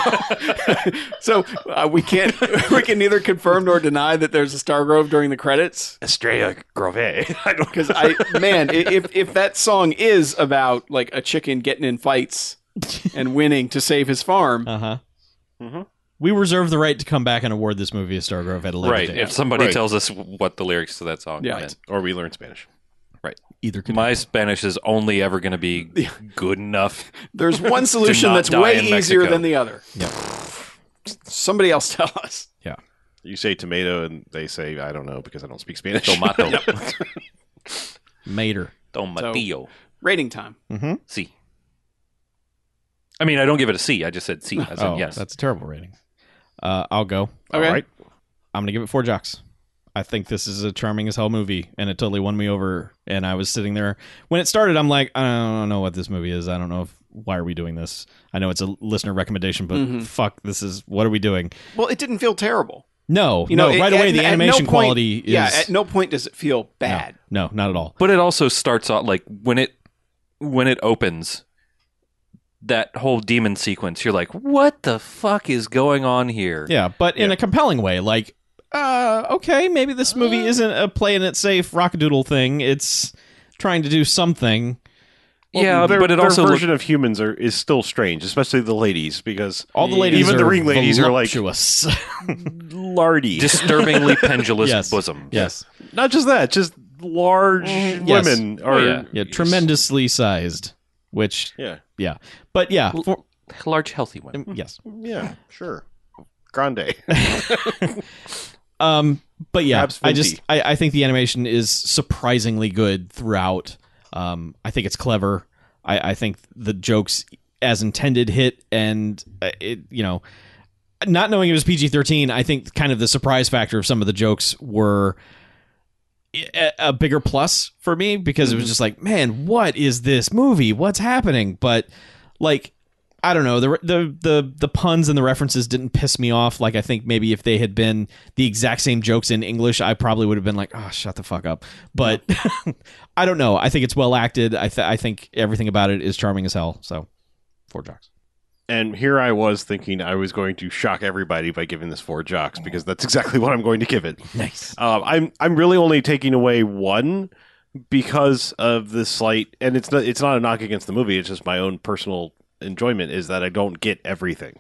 [SPEAKER 3] so uh, we can't. (laughs) We can neither confirm nor deny that there's a Stargrove during the credits.
[SPEAKER 2] Estrella Grove. (laughs) I don't
[SPEAKER 3] Because I, man, i- if if that song is about like a chicken getting in fights and winning to save his farm,
[SPEAKER 4] Uh huh.
[SPEAKER 1] Mm-hmm.
[SPEAKER 2] Mhm.
[SPEAKER 4] We reserve the right to come back and award this movie a Stargrove at a later
[SPEAKER 1] right.
[SPEAKER 4] date.
[SPEAKER 1] If somebody
[SPEAKER 2] Right.
[SPEAKER 1] tells us what the lyrics to that song,
[SPEAKER 3] Yeah.
[SPEAKER 1] yeah.
[SPEAKER 2] Or we learn Spanish.
[SPEAKER 4] Either could
[SPEAKER 1] My Spanish is only ever going to be good enough.
[SPEAKER 4] (laughs)
[SPEAKER 3] there's one solution
[SPEAKER 1] not
[SPEAKER 3] that's
[SPEAKER 1] die
[SPEAKER 3] way
[SPEAKER 1] in
[SPEAKER 3] easier
[SPEAKER 1] Mexico.
[SPEAKER 3] than the other.
[SPEAKER 4] Yeah.
[SPEAKER 3] Somebody else (laughs) tell us.
[SPEAKER 2] You say tomato and they say I don't know because I don't speak Spanish.
[SPEAKER 1] Tomato.
[SPEAKER 4] Mater.
[SPEAKER 1] (laughs) Tomatillo.
[SPEAKER 3] Rating time.
[SPEAKER 1] C. I mean, I don't give it a C. I just said C. I said
[SPEAKER 4] Oh,
[SPEAKER 1] yes.
[SPEAKER 4] that's a terrible rating. Uh, I'll go.
[SPEAKER 3] Okay.
[SPEAKER 2] All right.
[SPEAKER 4] I'm gonna give it four jocks. I think this is a charming as hell movie, and it totally won me over. And I was sitting there when it started. I'm like, I don't know what this movie is. I don't know if why are we doing this. I know it's a listener recommendation, but
[SPEAKER 3] Mhm.
[SPEAKER 4] fuck, this is what are we doing?
[SPEAKER 3] Well, it didn't feel terrible.
[SPEAKER 4] No,
[SPEAKER 3] You know,
[SPEAKER 4] no,
[SPEAKER 3] it-
[SPEAKER 4] right
[SPEAKER 3] at-
[SPEAKER 4] away the
[SPEAKER 3] at no
[SPEAKER 4] animation
[SPEAKER 3] point-
[SPEAKER 4] quality is
[SPEAKER 3] Yeah, at no point does it feel
[SPEAKER 4] no,
[SPEAKER 3] bad.
[SPEAKER 4] No, not at all.
[SPEAKER 1] but it also starts off like when it when it opens that whole demon sequence. You're like, what the fuck is going on here?
[SPEAKER 4] Yeah, but in
[SPEAKER 2] Yeah.
[SPEAKER 4] a compelling way, like. Uh, okay, maybe this movie
[SPEAKER 3] Uh.
[SPEAKER 4] isn't a playing it safe rockadoodle thing. It's trying to do something.
[SPEAKER 1] Yeah,
[SPEAKER 2] their,
[SPEAKER 1] Uh, but it
[SPEAKER 2] their
[SPEAKER 1] also
[SPEAKER 2] version of humans are is still strange, especially the ladies, because
[SPEAKER 4] All the ladies,
[SPEAKER 2] Even the
[SPEAKER 4] are
[SPEAKER 2] ring ladies are like-
[SPEAKER 4] voluptuous. (laughs)
[SPEAKER 2] (laughs) lardy.
[SPEAKER 1] disturbingly pendulous
[SPEAKER 4] Yes.
[SPEAKER 1] bosom.
[SPEAKER 4] yes,
[SPEAKER 2] not just that, just large
[SPEAKER 1] Mm-hmm.
[SPEAKER 4] yes.
[SPEAKER 2] women are
[SPEAKER 1] yeah.
[SPEAKER 4] yeah, tremendously sized. Which
[SPEAKER 2] Yeah.
[SPEAKER 4] Yeah. But yeah, for-
[SPEAKER 1] Large, healthy one.
[SPEAKER 4] um, yes.
[SPEAKER 2] Yeah, sure. Grande.
[SPEAKER 4] Um, but yeah,
[SPEAKER 2] Perhaps
[SPEAKER 4] I just
[SPEAKER 2] Fenty.
[SPEAKER 4] I, I think the animation is surprisingly good throughout. Um, I think it's clever. I, I think the jokes as intended hit, and uh, it you know, not knowing it was PG thirteen, I think kind of the surprise factor of some of the jokes were a, a bigger plus for me because it was just like, man, what is this movie? What's happening? But like I don't know the the the the puns and the references didn't piss me off. Like I think maybe if they had been the exact same jokes in English, I probably would have been like, "Oh, shut the fuck up." But (laughs) I don't know. I think it's well acted. I th- I think everything about it is charming as hell. So four jocks.
[SPEAKER 2] (laughs) And here I was thinking I was going to shock everybody by giving this four jocks because that's exactly what I'm going to give it.
[SPEAKER 4] Nice.
[SPEAKER 2] Um, I'm I'm really only taking away one because of the slight, and it's not it's not a knock against the movie. It's just my own personal enjoyment is that I don't get everything.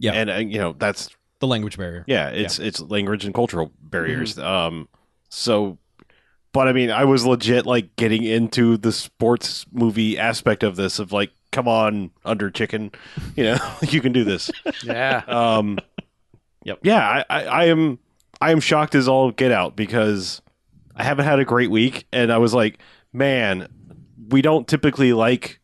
[SPEAKER 4] Yeah.
[SPEAKER 2] and uh, you know that's
[SPEAKER 4] The language barrier.
[SPEAKER 2] yeah, it's it's language and cultural barriers. Um, so, but I mean, I was legit like getting into the sports movie aspect of this of like, come on, under chicken, you know, (laughs) you can do this.
[SPEAKER 5] Yeah.
[SPEAKER 2] Um,
[SPEAKER 4] Yep.
[SPEAKER 2] Yeah, I, I, I am I am shocked as all get out because I haven't had a great week, and I was like, man, we don't typically like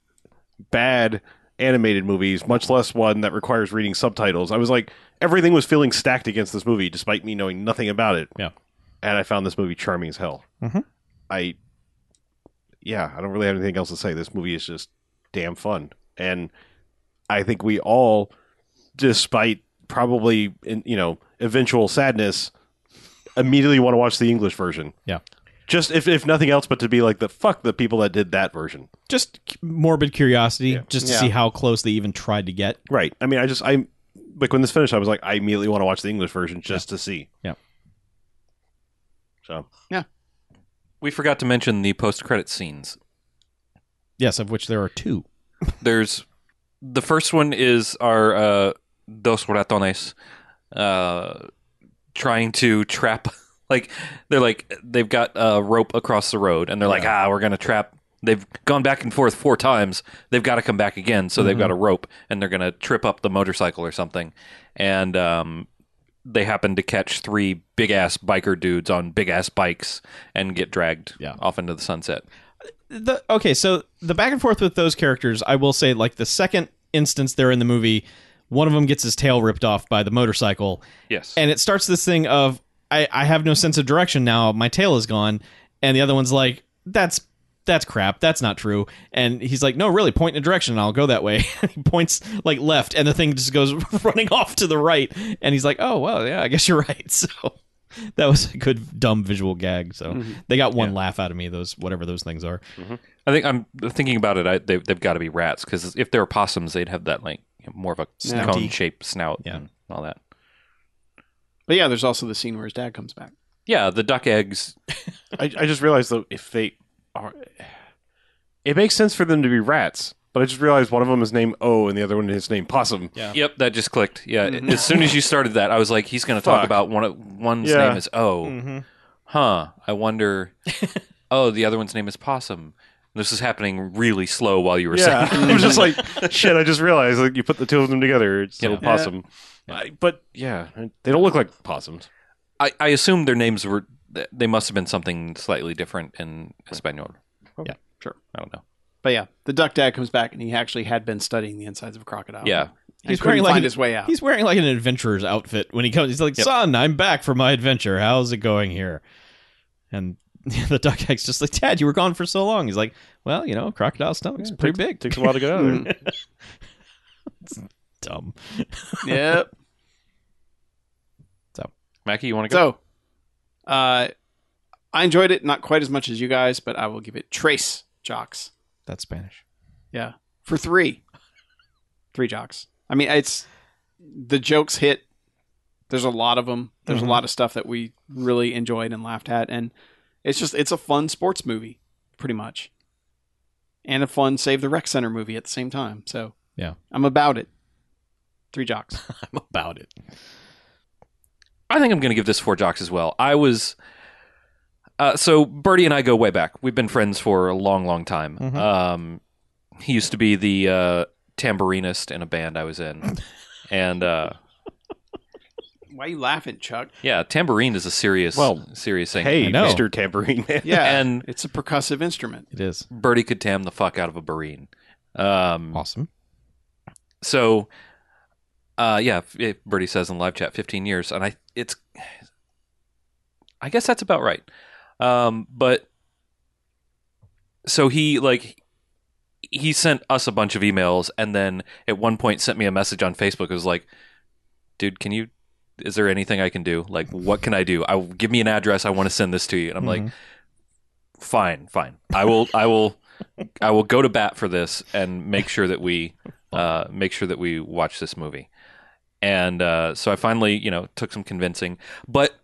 [SPEAKER 2] bad animated movies, much less one that requires reading subtitles. I was like, everything was feeling stacked against this movie, despite me knowing nothing about it.
[SPEAKER 4] Yeah.
[SPEAKER 2] and I found this movie charming as hell.
[SPEAKER 4] Mhm.
[SPEAKER 2] I, yeah, I don't really have anything else to say. This movie is just damn fun, and I think we all despite probably in, you know eventual sadness, immediately want to watch the English version.
[SPEAKER 4] Yeah.
[SPEAKER 2] Just if, if nothing else, but to be like the fuck the people that did that version.
[SPEAKER 4] Just c- morbid curiosity, just to
[SPEAKER 3] Yeah.
[SPEAKER 4] see how close they even tried to get.
[SPEAKER 2] Right. I mean, I just I like when this finished, I was like, I immediately want to watch the English version just to see.
[SPEAKER 4] Yeah.
[SPEAKER 2] So
[SPEAKER 1] We forgot to mention the post-credit scenes.
[SPEAKER 4] Yes, of which there are two.
[SPEAKER 1] There's the first one is our uh, dos ratones uh, trying to (laughs) trap. Like they're like they've got a rope across the road, and they're like, ah, we're gonna trap They've gone back and forth four times. They've got to come back again, so they've got a rope and they're going to trip up the motorcycle or something. And um, they happen to catch three big ass biker dudes on big ass bikes and get dragged
[SPEAKER 4] Yeah.
[SPEAKER 1] off into the sunset.
[SPEAKER 4] the okay, so the back and forth with those characters, I will say, like the second instance they're in the movie, one of them gets his tail ripped off by the motorcycle,
[SPEAKER 1] Yes.
[SPEAKER 4] and it starts this thing of I, I have no sense of direction now. My tail is gone, and the other one's like, "That's that's crap. That's not true." And he's like, "No, really, point in a direction, and I'll go that way." (laughs) he points like left, and the thing just goes (laughs) running off to the right, and he's like, "Oh well, yeah, I guess you're (laughs) right." So. That was a good dumb visual gag. So they got one laugh out of me. Those whatever those things are.
[SPEAKER 1] I think I'm thinking about it. I, they, they've got to be rats because if they were possums, they'd have that like more of a cone shaped snout
[SPEAKER 4] Yeah.
[SPEAKER 1] and all that.
[SPEAKER 3] But yeah, there's also the scene where his dad comes back.
[SPEAKER 1] Yeah, the duck eggs.
[SPEAKER 2] I, I just realized though if they are, it makes sense for them to be rats. But I just realized one of them is named O and the other one is named Possum.
[SPEAKER 4] Yeah.
[SPEAKER 1] Yep, that just clicked. Yeah, as soon as you started that, I was like, he's going to talk
[SPEAKER 2] Mm-hmm. Fuck.
[SPEAKER 1] about one. of- One's
[SPEAKER 2] Yeah. Mm-hmm.
[SPEAKER 1] name is O. Huh.
[SPEAKER 2] (laughs)
[SPEAKER 1] I wonder. oh, the other one's name is Possum. This is happening really slow while you were
[SPEAKER 2] Yeah, Mm-hmm. (laughs)
[SPEAKER 1] saying.
[SPEAKER 2] I was just like, shit. I just realized like you put the two of them together, it's still
[SPEAKER 1] Yeah.
[SPEAKER 2] possum. I- but yeah, they don't look like possums.
[SPEAKER 1] I, I assume their names were. They must have been something slightly different in Espanol.
[SPEAKER 4] Yeah.
[SPEAKER 1] sure. I don't know.
[SPEAKER 3] But yeah, the duck dad comes back, and he actually had been studying the insides of a crocodile.
[SPEAKER 1] Yeah.
[SPEAKER 3] he's trying to
[SPEAKER 4] like
[SPEAKER 3] find
[SPEAKER 4] an-
[SPEAKER 3] his way out.
[SPEAKER 4] He's (laughs) wearing like an adventurer's outfit when he comes. He's like, "Son, I'm back from my adventure. How's it going here?" And (laughs) the duck egg's just like, "Dad, you were gone for so long." He's like, "Well, you know, crocodile stomach's pretty big."
[SPEAKER 2] Takes a while to get out
[SPEAKER 4] (laughs)
[SPEAKER 2] of there.
[SPEAKER 4] Dumb.
[SPEAKER 3] yep.
[SPEAKER 1] Mackie, you want to go?
[SPEAKER 3] So, uh, I enjoyed it not quite as much as you guys, but I will give it trace jocks.
[SPEAKER 4] That's Spanish.
[SPEAKER 3] Yeah, for three, three jocks. I mean, it's the jokes hit. There's a lot of them. There's a lot of stuff that we really enjoyed and laughed at, and it's just it's a fun sports movie, pretty much, and a fun Save the Rec Center movie at the same time. So
[SPEAKER 4] Yeah.
[SPEAKER 3] I'm about it. Three jocks.
[SPEAKER 4] I'm about it.
[SPEAKER 1] I think I'm going to give this four jocks as well. I was. Uh, so Bertie and I go way back. We've been friends for a long, long time.
[SPEAKER 2] Mm-hmm.
[SPEAKER 4] Mhm.
[SPEAKER 1] Um, he used to be the uh, tambourinist in a band I was in, and uh,
[SPEAKER 3] Why are you laughing, Chuck?
[SPEAKER 1] yeah, tambourine is a serious,
[SPEAKER 2] Well,
[SPEAKER 1] serious thing.
[SPEAKER 2] Hey,
[SPEAKER 4] I know.
[SPEAKER 2] Mister Tambourine Man.
[SPEAKER 3] Yeah,
[SPEAKER 1] And-
[SPEAKER 3] it's a percussive instrument.
[SPEAKER 4] It is
[SPEAKER 1] Bertie could tam the fuck out of a barine. Um,
[SPEAKER 4] awesome.
[SPEAKER 1] so uh yeah f- it, bertie says in live chat 15 years and i it's i guess that's about right um but so he like he sent us a bunch of emails and then at one point sent me a message on facebook it was like dude can you is there anything i can do like what can i do i give me an address i want to send this to you and i'm like fine fine i will i will i will go to bat for this and make sure that we uh, make sure that we watch this movie. And uh, so I finally, you know, took some convincing. But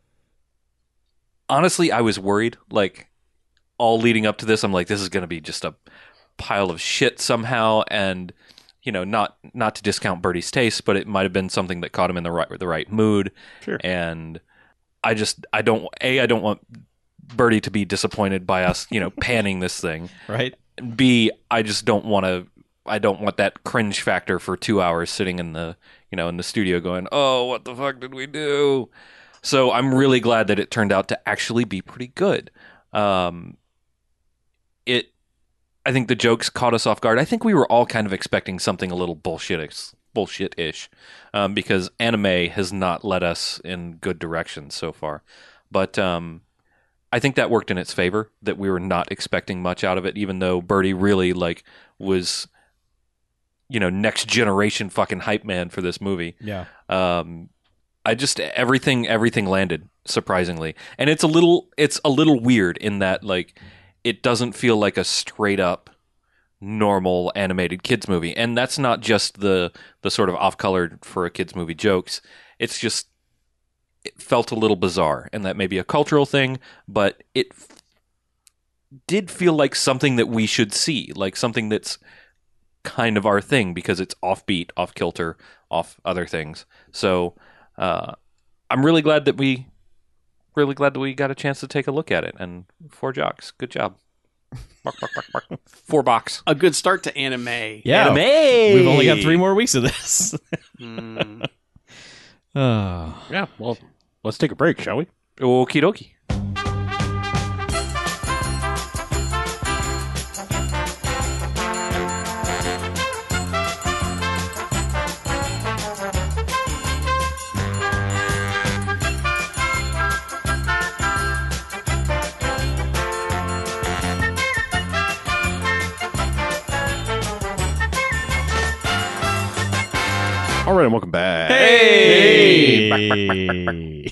[SPEAKER 1] honestly, I was worried. Like all leading up to this, I'm like, this is going to be just a pile of shit somehow. And you know, not not to discount Bertie's taste, but it might have been something that caught him in the right the right mood.
[SPEAKER 2] Sure.
[SPEAKER 1] And I just I don't a I don't want Bertie to be disappointed by us, you know, (laughs) panning this thing.
[SPEAKER 4] Right.
[SPEAKER 1] B, I just don't want to. I don't want that cringe factor for two hours sitting in the you know in the studio going, oh, what the fuck did we do? So I'm really glad that it turned out to actually be pretty good. Um, it, I think the jokes caught us off guard. I think we were all kind of expecting something a little bullshit bullshit ish, um, because anime has not led us in good directions so far. But um, I think that worked in its favor that we were not expecting much out of it, even though Birdie really like was, you know, next generation fucking hype man for this movie.
[SPEAKER 4] Yeah.
[SPEAKER 1] Um, I just everything everything landed surprisingly, and it's a little it's a little weird in that like it doesn't feel like a straight up normal animated kids movie, and that's not just the the sort of off color for a kids movie jokes. It's just it felt a little bizarre, and that may be a cultural thing, but it f- did feel like something that we should see, like something that's kind of our thing because it's offbeat, off kilter, off other things. So uh, I'm really glad that we, really glad that we got a chance to take a look at it. And four jocks, good job. Four box.
[SPEAKER 3] A good start to anime.
[SPEAKER 4] Yeah.
[SPEAKER 6] Anime.
[SPEAKER 4] We've only got three more weeks of this. (laughs) Hmm.
[SPEAKER 3] Mm.
[SPEAKER 4] oh.
[SPEAKER 2] Yeah, well, let's take a break, shall we?
[SPEAKER 1] Okie dokie.
[SPEAKER 2] All right, and welcome back.
[SPEAKER 4] Hey.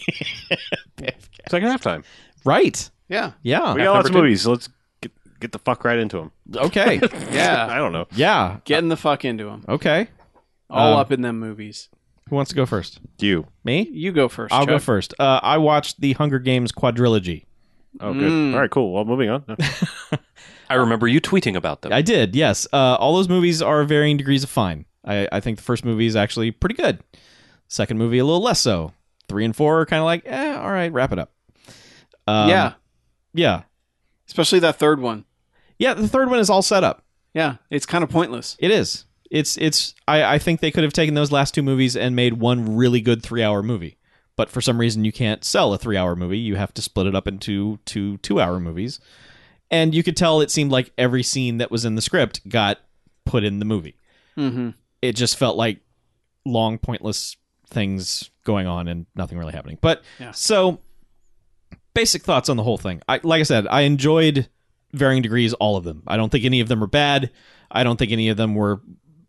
[SPEAKER 2] Second halftime.
[SPEAKER 4] right.
[SPEAKER 3] yeah.
[SPEAKER 4] Yeah.
[SPEAKER 2] We got lots of
[SPEAKER 1] number two.
[SPEAKER 2] movies. so let's get, get the fuck right into them.
[SPEAKER 4] (laughs) Okay.
[SPEAKER 3] Yeah.
[SPEAKER 2] (laughs) I don't know.
[SPEAKER 4] yeah.
[SPEAKER 3] Getting the fuck into them.
[SPEAKER 4] Okay.
[SPEAKER 3] All
[SPEAKER 4] Um,
[SPEAKER 3] up in them movies.
[SPEAKER 4] Who wants to go first?
[SPEAKER 2] You.
[SPEAKER 4] Me?
[SPEAKER 3] You go 1st
[SPEAKER 4] I'll go first. Uh, I watched the Hunger Games quadrilogy.
[SPEAKER 2] Oh, good.
[SPEAKER 3] Mm.
[SPEAKER 2] All right, cool. Well, moving on. No.
[SPEAKER 1] I remember you tweeting about them.
[SPEAKER 4] I did, yes. Uh, all those movies are varying degrees of fine. I, I think the first movie is actually pretty good. Second movie a little less so. Three and four are kind of like, eh, all right, wrap it up. Um,
[SPEAKER 3] yeah.
[SPEAKER 4] yeah,
[SPEAKER 3] Especially that third one.
[SPEAKER 4] yeah. The third one is all set up.
[SPEAKER 3] Yeah. It's kind of pointless.
[SPEAKER 4] It is. It's it's. I, I think they could have taken those last two movies and made one really good three hour movie. But for some reason, you can't sell a three hour movie. You have to split it up into two two hour movies. And you could tell it seemed like every scene that was in the script got put in the movie.
[SPEAKER 3] Mm-hmm.
[SPEAKER 4] it just felt like long pointless things going on and nothing really happening but
[SPEAKER 3] Yeah.
[SPEAKER 4] so basic thoughts on the whole thing I, like i said i enjoyed varying degrees all of them i don't think any of them are bad i don't think any of them were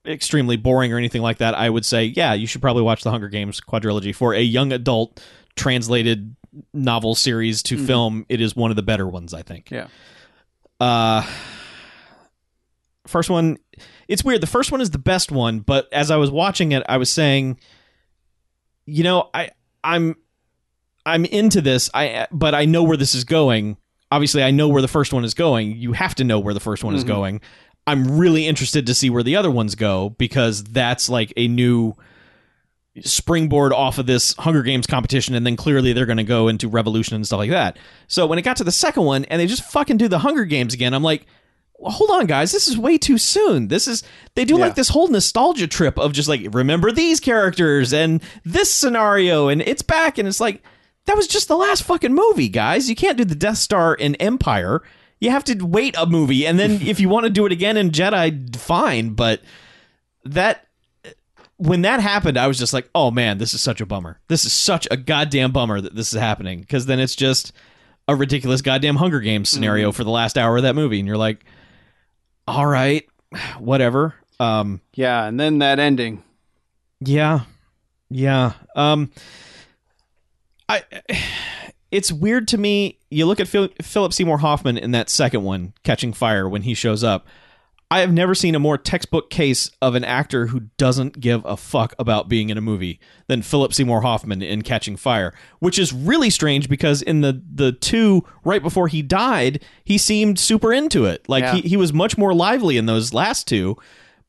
[SPEAKER 4] extremely boring or anything like that i would say yeah you should probably watch the hunger games quadrilogy for a young adult translated novel series to
[SPEAKER 3] Mm-hmm.
[SPEAKER 4] film it is one of the better ones i think
[SPEAKER 3] Yeah.
[SPEAKER 4] uh first one it's weird the first one is the best one but as i was watching it i was saying you know i i'm i'm into this i but i know where this is going obviously i know where the first one is going you have to know where the first one is
[SPEAKER 3] Mhm.
[SPEAKER 4] going i'm really interested to see where the other ones go because that's like a new springboard off of this Hunger Games competition, and then clearly they're going to go into Revolution and stuff like that. So when it got to the second one, and they just fucking do the Hunger Games again, I'm like, well, hold on, guys, this is way too soon. This is they do
[SPEAKER 3] Yeah.
[SPEAKER 4] like this whole nostalgia trip of just like remember these characters and this scenario, and it's back, and it's like that was just the last fucking movie, guys. You can't do the Death Star in Empire. You have to wait a movie, and then if you want to do it again in Jedi, fine. But that when that happened, I was just like, oh man, this is such a bummer. This is such a goddamn bummer that this is happening because then it's just a ridiculous goddamn Hunger Games scenario for the last hour of that movie, and you're like, all right, (sighs) whatever. Um,
[SPEAKER 3] Yeah. And then that ending.
[SPEAKER 4] yeah, yeah. Um, I. It's weird to me. You look at Phil, Philip Seymour Hoffman in that second one, Catching Fire, when he shows up. I have never seen a more textbook case of an actor who doesn't give a fuck about being in a movie than Philip Seymour Hoffman in Catching Fire, which is really strange because in the the two right before he died, he seemed super into it. Like
[SPEAKER 3] Yeah.
[SPEAKER 4] he, he was much more lively in those last two.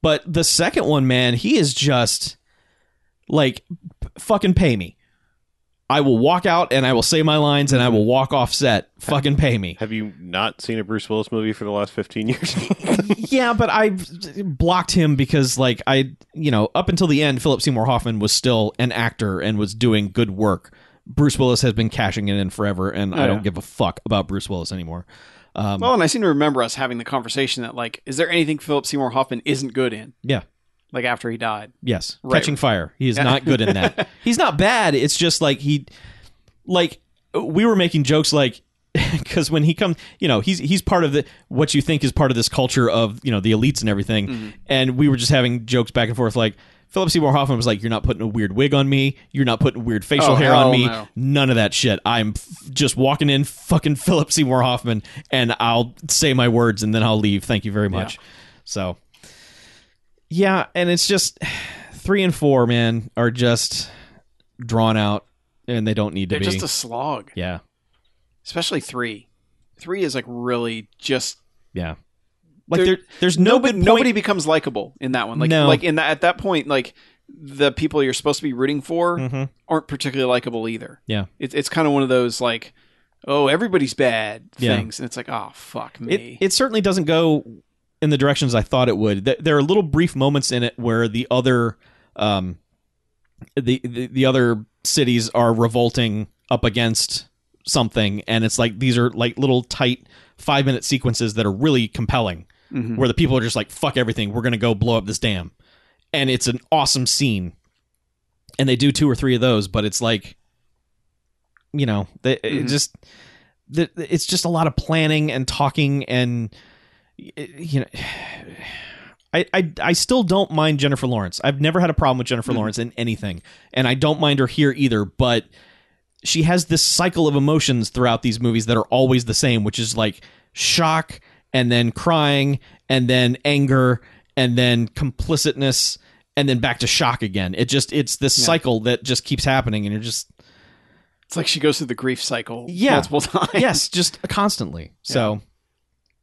[SPEAKER 4] But the second one, man, he is just like p- fucking pay me. I will walk out and I will say my lines and I will walk off set. Fucking pay me.
[SPEAKER 2] Have you not seen a Bruce Willis movie for the last 15 years? (laughs)
[SPEAKER 4] yeah, but I blocked him because, like, I, you know, up until the end, Philip Seymour Hoffman was still an actor and was doing good work. Bruce Willis has been cashing it in forever, and I
[SPEAKER 3] yeah.
[SPEAKER 4] don't give a fuck about Bruce Willis anymore. Um,
[SPEAKER 3] Well, and I seem to remember us having the conversation that like, is there anything Philip Seymour Hoffman isn't good in?
[SPEAKER 4] yeah,
[SPEAKER 3] Like after he died.
[SPEAKER 4] yes,
[SPEAKER 3] Right.
[SPEAKER 4] Catching Fire. He is not good in that. (laughs) He's not bad. It's just like he, like we were making jokes like (laughs) because when he comes you know he's he's part of the what you think is part of this culture of you know the elites and everything and we were just having jokes back and forth like Philip Seymour Hoffman was like, "You're not putting a weird wig on me. You're not putting weird facial
[SPEAKER 3] Oh,
[SPEAKER 4] hair on
[SPEAKER 3] hell
[SPEAKER 4] me.
[SPEAKER 3] no.
[SPEAKER 4] None of that shit. I'm f- just walking in, fucking (laughs) Philip Seymour Hoffman, and I'll say my words and then I'll leave. Thank you very much." So, yeah, and it's just three and four, man, are just drawn out, and they don't need to
[SPEAKER 3] They're
[SPEAKER 4] be.
[SPEAKER 3] just a slog.
[SPEAKER 4] yeah,
[SPEAKER 3] Especially three. Three is like really just
[SPEAKER 4] yeah. Like
[SPEAKER 3] There-
[SPEAKER 4] there, there's no
[SPEAKER 3] nobody
[SPEAKER 4] good point-
[SPEAKER 3] nobody becomes likable in that one. Like
[SPEAKER 4] No.
[SPEAKER 3] like in that at that point, like the people you're supposed to be rooting for
[SPEAKER 4] Mhm.
[SPEAKER 3] aren't particularly likable either.
[SPEAKER 4] Yeah.
[SPEAKER 3] It's it's kind of one of those like oh everybody's bad
[SPEAKER 4] Yeah.
[SPEAKER 3] things, and it's like oh fuck me.
[SPEAKER 4] It, it certainly doesn't go in the directions I thought it would. Th- There are little brief moments in it where the other, um, the, the the other cities are revolting up against something, and it's like these are like little tight five minute sequences that are really compelling,
[SPEAKER 3] Mhm.
[SPEAKER 4] where the people are just like fuck everything, we're gonna go blow up this dam, and it's an awesome scene, and they do two or three of those, but it's like, you know, they, it
[SPEAKER 3] Mhm.
[SPEAKER 4] just the, it's just a lot of planning and talking and y- you know I, I I still don't mind Jennifer Lawrence. I've never had a problem with Jennifer Lawrence in anything, and I don't mind her here either, but she has this cycle of emotions throughout these movies that are always the same, which is like shock and then crying and then anger and then complicitness and then back to shock again. It just it's this
[SPEAKER 3] Yeah.
[SPEAKER 4] cycle that just keeps happening and you're just
[SPEAKER 3] It's like she goes through the grief cycle
[SPEAKER 4] Yeah.
[SPEAKER 3] multiple (laughs) times.
[SPEAKER 4] yes, just constantly. So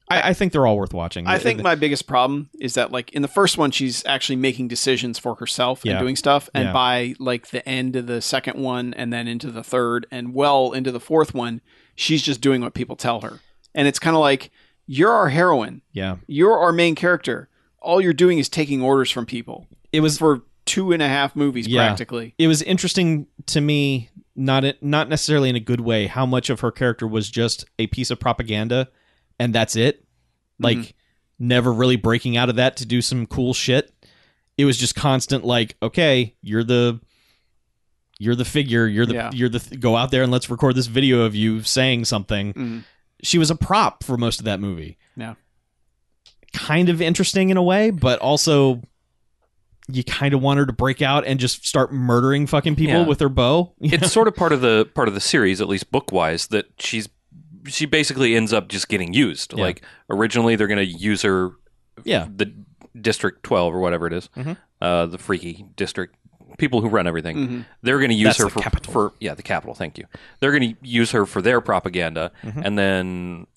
[SPEAKER 4] I, I think they're all worth watching.
[SPEAKER 3] I think my biggest problem is that like in the first one she's actually making decisions for herself
[SPEAKER 4] Yeah.
[SPEAKER 3] and doing stuff and
[SPEAKER 4] Yeah.
[SPEAKER 3] by like the end of the second one and then into the third and well into the fourth one she's just doing what people tell her. And it's kind of like you're our heroine.
[SPEAKER 4] yeah,
[SPEAKER 3] You're our main character. All you're doing is taking orders from people
[SPEAKER 4] it was
[SPEAKER 3] for two and a half movies
[SPEAKER 4] Yeah.
[SPEAKER 3] practically.
[SPEAKER 4] it was interesting to me, not not necessarily in a good way, how much of her character was just a piece of propaganda, and that's it.
[SPEAKER 3] Mm-hmm.
[SPEAKER 4] Like never really breaking out of that to do some cool shit. It was just constant like, okay, you're the you're the figure, you're the
[SPEAKER 3] Yeah.
[SPEAKER 4] you're the th- go out there and let's record this video of you saying something.
[SPEAKER 3] Mhm.
[SPEAKER 4] She was a prop for most of that movie.
[SPEAKER 3] Yeah.
[SPEAKER 4] Kind of interesting in a way, but also you kind of want her to break out and just start murdering fucking people
[SPEAKER 1] Yeah.
[SPEAKER 4] with her bow. (laughs)
[SPEAKER 1] it's sort of part of the part of the series, at least book wise, that she's she basically ends up just getting used.
[SPEAKER 4] Yeah.
[SPEAKER 1] Like originally, they're going to use her
[SPEAKER 4] yeah.
[SPEAKER 1] the District 12 or whatever it is,
[SPEAKER 4] Mhm.
[SPEAKER 1] uh, the freaky district, people who run everything,
[SPEAKER 3] Mhm.
[SPEAKER 1] they're going to use
[SPEAKER 4] Mm-hmm. That's
[SPEAKER 1] her
[SPEAKER 4] the
[SPEAKER 1] for,
[SPEAKER 4] capital.
[SPEAKER 1] for- yeah the capital. Thank you. They're going to use her for their propaganda,
[SPEAKER 4] Mhm.
[SPEAKER 1] and then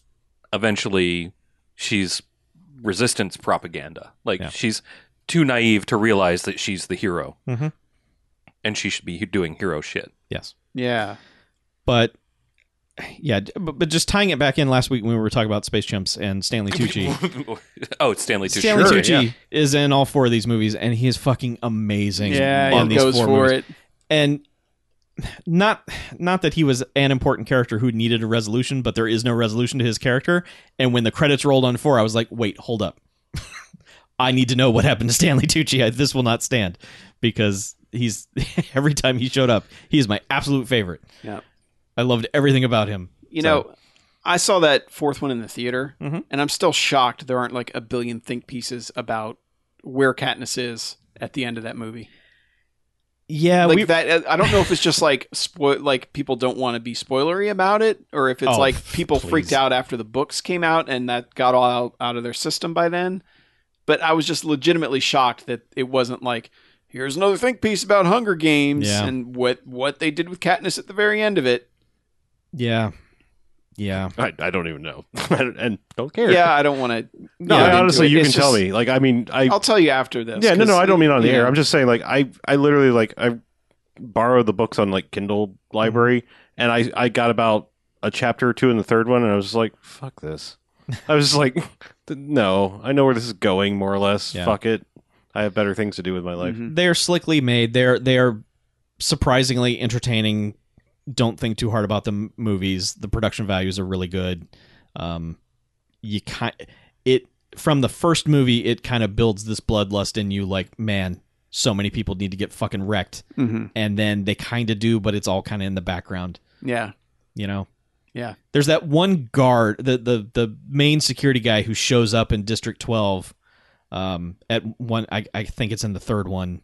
[SPEAKER 1] eventually she's resistance propaganda. Like
[SPEAKER 4] Yeah.
[SPEAKER 1] she's too naive to realize that she's the hero,
[SPEAKER 4] Mhm.
[SPEAKER 1] and she should be doing hero shit.
[SPEAKER 4] Yes.
[SPEAKER 3] Yeah.
[SPEAKER 4] But yeah, d- but, but just tying it back in last week when we were talking about Space Chimps
[SPEAKER 3] (laughs)
[SPEAKER 4] and Stanley Tucci.
[SPEAKER 1] (laughs) oh, it's Stanley Tucci.
[SPEAKER 4] Stanley
[SPEAKER 1] Sure,
[SPEAKER 4] Tucci
[SPEAKER 1] yeah.
[SPEAKER 4] is in all four of these movies, and he is fucking amazing.
[SPEAKER 3] Yeah,
[SPEAKER 4] on
[SPEAKER 3] it
[SPEAKER 4] these
[SPEAKER 3] goes
[SPEAKER 4] four
[SPEAKER 3] for
[SPEAKER 4] movies.
[SPEAKER 3] it.
[SPEAKER 4] and not not that he was an important character who needed a resolution, but there is no resolution to his character. And when the credits rolled on four, I was like, wait, hold up. (laughs) I need to know what happened to Stanley Tucci. I, this will not stand because he's (laughs) every time he showed up, he is my absolute favorite.
[SPEAKER 3] Yeah.
[SPEAKER 4] I loved everything about him.
[SPEAKER 3] You
[SPEAKER 4] So-
[SPEAKER 3] know, I saw that fourth one in the theater,
[SPEAKER 2] Mm-hmm.
[SPEAKER 4] Mhm.
[SPEAKER 3] and I'm still shocked there aren't like a billion think pieces about where Katniss is at the end of that movie.
[SPEAKER 4] Yeah,
[SPEAKER 3] like
[SPEAKER 4] we,
[SPEAKER 3] that, uh, I don't know if it's just like spoil, like people don't want to be spoilery about it, or if it's
[SPEAKER 4] Oh,
[SPEAKER 3] like
[SPEAKER 4] f-
[SPEAKER 3] people
[SPEAKER 4] please.
[SPEAKER 3] freaked out after the books came out and that got all out, out of their system by then. But I was just legitimately shocked that it wasn't like here's another think piece about Hunger Games
[SPEAKER 4] Yeah.
[SPEAKER 3] and what what they did with Katniss at the very end of it.
[SPEAKER 4] yeah, yeah.
[SPEAKER 2] I, I don't even know, (laughs) and don't care.
[SPEAKER 3] Yeah, I don't want to.
[SPEAKER 2] No, I honestly, you can tell me. Like, I mean, I
[SPEAKER 3] I'll tell you after this.
[SPEAKER 2] yeah, no,
[SPEAKER 3] 'cause-
[SPEAKER 2] no, I don't mean on the
[SPEAKER 3] yeah.
[SPEAKER 2] air. I'm just saying, like, I I literally like I borrowed the books on like Kindle library,
[SPEAKER 3] Mm-hmm.
[SPEAKER 2] and I I got about a chapter or two in the third one, and I was just like, fuck
[SPEAKER 3] (laughs)
[SPEAKER 2] this. I was just like, no, I know where this is going, more or less.
[SPEAKER 4] Yeah.
[SPEAKER 2] Fuck it. I have better things to do with my life.
[SPEAKER 3] Mhm.
[SPEAKER 4] Mm. They're slickly made. They're they're surprisingly entertaining. Don't think too hard about the m- movies. The production values are really good. Um, you kind it from the first movie, it kind of builds this bloodlust in you. Like, man, so many people need to get fucking wrecked,
[SPEAKER 3] Mhm.
[SPEAKER 4] and then they kind of do, but it's all kind of in the background.
[SPEAKER 3] Yeah.
[SPEAKER 4] You know.
[SPEAKER 3] Yeah.
[SPEAKER 4] There's that one guard, the the the main security guy who shows up in District 12. Um, at one, I, I think it's in the third one.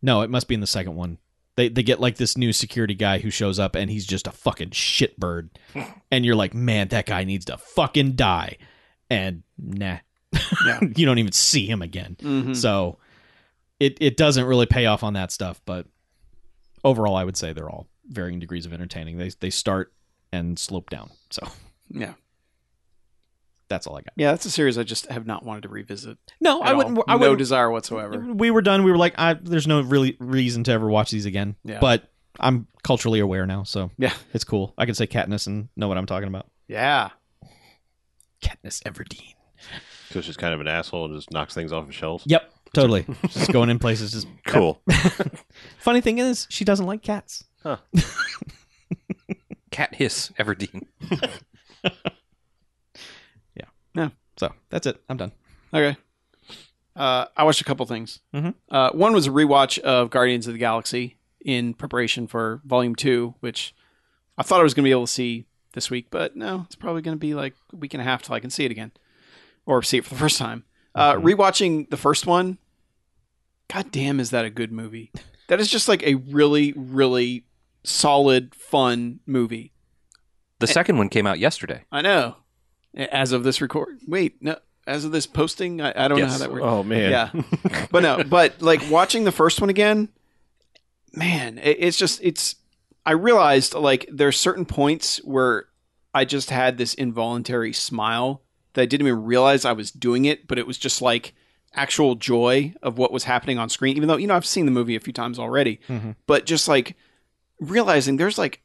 [SPEAKER 4] No, it must be in the second one. They they get like this new security guy who shows up and he's just a
[SPEAKER 3] (laughs)
[SPEAKER 4] fucking shitbird, and you're like, man, that guy needs to fucking die, and nah,
[SPEAKER 3] Yeah.
[SPEAKER 4] (laughs) you don't even see him again.
[SPEAKER 3] Mhm.
[SPEAKER 2] Mm-hmm.
[SPEAKER 4] So it it doesn't really pay off on that stuff, but overall I would say they're all varying degrees of entertaining. They they start and slope down. So (laughs)
[SPEAKER 3] Yeah.
[SPEAKER 4] that's all I got.
[SPEAKER 3] Yeah. That's a series I just have not wanted to revisit.
[SPEAKER 4] No,
[SPEAKER 3] at
[SPEAKER 4] I wouldn't
[SPEAKER 3] all.
[SPEAKER 4] I
[SPEAKER 3] no
[SPEAKER 4] wouldn't
[SPEAKER 3] desire whatsoever.
[SPEAKER 4] we were done. We were like I there's no really reason to ever watch these again.
[SPEAKER 3] Yeah.
[SPEAKER 4] But I'm culturally aware now, so
[SPEAKER 3] Yeah.
[SPEAKER 4] it's cool. I can say Katniss and know what I'm talking about.
[SPEAKER 3] Yeah.
[SPEAKER 4] Katniss Everdeen.
[SPEAKER 2] So it's just kind of an asshole and just knocks things off the shelves.
[SPEAKER 4] Yep,
[SPEAKER 3] (laughs)
[SPEAKER 4] totally. just going in places. Just
[SPEAKER 2] Cool.
[SPEAKER 4] funny thing is, she doesn't like cats.
[SPEAKER 1] Cat hiss Everdeen.
[SPEAKER 4] So that's it. I'm done.
[SPEAKER 3] Okay. Uh, I watched a couple things.
[SPEAKER 4] Mhm.
[SPEAKER 3] Uh, one was a rewatch of Guardians of the Galaxy in preparation for Volume Two, which I thought I was going to be able to see this week, but no, it's probably going to be like a week and a half till I can see it again, or see it for the first time. Uh, Rewatching the first one, god damn, is that a good movie? That is just like a really, really solid, fun movie.
[SPEAKER 1] The second one came out yesterday.
[SPEAKER 3] I know. As of this record, wait, no, as of this posting, I, I don't know how
[SPEAKER 1] Yes.
[SPEAKER 3] that works.
[SPEAKER 2] Oh man.
[SPEAKER 3] Yeah. but no, but like watching the first one again, man, it, it's just, it's, I realized like there are certain points where I just had this involuntary smile that I didn't even realize I was doing it, but it was just like actual joy of what was happening on screen, even though, you know, I've seen the movie a few times already,
[SPEAKER 4] Mhm.
[SPEAKER 3] but just like realizing there's like,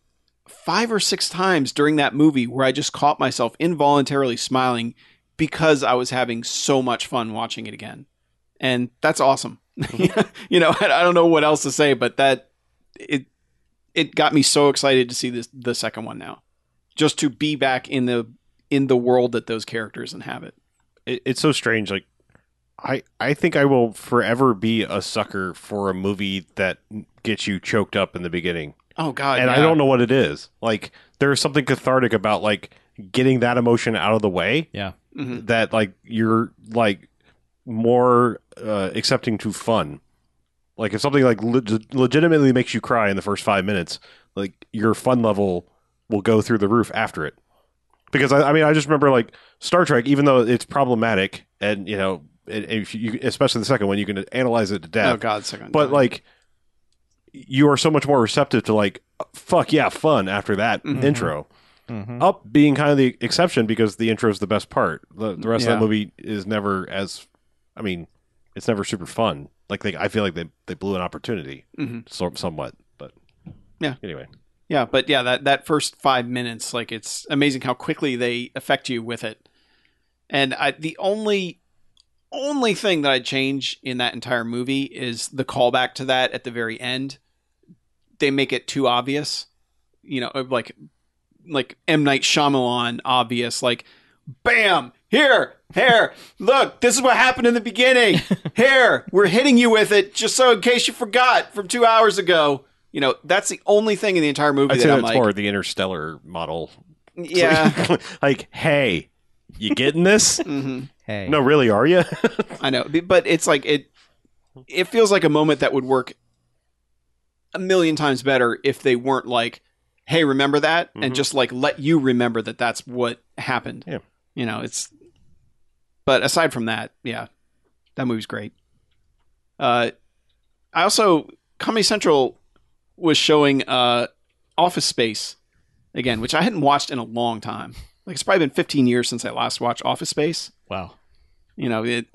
[SPEAKER 3] Five or six times during that movie where I just caught myself involuntarily smiling because I was having so much fun watching it again and that's awesome. (laughs) you know, I, I don't know what else to say, but that it it got me so excited to see this the second one now, just to be back in the in the world that those characters inhabit.
[SPEAKER 2] It, it's so strange. Like, I I think I will forever be a sucker for a movie that gets you choked up in the beginning,
[SPEAKER 3] Oh God!
[SPEAKER 2] and I
[SPEAKER 3] yeah.
[SPEAKER 2] don't know what it is. Like, there's something cathartic about like getting that emotion out of the way.
[SPEAKER 4] Yeah.
[SPEAKER 3] Mhm.
[SPEAKER 2] That like you're like more uh, accepting to fun. Like if something like le- legitimately makes you cry in the first five minutes, like your fun level will go through the roof after it. Because I, I mean, I just remember like Star Trek, even though it's problematic, and you know, it, if you, especially the second one, you can analyze it to death
[SPEAKER 3] Oh God! Second,
[SPEAKER 2] but
[SPEAKER 3] time.
[SPEAKER 2] like you are so much more receptive to like fuck yeah fun after that
[SPEAKER 3] Mhm.
[SPEAKER 2] intro
[SPEAKER 4] Mhm.
[SPEAKER 2] up being kind of the exception because the intro is the best part the, the rest of
[SPEAKER 3] Yeah.
[SPEAKER 2] that movie is never as i mean it's never super fun like they, i feel like they, they blew an opportunity
[SPEAKER 3] Mhm.
[SPEAKER 2] so, somewhat but
[SPEAKER 3] Yeah.
[SPEAKER 2] anyway
[SPEAKER 3] yeah, but yeah, that that first five minutes, like it's amazing how quickly they affect you with it. And I, the only only thing that I change in that entire movie is the callback to that at the very end. They make it too obvious, you know, of like like M Night Shyamalan obvious, like bam here here look this is what happened in the
[SPEAKER 2] (laughs)
[SPEAKER 3] beginning here we're hitting you with it just so in case you forgot from two hours ago you know that's the only thing in the entire movie
[SPEAKER 2] i'd
[SPEAKER 3] that
[SPEAKER 2] say
[SPEAKER 3] i'm
[SPEAKER 2] that's
[SPEAKER 3] like
[SPEAKER 2] more the interstellar model (laughs)
[SPEAKER 3] yeah
[SPEAKER 2] like hey you getting
[SPEAKER 3] (laughs)
[SPEAKER 2] this
[SPEAKER 3] hmm
[SPEAKER 4] Hey.
[SPEAKER 2] no really are you
[SPEAKER 3] I know, b- but it's like it. It feels like a moment that would work a million times better if they weren't like, "Hey, remember that," and
[SPEAKER 2] Mhm.
[SPEAKER 3] just like let you remember that that's what happened.
[SPEAKER 2] Yeah.
[SPEAKER 3] You know, it's. But aside from that, yeah, that movie's great. Uh, I also Comedy Central was showing uh, Office Space again, which I hadn't watched in a long time. Like it's probably been 15 years since I last watched Office Space
[SPEAKER 4] Wow.
[SPEAKER 3] you know it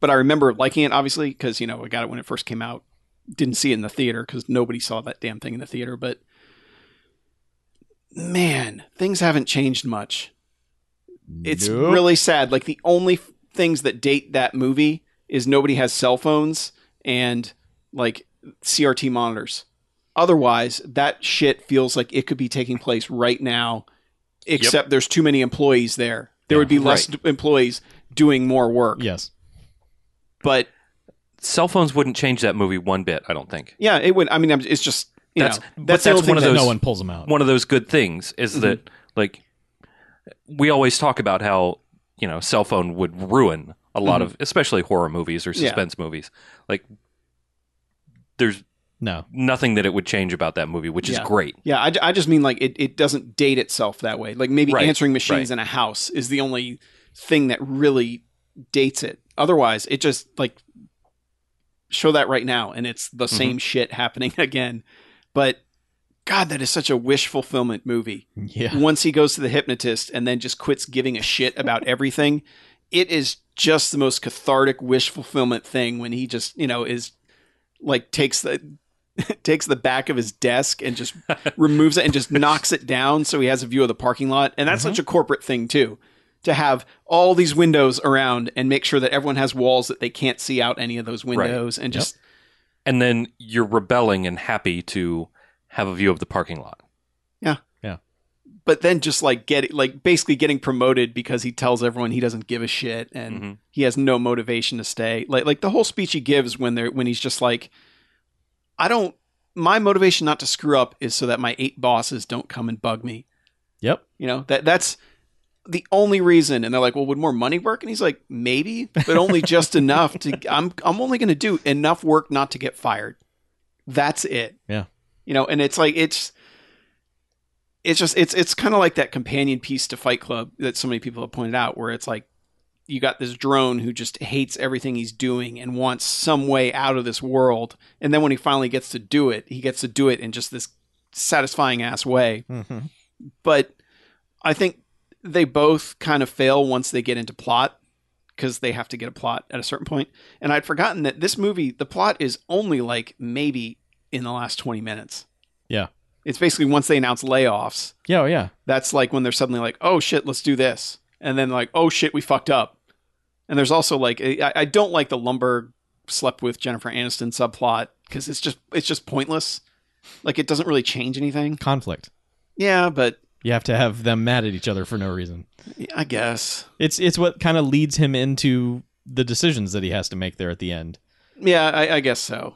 [SPEAKER 3] but i remember liking it obviously because you know i got it when it first came out didn't see it in the theater because nobody saw that damn thing in the theater but man things haven't changed much it's
[SPEAKER 4] Nope.
[SPEAKER 3] really sad like the only f- things that date that movie is nobody has cell phones and like crt monitors otherwise that shit feels like it could be taking place right now except there's too many employees there there would be less d- employees doing more work
[SPEAKER 4] Yes.
[SPEAKER 3] but
[SPEAKER 1] Cell phones wouldn't change that movie one bit, I don't think.
[SPEAKER 3] yeah, it would. I mean, I'm- it's just you
[SPEAKER 1] That's-
[SPEAKER 3] know,
[SPEAKER 1] but
[SPEAKER 3] that's the only
[SPEAKER 1] that's one
[SPEAKER 3] thing
[SPEAKER 1] of
[SPEAKER 3] that-
[SPEAKER 1] those-
[SPEAKER 4] no one pulls them out.
[SPEAKER 1] One of those good things is that like we always talk about how, you know, cell phone would ruin a lot of especially horror movies or
[SPEAKER 3] Yeah.
[SPEAKER 1] suspense movies. Like there's
[SPEAKER 4] No.
[SPEAKER 1] nothing that it would change about that movie, which
[SPEAKER 3] Yeah.
[SPEAKER 1] is great.
[SPEAKER 3] Yeah, I, ju- I just mean like it, it doesn't date itself that way. Like maybe
[SPEAKER 1] Right,
[SPEAKER 3] answering machines
[SPEAKER 1] right.
[SPEAKER 3] in a house is the only thing that really dates it. Otherwise, it just like show that right now and it's the
[SPEAKER 1] Mm-hmm.
[SPEAKER 3] same shit happening (laughs) again. But God, that is such a wish fulfillment movie.
[SPEAKER 4] Yeah.
[SPEAKER 3] once he goes to the hypnotist and then just quits giving a shit about everything, it is just the (laughs) most cathartic wish fulfillment thing when he just, you know, is like takes the takes the back of his desk and just removes it and just knocks it down so he has a view of the parking lot. And that's such a corporate thing too, to have all these windows around and make sure that everyone has walls that they can't see out any of those windows and just
[SPEAKER 1] and then you're rebelling and happy to have a view of the parking lot.
[SPEAKER 3] but then just like get like basically getting promoted because he tells everyone he doesn't give a shit and
[SPEAKER 1] Mhm.
[SPEAKER 3] he has no motivation to stay. Like like the whole speech he gives when they're when he's just like, I don't. My motivation not to screw up is so that my eight bosses don't come and bug me.
[SPEAKER 4] (laughs) Yep.
[SPEAKER 3] You know that that's the only reason. And they're like, well, would more money work? And he's like, maybe, but only just enough to. I'm I'm only going to do enough work not to get fired. That's it.
[SPEAKER 4] Yeah.
[SPEAKER 3] You know, and it's like it's it's just it's it's kind of like that companion piece to Fight Club that so many people have pointed out, where it's like you got this drone who just hates everything he's doing and wants some way out of this world, and then when he finally gets to do it, he gets to do it in just this satisfying ass way.
[SPEAKER 1] Mm-hmm.
[SPEAKER 3] But I think they both kind of fail once they get into plot because they have to get a plot at a certain point. And I'd forgotten that this movie, the plot is only like maybe in the last twenty minutes.
[SPEAKER 4] Yeah.
[SPEAKER 3] It's basically once they announce layoffs,
[SPEAKER 4] Yeah. Oh, yeah.
[SPEAKER 3] that's like when they're suddenly like, oh shit, let's do this. And then like, oh shit, we fucked up. And there's also like, I, I don't like the lumber slept with Jennifer Aniston subplot because it's just it's just pointless. Like it doesn't really change anything.
[SPEAKER 4] Conflict.
[SPEAKER 3] Yeah, but
[SPEAKER 4] You have to have them mad at each other for no reason.
[SPEAKER 3] I guess.
[SPEAKER 4] It's it's what kind of leads him into the decisions that he has to make there at the end.
[SPEAKER 3] Yeah, I, I guess so.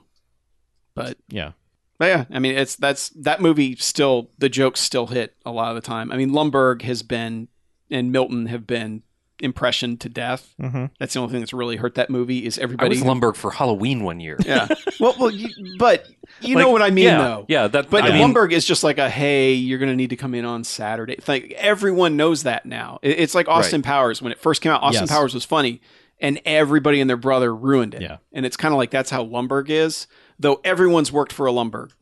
[SPEAKER 3] But
[SPEAKER 4] Yeah.
[SPEAKER 3] But yeah, I mean, it's that's that movie still the jokes still hit a lot of the time. I mean, Lumberg has been and Milton have been impressioned to death.
[SPEAKER 4] Mhm.
[SPEAKER 3] That's the only thing that's really hurt that movie is
[SPEAKER 1] I
[SPEAKER 3] everybody.
[SPEAKER 1] was Lumberg for Halloween one year.
[SPEAKER 3] (laughs) yeah, well, well, you, but you know
[SPEAKER 1] Like,
[SPEAKER 3] what I mean,
[SPEAKER 1] yeah,
[SPEAKER 3] though.
[SPEAKER 1] Yeah, that.
[SPEAKER 3] But
[SPEAKER 1] I mean,
[SPEAKER 3] Lumberg is just like a hey, you're gonna need to come in on Saturday. It's Like everyone knows that now. It- It's like Austin Powers when it first came out. Austin
[SPEAKER 4] Yes.
[SPEAKER 3] Powers was funny, and everybody and their brother ruined it.
[SPEAKER 4] Yeah.
[SPEAKER 3] And it's kind of like that's how Lumberg is, though everyone's worked for a Lumberg,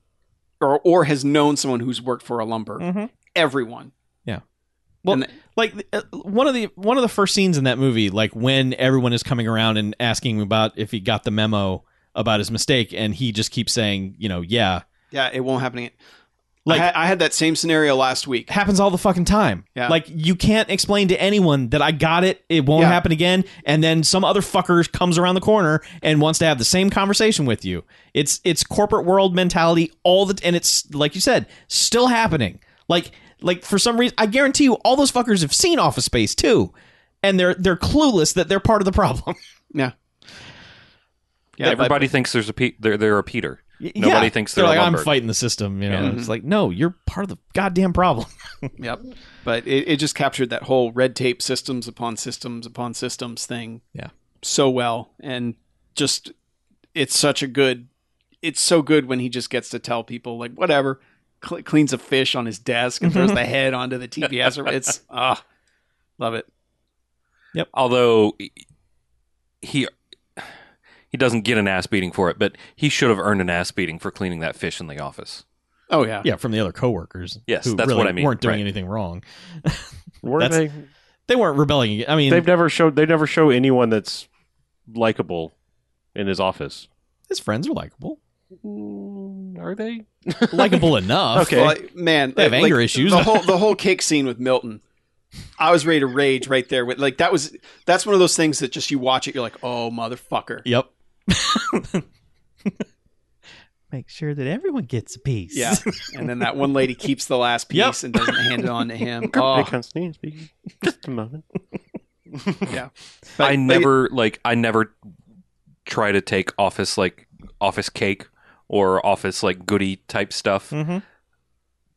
[SPEAKER 3] or or has known someone who's worked for a Lumberg.
[SPEAKER 4] Mhm.
[SPEAKER 3] Everyone.
[SPEAKER 4] Well,
[SPEAKER 3] And the-
[SPEAKER 4] like uh, one of the one of the first scenes in that movie, like when everyone is coming around and asking about if he got the memo about his mistake, and he just keeps saying, you know, yeah,
[SPEAKER 3] Yeah, it won't happen again. Like
[SPEAKER 4] Like-
[SPEAKER 3] I, had- I had that same scenario last week.
[SPEAKER 4] happens all the fucking time.
[SPEAKER 3] Yeah.
[SPEAKER 4] Like you can't explain to anyone that I got it, it won't
[SPEAKER 3] Yeah.
[SPEAKER 4] happen again, and then some other fucker comes around the corner and wants to have the same conversation with you. It's it's corporate world mentality all the and it's like you said, still happening. Like like for some reason I guarantee you all those fuckers have seen Office Space too. And they're they're clueless that they're part of the problem. (laughs)
[SPEAKER 3] Yeah. Yeah, but-
[SPEAKER 1] everybody thinks there's a Pe- they're, they're a Peter.
[SPEAKER 4] Y-
[SPEAKER 1] Nobody
[SPEAKER 4] yeah.
[SPEAKER 1] thinks
[SPEAKER 4] they're,
[SPEAKER 1] they're,
[SPEAKER 4] like
[SPEAKER 1] a
[SPEAKER 4] I'm
[SPEAKER 1] Lumberg.
[SPEAKER 4] fighting the system. You know,
[SPEAKER 3] Yeah.
[SPEAKER 4] it's like no, you're part of the goddamn problem. (laughs)
[SPEAKER 3] Yep. But it, it just captured that whole red tape systems upon systems upon systems thing.
[SPEAKER 4] Yeah.
[SPEAKER 3] So well. And just, it's such a good, it's so good when he just gets to tell people, like, whatever, cl- cleans a fish on his desk and throws the
[SPEAKER 4] Mm-hmm.
[SPEAKER 3] head onto the
[SPEAKER 4] (laughs)
[SPEAKER 3] TPS. or- It's, ah, love it.
[SPEAKER 1] Although he he doesn't get an ass beating for it, but he should have earned an ass beating for cleaning that fish in the office.
[SPEAKER 3] Oh, yeah.
[SPEAKER 4] yeah, from the other coworkers.
[SPEAKER 1] Yes,
[SPEAKER 4] who
[SPEAKER 1] that's
[SPEAKER 4] really
[SPEAKER 1] what I mean,
[SPEAKER 4] Weren't doing
[SPEAKER 1] right.
[SPEAKER 4] anything wrong.
[SPEAKER 2] Were
[SPEAKER 4] That's-
[SPEAKER 2] they?
[SPEAKER 4] They weren't rebelling. I mean,
[SPEAKER 2] They've never showed. They never show anyone that's likable in his office.
[SPEAKER 4] his friends were likable,
[SPEAKER 2] are they?
[SPEAKER 4] (laughs) likable enough.
[SPEAKER 2] Okay.
[SPEAKER 3] Well, I- man,
[SPEAKER 4] They have
[SPEAKER 3] like,
[SPEAKER 4] anger issues.
[SPEAKER 3] The whole the whole cake scene with Milton, I was ready to rage right there. With like that was that's one of those things that just you watch it, you're like, oh motherfucker.
[SPEAKER 4] (laughs) Yep.
[SPEAKER 6] Make sure that everyone gets a piece.
[SPEAKER 2] (laughs)
[SPEAKER 3] Yeah. And then that one lady keeps the last piece
[SPEAKER 4] Yep.
[SPEAKER 3] and doesn't hand it on to
[SPEAKER 2] (laughs)
[SPEAKER 3] him.
[SPEAKER 2] Hey,
[SPEAKER 3] Oh,
[SPEAKER 2] Constantine, (laughs) speaking. Just a moment.
[SPEAKER 3] yeah.
[SPEAKER 1] I never like I never try to take office like office cake or office like goody type stuff
[SPEAKER 3] Mm.
[SPEAKER 4] Mhm.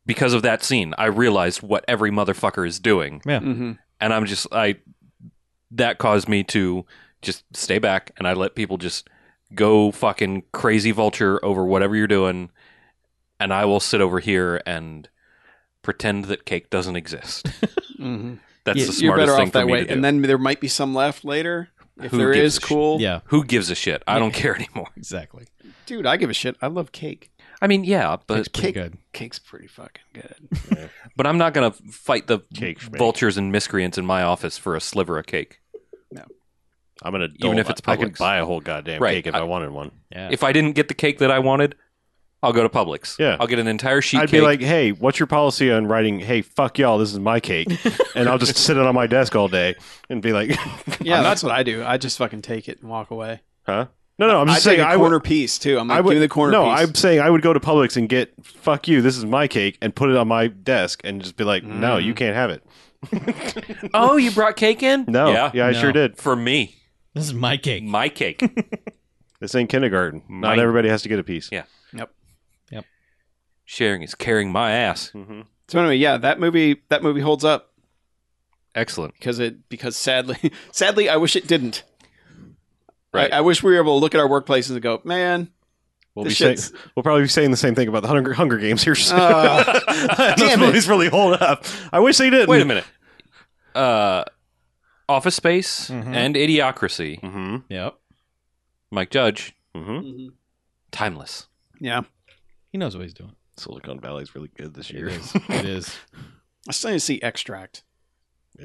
[SPEAKER 1] because of that scene. I realized what every motherfucker is doing,
[SPEAKER 2] Mm-hmm,
[SPEAKER 3] Mhm.
[SPEAKER 1] and I'm just I that caused me to just stay back and I let people just go fucking crazy vulture over whatever you're doing, and I will sit over here and pretend that cake doesn't exist.
[SPEAKER 2] mm-hmm.
[SPEAKER 3] Mhm.
[SPEAKER 1] That's
[SPEAKER 4] Yeah,
[SPEAKER 1] the
[SPEAKER 3] You're
[SPEAKER 1] smartest
[SPEAKER 3] better
[SPEAKER 1] thing
[SPEAKER 3] off
[SPEAKER 1] for
[SPEAKER 3] that
[SPEAKER 1] me
[SPEAKER 3] way.
[SPEAKER 1] to do.
[SPEAKER 3] And then there might be some left later. If
[SPEAKER 1] Who
[SPEAKER 3] there
[SPEAKER 1] gives
[SPEAKER 3] is,
[SPEAKER 1] a shit?
[SPEAKER 3] cool.
[SPEAKER 4] Yeah,
[SPEAKER 1] Who gives a shit? I don't care anymore.
[SPEAKER 4] exactly.
[SPEAKER 3] Dude, I give a shit. I love cake.
[SPEAKER 1] I mean, yeah, but
[SPEAKER 4] It's pretty
[SPEAKER 3] cake-
[SPEAKER 4] good.
[SPEAKER 3] Cake's pretty fucking good.
[SPEAKER 1] But I'm not going to fight the
[SPEAKER 2] Cake schmake.
[SPEAKER 1] vultures and miscreants in my office for a sliver of cake.
[SPEAKER 2] I'm an adult.
[SPEAKER 1] Even if it's
[SPEAKER 2] I I could
[SPEAKER 1] Publix.
[SPEAKER 2] buy a whole goddamn
[SPEAKER 1] Right,
[SPEAKER 2] cake if I,
[SPEAKER 1] I-
[SPEAKER 2] wanted one.
[SPEAKER 4] Yeah.
[SPEAKER 1] If I didn't get the cake that I wanted, I'll go to Publix.
[SPEAKER 2] Yeah.
[SPEAKER 1] I'll get an entire sheet
[SPEAKER 2] I'd
[SPEAKER 1] cake.
[SPEAKER 2] be like, hey, what's your policy on writing, hey, fuck y'all, this is my
[SPEAKER 3] (laughs)
[SPEAKER 2] cake? and I'll just sit it on my desk all day and be like, (laughs)
[SPEAKER 3] Yeah, that's what I do. I just fucking take it and walk away.
[SPEAKER 2] huh? No, no, I'm
[SPEAKER 3] i
[SPEAKER 2] just saying
[SPEAKER 3] take a
[SPEAKER 2] I would-
[SPEAKER 3] corner piece too. I'm like,
[SPEAKER 2] I would
[SPEAKER 3] give me the corner
[SPEAKER 2] No,
[SPEAKER 3] piece.
[SPEAKER 2] I'm saying I would go to Publix and get fuck you, this is my cake and put it on my desk and just be like, no,
[SPEAKER 3] Mm.
[SPEAKER 2] you can't have it.
[SPEAKER 1] oh, you brought cake in?
[SPEAKER 2] No. Yeah,
[SPEAKER 1] Yeah.
[SPEAKER 2] I
[SPEAKER 4] No.
[SPEAKER 2] sure did.
[SPEAKER 1] For me,
[SPEAKER 4] This is my cake.
[SPEAKER 1] my cake.
[SPEAKER 3] (laughs)
[SPEAKER 2] This ain't kindergarten. Not
[SPEAKER 1] Mine.
[SPEAKER 2] everybody has to get a piece.
[SPEAKER 1] Yeah.
[SPEAKER 3] Yep.
[SPEAKER 1] Sharing is carrying my ass.
[SPEAKER 3] Mm-hmm.
[SPEAKER 2] Mhm.
[SPEAKER 3] So anyway, yeah, that movie that movie holds up
[SPEAKER 1] Excellent.
[SPEAKER 3] because it because sadly (laughs) sadly I wish it didn't.
[SPEAKER 1] Right.
[SPEAKER 3] I, I wish we were able to look at our workplaces and go, man,
[SPEAKER 2] We'll
[SPEAKER 3] This
[SPEAKER 2] be saying,
[SPEAKER 3] shit's-
[SPEAKER 2] we'll probably be saying the same thing about the Hunger, Hunger Games here. soon.
[SPEAKER 3] uh,
[SPEAKER 2] (laughs) Those movies really hold up. I wish they didn't.
[SPEAKER 1] Wait a minute. Uh, Office Space
[SPEAKER 3] Mm-hmm.
[SPEAKER 1] and Idiocracy.
[SPEAKER 2] Mm-hmm.
[SPEAKER 4] Yep.
[SPEAKER 1] Mike Judge,
[SPEAKER 2] Mm-hmm.
[SPEAKER 1] timeless.
[SPEAKER 3] yeah.
[SPEAKER 4] He knows what he's doing.
[SPEAKER 2] Silicon Valley's really good this
[SPEAKER 4] It
[SPEAKER 2] year.
[SPEAKER 4] is.
[SPEAKER 3] (laughs)
[SPEAKER 4] It is.
[SPEAKER 3] I still need to see Extract.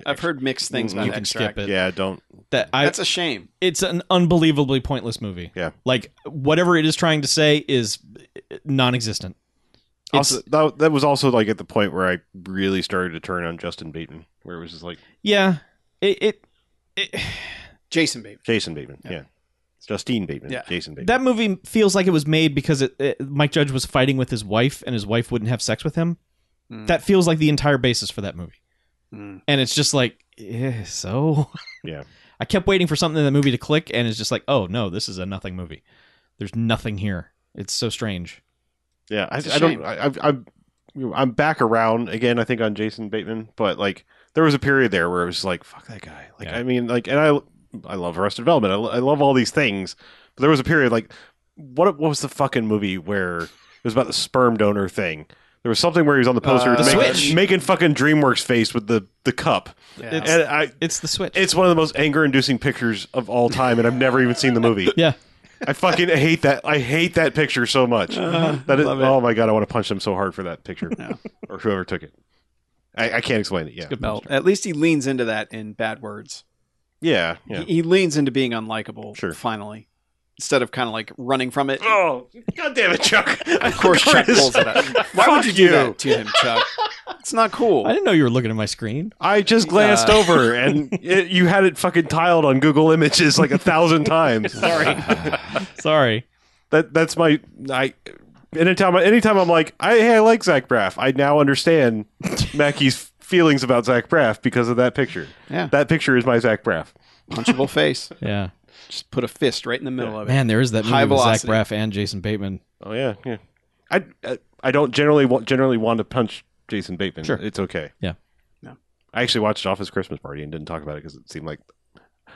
[SPEAKER 3] I've heard mixed things
[SPEAKER 2] Mm,
[SPEAKER 3] about
[SPEAKER 4] you can
[SPEAKER 3] Extract.
[SPEAKER 4] skip it.
[SPEAKER 2] yeah, don't.
[SPEAKER 4] That I,
[SPEAKER 3] That's a shame.
[SPEAKER 4] it's an unbelievably pointless movie.
[SPEAKER 2] Yeah.
[SPEAKER 4] Like whatever it is trying to say is uh, non-existent. It's-
[SPEAKER 2] Also, that, that was also like at the point where I really started to turn on Justin Bateman, where it was just like
[SPEAKER 4] yeah. It, it, it
[SPEAKER 3] Jason Bateman.
[SPEAKER 2] Jason Bateman. Yeah. Justine Bateman.
[SPEAKER 3] Yeah.
[SPEAKER 2] Jason Bateman.
[SPEAKER 4] that movie feels like it was made because it, it, Mike Judge was fighting with his wife and his wife wouldn't have sex with him.
[SPEAKER 2] Hmm.
[SPEAKER 3] Mm.
[SPEAKER 4] That feels like the entire basis for that movie.
[SPEAKER 3] Mm.
[SPEAKER 4] and it's just like eh, so (laughs)
[SPEAKER 2] Yeah.
[SPEAKER 4] i kept waiting for something in the movie to click and it's just like oh no this is a nothing movie there's nothing here it's so strange
[SPEAKER 2] yeah, I,
[SPEAKER 3] It's a
[SPEAKER 2] I don't.
[SPEAKER 3] shame.
[SPEAKER 2] I, I've- I'm you know, I'm back around again. I think on Jason Bateman, but like there was a period there where it was like fuck that guy. Like
[SPEAKER 4] Yeah.
[SPEAKER 2] I mean, like and I I love Arrested Development. I, lo- I love all these things, but there was a period like what what was the fucking movie where it was about the sperm donor thing. There was something where he was on the poster
[SPEAKER 3] Uh, The
[SPEAKER 2] making,
[SPEAKER 4] Switch.
[SPEAKER 2] making fucking DreamWorks face with the, the cup.
[SPEAKER 3] Yeah.
[SPEAKER 4] It's-
[SPEAKER 2] And I,
[SPEAKER 4] it's the switch
[SPEAKER 2] It's one of the most anger-inducing pictures of all time, and I've never even seen the movie.
[SPEAKER 4] yeah
[SPEAKER 2] I fucking hate that. I hate that picture so much. that is,
[SPEAKER 3] Uh-huh. love it.
[SPEAKER 2] oh my god, I want to punch them so hard for that picture, or whoever took it. I, I can't explain it. Yeah,
[SPEAKER 3] Well, at least he leans into that in bad words.
[SPEAKER 2] yeah, yeah.
[SPEAKER 3] He, he leans into being unlikable.
[SPEAKER 2] Sure.
[SPEAKER 3] Finally, instead of kind (laughs) of like running from it.
[SPEAKER 2] Oh god damn it, Chuck!
[SPEAKER 3] (laughs) Of course, Chuck pulls it up. (laughs) Why would
[SPEAKER 2] Fuck
[SPEAKER 3] you do
[SPEAKER 2] you.
[SPEAKER 3] that to him, Chuck? It's not cool.
[SPEAKER 4] i didn't know you were looking at my screen
[SPEAKER 2] I just glanced
[SPEAKER 3] Uh.
[SPEAKER 2] over,
[SPEAKER 3] (laughs)
[SPEAKER 2] and it, you had it fucking tiled on Google Images like a thousand
[SPEAKER 3] (laughs)
[SPEAKER 2] times. Sorry. (laughs)
[SPEAKER 4] sorry
[SPEAKER 2] That that's my I. Anytime, anytime I'm like, I, hey, I like Zach Braff. I now understand Mackie's feelings about Zach Braff because of that picture.
[SPEAKER 3] Yeah.
[SPEAKER 2] That picture is my Zach Braff.
[SPEAKER 3] Punchable face.
[SPEAKER 4] yeah
[SPEAKER 3] Just put a fist right in the middle of it.
[SPEAKER 4] man there is that movie
[SPEAKER 3] High
[SPEAKER 4] with zach
[SPEAKER 3] velocity.
[SPEAKER 4] braff and jason bateman
[SPEAKER 2] Oh yeah, yeah. I I, I don't generally want generally want to punch Jason Bateman.
[SPEAKER 4] Sure.
[SPEAKER 2] it's okay.
[SPEAKER 4] Yeah.
[SPEAKER 3] Yeah.
[SPEAKER 2] I actually watched Office Christmas Party and didn't talk about it because it seemed like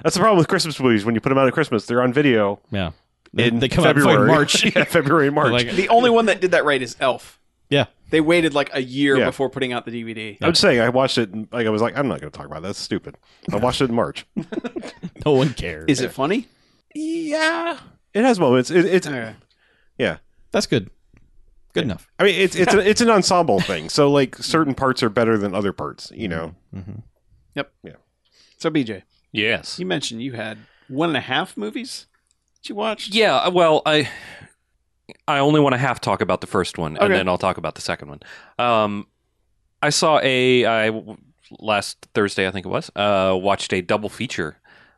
[SPEAKER 2] that's the problem with Christmas movies. When you put them out at Christmas, they're on video
[SPEAKER 4] yeah they,
[SPEAKER 2] in
[SPEAKER 4] they come
[SPEAKER 2] February,
[SPEAKER 4] out in march
[SPEAKER 2] (laughs) yeah, February, and March.
[SPEAKER 4] Like-
[SPEAKER 3] The only one that did that right is Elf.
[SPEAKER 4] yeah
[SPEAKER 3] They waited like a year
[SPEAKER 2] Yeah.
[SPEAKER 3] before putting out the DVD.
[SPEAKER 2] I'm just saying, I watched it. And, like I was like, I'm not going to talk about it. that's stupid. I watched it in March.
[SPEAKER 4] no one cares
[SPEAKER 3] Is it funny?
[SPEAKER 2] yeah, it has moments. It, it's
[SPEAKER 3] Okay.
[SPEAKER 2] yeah.
[SPEAKER 4] that's good good enough
[SPEAKER 2] I mean, it's it's a, it's an ensemble thing. So like certain parts are better than other parts. You know.
[SPEAKER 3] So BJ,
[SPEAKER 1] Yes.
[SPEAKER 3] you mentioned you had one and a half movies that you watched.
[SPEAKER 1] Yeah, well, I I only want to half talk about the first one, and
[SPEAKER 3] Okay.
[SPEAKER 1] then I'll talk about the second one. Um, I saw a I last Thursday, I think it was, uh, watched a double feature,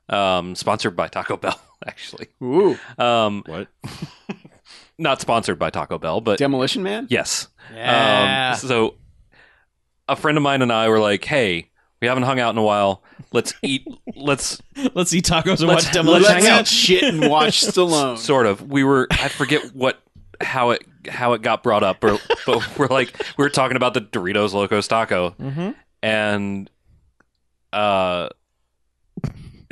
[SPEAKER 1] um, sponsored by Taco Bell. (laughs) Actually,
[SPEAKER 3] Ooh,
[SPEAKER 1] um,
[SPEAKER 2] What?
[SPEAKER 1] (laughs) not sponsored by Taco Bell, but
[SPEAKER 3] Demolition Man.
[SPEAKER 1] yes.
[SPEAKER 3] Yeah.
[SPEAKER 1] Um, so a friend of mine and I were like, "Hey, we haven't hung out in a while. Let's eat. let's
[SPEAKER 4] (laughs) let's eat tacos
[SPEAKER 1] Let's-
[SPEAKER 4] and watch
[SPEAKER 1] let's
[SPEAKER 4] demolition
[SPEAKER 3] Let's
[SPEAKER 4] Man.
[SPEAKER 3] eat shit and (laughs) watch Stallone.
[SPEAKER 1] sort of we were i forget what how it how it got brought up or, but (laughs) we're like we were talking about the doritos locos taco and uh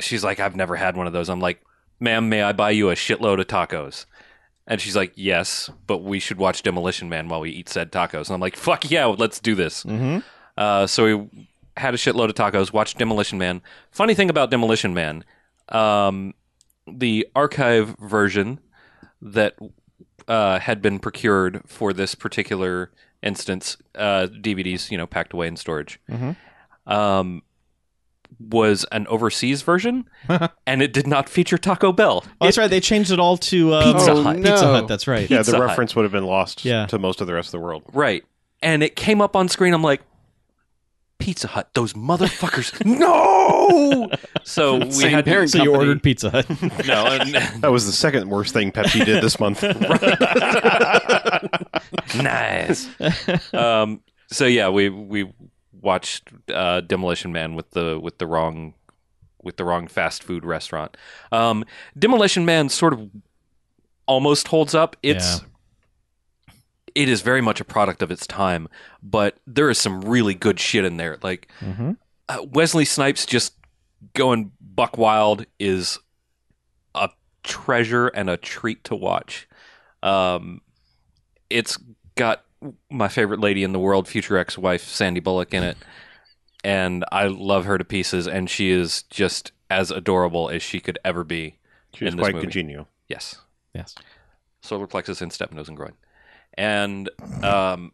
[SPEAKER 1] she's like i've never had one of those i'm like ma'am may i buy you a shitload of tacos and she's like yes but we should watch demolition man while we eat said tacos and i'm like fuck yeah let's do this uh, so we had a shitload of tacos watched demolition man funny thing about demolition man um, the archive version that uh, had been procured for this particular instance, uh, DVDs, you know, packed away in storage, um, was an overseas version, and it did not feature Taco Bell.
[SPEAKER 4] Oh, that's right. They changed it all to uh,
[SPEAKER 1] Pizza
[SPEAKER 4] oh,
[SPEAKER 1] Hut.
[SPEAKER 4] Pizza
[SPEAKER 3] no.
[SPEAKER 4] Hut. That's right.
[SPEAKER 1] (laughs)
[SPEAKER 2] Yeah,
[SPEAKER 1] Pizza
[SPEAKER 2] the
[SPEAKER 1] Hut.
[SPEAKER 2] reference would have been lost
[SPEAKER 4] Yeah.
[SPEAKER 2] to most of the rest of the world.
[SPEAKER 1] Right. And it came up on screen. I'm like, Pizza Hut,
[SPEAKER 3] (laughs)
[SPEAKER 1] those motherfuckers. no! So we
[SPEAKER 3] Same
[SPEAKER 1] had
[SPEAKER 3] parent
[SPEAKER 4] So you
[SPEAKER 3] company.
[SPEAKER 4] ordered
[SPEAKER 1] (laughs)
[SPEAKER 4] Pizza Hut.
[SPEAKER 1] No, and-
[SPEAKER 2] That was the second worst thing Pepsi did
[SPEAKER 1] (laughs)
[SPEAKER 2] this month.
[SPEAKER 1] nice. Um, so yeah, we we watched uh, Demolition Man with the with the wrong with the wrong fast food restaurant. Um, Demolition Man sort of almost holds up. It's it is very much a product of its time, but there is some really good shit in there. Like uh, Wesley Snipes just going buck wild is a treasure and a treat to watch. Um, it's got my favorite lady in the world, future ex-wife Sandy Bullock in it, and I love her to pieces. And she is just as adorable as she could ever be.
[SPEAKER 2] She was
[SPEAKER 1] In this
[SPEAKER 2] quite
[SPEAKER 1] movie.
[SPEAKER 2] congenial.
[SPEAKER 1] Yes.
[SPEAKER 4] Yes.
[SPEAKER 1] Solar plexus and step, nose, and groin. And um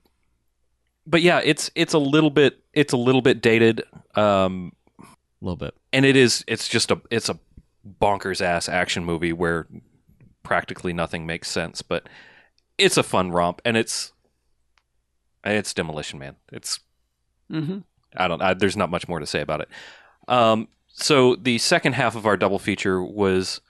[SPEAKER 1] but yeah, it's it's a little bit it's a little bit dated. Um
[SPEAKER 4] A little bit.
[SPEAKER 1] and it is it's just a it's a bonkers ass action movie where practically nothing makes sense, but it's a fun romp and it's it's Demolition Man. It's
[SPEAKER 3] Mhm.
[SPEAKER 1] I don't. I, there's not much more to say about it. Um, so the second half of our double feature was.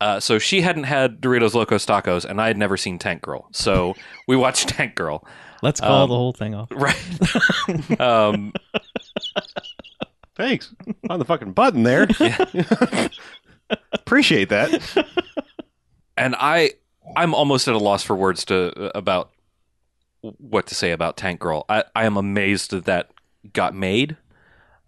[SPEAKER 1] Uh, so she hadn't had Doritos Locos Tacos, and I had never seen Tank Girl. So we watched (laughs) Tank Girl,
[SPEAKER 4] Let's call
[SPEAKER 1] Um,
[SPEAKER 4] the whole thing off.
[SPEAKER 1] right? (laughs) um,
[SPEAKER 2] Thanks. On the fucking button
[SPEAKER 1] (laughs)
[SPEAKER 2] there. (laughs) Appreciate that.
[SPEAKER 1] and I, I'm almost at a loss for words to uh, about what to say about Tank Girl. I, I am amazed that that got made.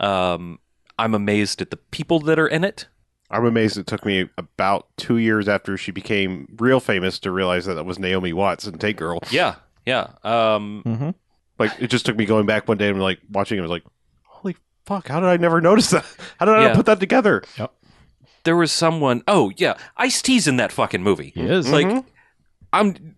[SPEAKER 1] Um, I'm amazed at the people that are in it.
[SPEAKER 2] I'm amazed it took me about two years after she became real famous to realize that that was Naomi Watts and Tank Girl.
[SPEAKER 1] Yeah, yeah. Um,
[SPEAKER 4] Mm-hmm.
[SPEAKER 2] Like it just took me going back one day and like watching it I was like, holy fuck, how did I never notice that? How did I
[SPEAKER 1] Yeah.
[SPEAKER 2] not put that together?
[SPEAKER 1] there was someone. Oh yeah, Ice T's in that fucking movie.
[SPEAKER 4] He is.
[SPEAKER 1] Like I'm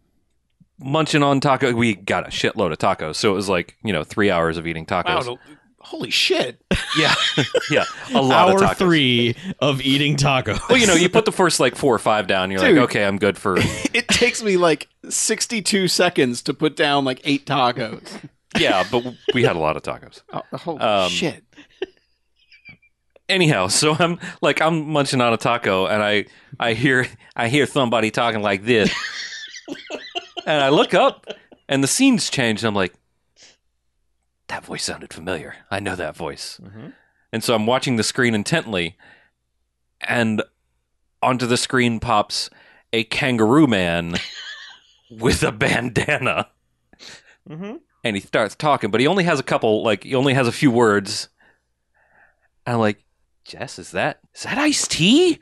[SPEAKER 1] munching on taco. We got a shitload of tacos, so it was like you know three hours of eating tacos.
[SPEAKER 3] Wow, holy shit!
[SPEAKER 1] yeah, (laughs) yeah, a lot of
[SPEAKER 4] Hour
[SPEAKER 1] tacos.
[SPEAKER 4] three of eating tacos.
[SPEAKER 1] Well, you know, you put the first like four or five down. You're
[SPEAKER 3] Dude.
[SPEAKER 1] like, okay, I'm good for.
[SPEAKER 3] (laughs) It takes me like 62 seconds to put down like eight tacos.
[SPEAKER 1] Yeah, but we had a lot of tacos.
[SPEAKER 3] (laughs) Oh, holy
[SPEAKER 1] Um,
[SPEAKER 3] shit!
[SPEAKER 1] anyhow (laughs) so i'm like i'm munching on a taco and i i hear i hear somebody talking like this and i look up and the scenes change and i'm like that voice sounded familiar i know that voice and so i'm watching the screen intently and onto the screen pops a kangaroo man with a bandana and he starts talking but he only has a couple like he only has a few words and I'm like, Jess, is that is that iced tea?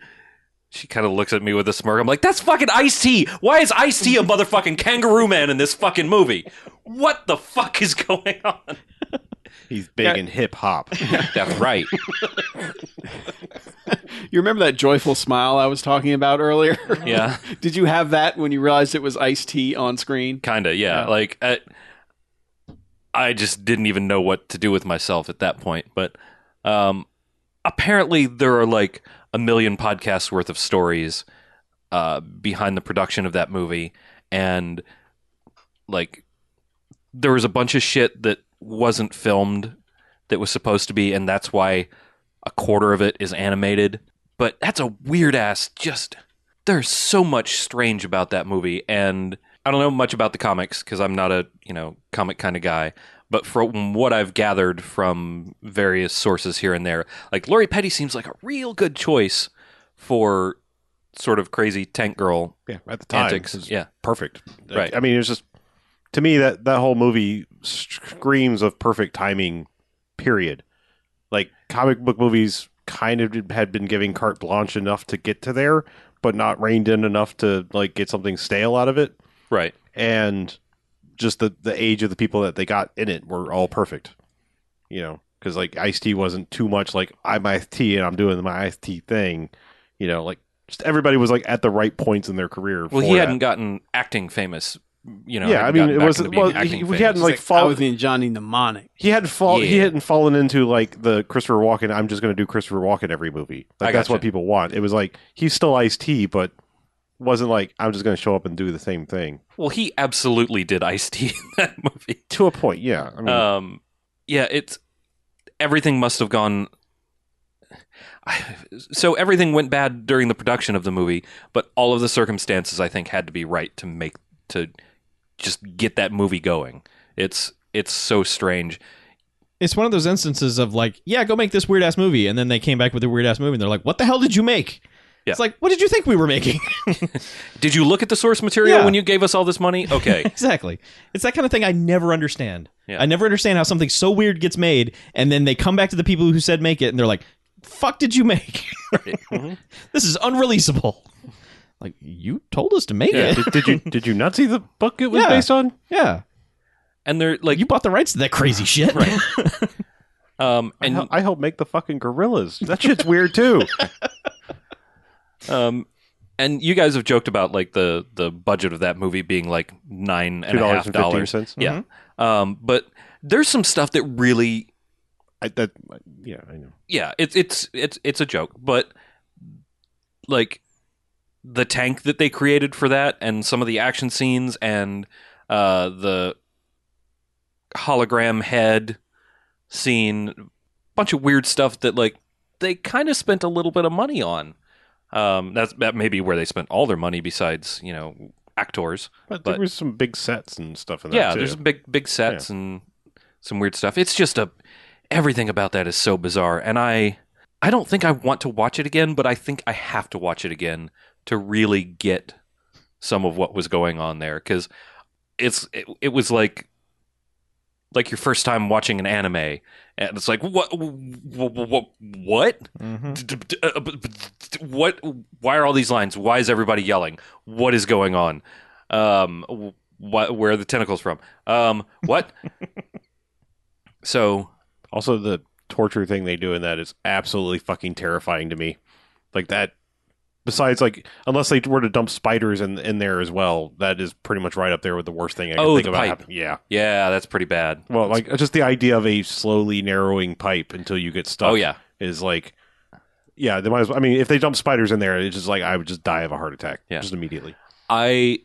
[SPEAKER 1] She kind of looks at me with a smirk. I'm like, that's fucking iced tea. Why is iced tea a motherfucking kangaroo man in this fucking movie? What the fuck is (laughs) going on?
[SPEAKER 2] He's big and hip
[SPEAKER 1] (laughs)
[SPEAKER 2] hop.
[SPEAKER 1] That's right.
[SPEAKER 3] You remember that joyful smile I was talking about (laughs) earlier?
[SPEAKER 1] Yeah.
[SPEAKER 3] Did you have that when you realized it was iced tea on screen?
[SPEAKER 1] Kinda, yeah.
[SPEAKER 3] Yeah.
[SPEAKER 1] Like I, I just didn't even know what to do with myself at that point. But um, apparently, there are like a million podcasts worth of stories uh, behind the production of that movie, and like there was a bunch of shit that wasn't filmed that was supposed to be, and that's why a quarter of it is animated. But that's a weird ass. Just there's so much strange about that movie, and I don't know much about the comics because I'm not a you know comic kind of guy. But from what I've gathered from various sources here and there, like Lori Petty seems like a real good choice for sort of crazy tank girl
[SPEAKER 2] Yeah, at the time.
[SPEAKER 1] antics.
[SPEAKER 2] it was
[SPEAKER 1] Yeah,
[SPEAKER 2] Perfect. Like,
[SPEAKER 1] Right.
[SPEAKER 2] I mean, it's just to me that that whole movie screams of perfect timing. Period. Like comic book movies kind of did- had been giving carte blanche enough to get to there, but not reined in enough to like get something stale out of it.
[SPEAKER 1] right.
[SPEAKER 2] And just the the age of the people that they got in it were all perfect. You know, because like Ice T wasn't too much like I'm Ice T and I'm doing my Ice T thing. You know, like just everybody was like at the right points in their career.
[SPEAKER 1] Well,
[SPEAKER 2] for
[SPEAKER 1] he
[SPEAKER 2] that.
[SPEAKER 1] hadn't gotten acting famous you know,
[SPEAKER 2] Yeah, I
[SPEAKER 1] hadn't
[SPEAKER 2] mean,
[SPEAKER 1] gotten
[SPEAKER 2] it
[SPEAKER 1] back
[SPEAKER 2] was-
[SPEAKER 1] into
[SPEAKER 2] well,
[SPEAKER 1] being acting
[SPEAKER 2] he- we
[SPEAKER 1] famous.
[SPEAKER 2] hadn't, like,
[SPEAKER 3] Like, I
[SPEAKER 2] follow-
[SPEAKER 3] was in Johnny Mnemonic.
[SPEAKER 2] he hadn't fall he
[SPEAKER 1] Yeah.
[SPEAKER 2] hadn't fallen into like the Christopher Walken. I'm just going to do Christopher Walken every movie. Like
[SPEAKER 1] I
[SPEAKER 2] that's what
[SPEAKER 1] gotcha.
[SPEAKER 2] people want. It was like he's still Ice T, but wasn't like I'm just going to show up and do the same thing
[SPEAKER 1] Well, he absolutely did Ice T in (laughs) that movie.
[SPEAKER 2] to a point. Yeah, I mean,
[SPEAKER 1] Um, yeah, it's everything must have gone. So everything went bad during the production of the movie, but all of the circumstances I think had to be right to make to just get that movie going. It's it's so strange.
[SPEAKER 4] (laughs) It's one of those instances of like, yeah, go make this weird ass movie, and then they came back with a weird ass movie, and they're like, what the hell did you make?
[SPEAKER 1] Yeah.
[SPEAKER 4] It's like, what did you think we were making?
[SPEAKER 1] Did you look at the source material
[SPEAKER 4] Yeah.
[SPEAKER 1] when you gave us all this
[SPEAKER 2] (laughs)
[SPEAKER 1] money? Okay,
[SPEAKER 4] exactly. It's that kind of thing I never understand.
[SPEAKER 1] Yeah.
[SPEAKER 4] I never understand how something so weird gets made, and then they come back to the people who said make it, and they're like, "Fuck, did you make? (laughs)
[SPEAKER 1] Mm-hmm.
[SPEAKER 4] this is unreleasable." Like you told us to make
[SPEAKER 2] yeah. did,
[SPEAKER 4] it. (laughs)
[SPEAKER 2] did you did you not see the book it was
[SPEAKER 4] Yeah.
[SPEAKER 2] based on?
[SPEAKER 4] yeah,
[SPEAKER 1] and they're like,
[SPEAKER 4] you bought the rights to that
[SPEAKER 1] (laughs)
[SPEAKER 4] crazy shit.
[SPEAKER 1] Right. um,
[SPEAKER 2] I,
[SPEAKER 1] and
[SPEAKER 2] hel- I helped make the fucking gorillas. That shit's weird
[SPEAKER 1] (laughs)
[SPEAKER 2] too.
[SPEAKER 1] Um, and you guys have joked about like the the budget of that movie being like nine
[SPEAKER 2] Two
[SPEAKER 1] and a
[SPEAKER 2] dollars
[SPEAKER 1] half
[SPEAKER 2] and fifteen
[SPEAKER 1] dollars.
[SPEAKER 2] cents. Mm-hmm.
[SPEAKER 1] Yeah. Um, but there's some stuff that really,
[SPEAKER 2] I, that yeah, I know.
[SPEAKER 1] yeah, it's it's it's it's a joke, but like the tank that they created for that, and some of the action scenes, and uh, the hologram head scene, bunch of weird stuff that like they kind of spent a little bit of money on. Um, that's that may be where they spent all their money besides you know actors.
[SPEAKER 2] But,
[SPEAKER 1] But-
[SPEAKER 2] there was some big sets and stuff in there.
[SPEAKER 1] Yeah,
[SPEAKER 2] too.
[SPEAKER 1] there's some big big sets and some weird stuff. It's just a everything about that is so bizarre, and I I don't think I want to watch it again, but I think I have to watch it again to really get some of what was going on there because it's it, it was like like your first time watching an anime and it's like what what what D- d- d- uh, b- b- d- what why are all these lines why is everybody yelling what is going on um wh- where are the tentacles from um
[SPEAKER 2] (laughs)
[SPEAKER 1] what so
[SPEAKER 2] Also, the torture thing they do in that is absolutely fucking terrifying to me. Like that. Besides, like unless they were to dump spiders in in there as well, that is pretty much right up there with the worst thing I can
[SPEAKER 1] Oh,
[SPEAKER 2] think
[SPEAKER 1] the
[SPEAKER 2] about.
[SPEAKER 1] pipe.
[SPEAKER 2] happening. Yeah.
[SPEAKER 1] yeah that's pretty bad
[SPEAKER 2] Well, like just the idea of a slowly narrowing pipe until you get stuck.
[SPEAKER 1] oh yeah
[SPEAKER 2] Is like. Yeah, they might as well. I mean, if they dump spiders in there, it's just like I would just die of a heart attack
[SPEAKER 1] Yeah.
[SPEAKER 2] just immediately.
[SPEAKER 1] i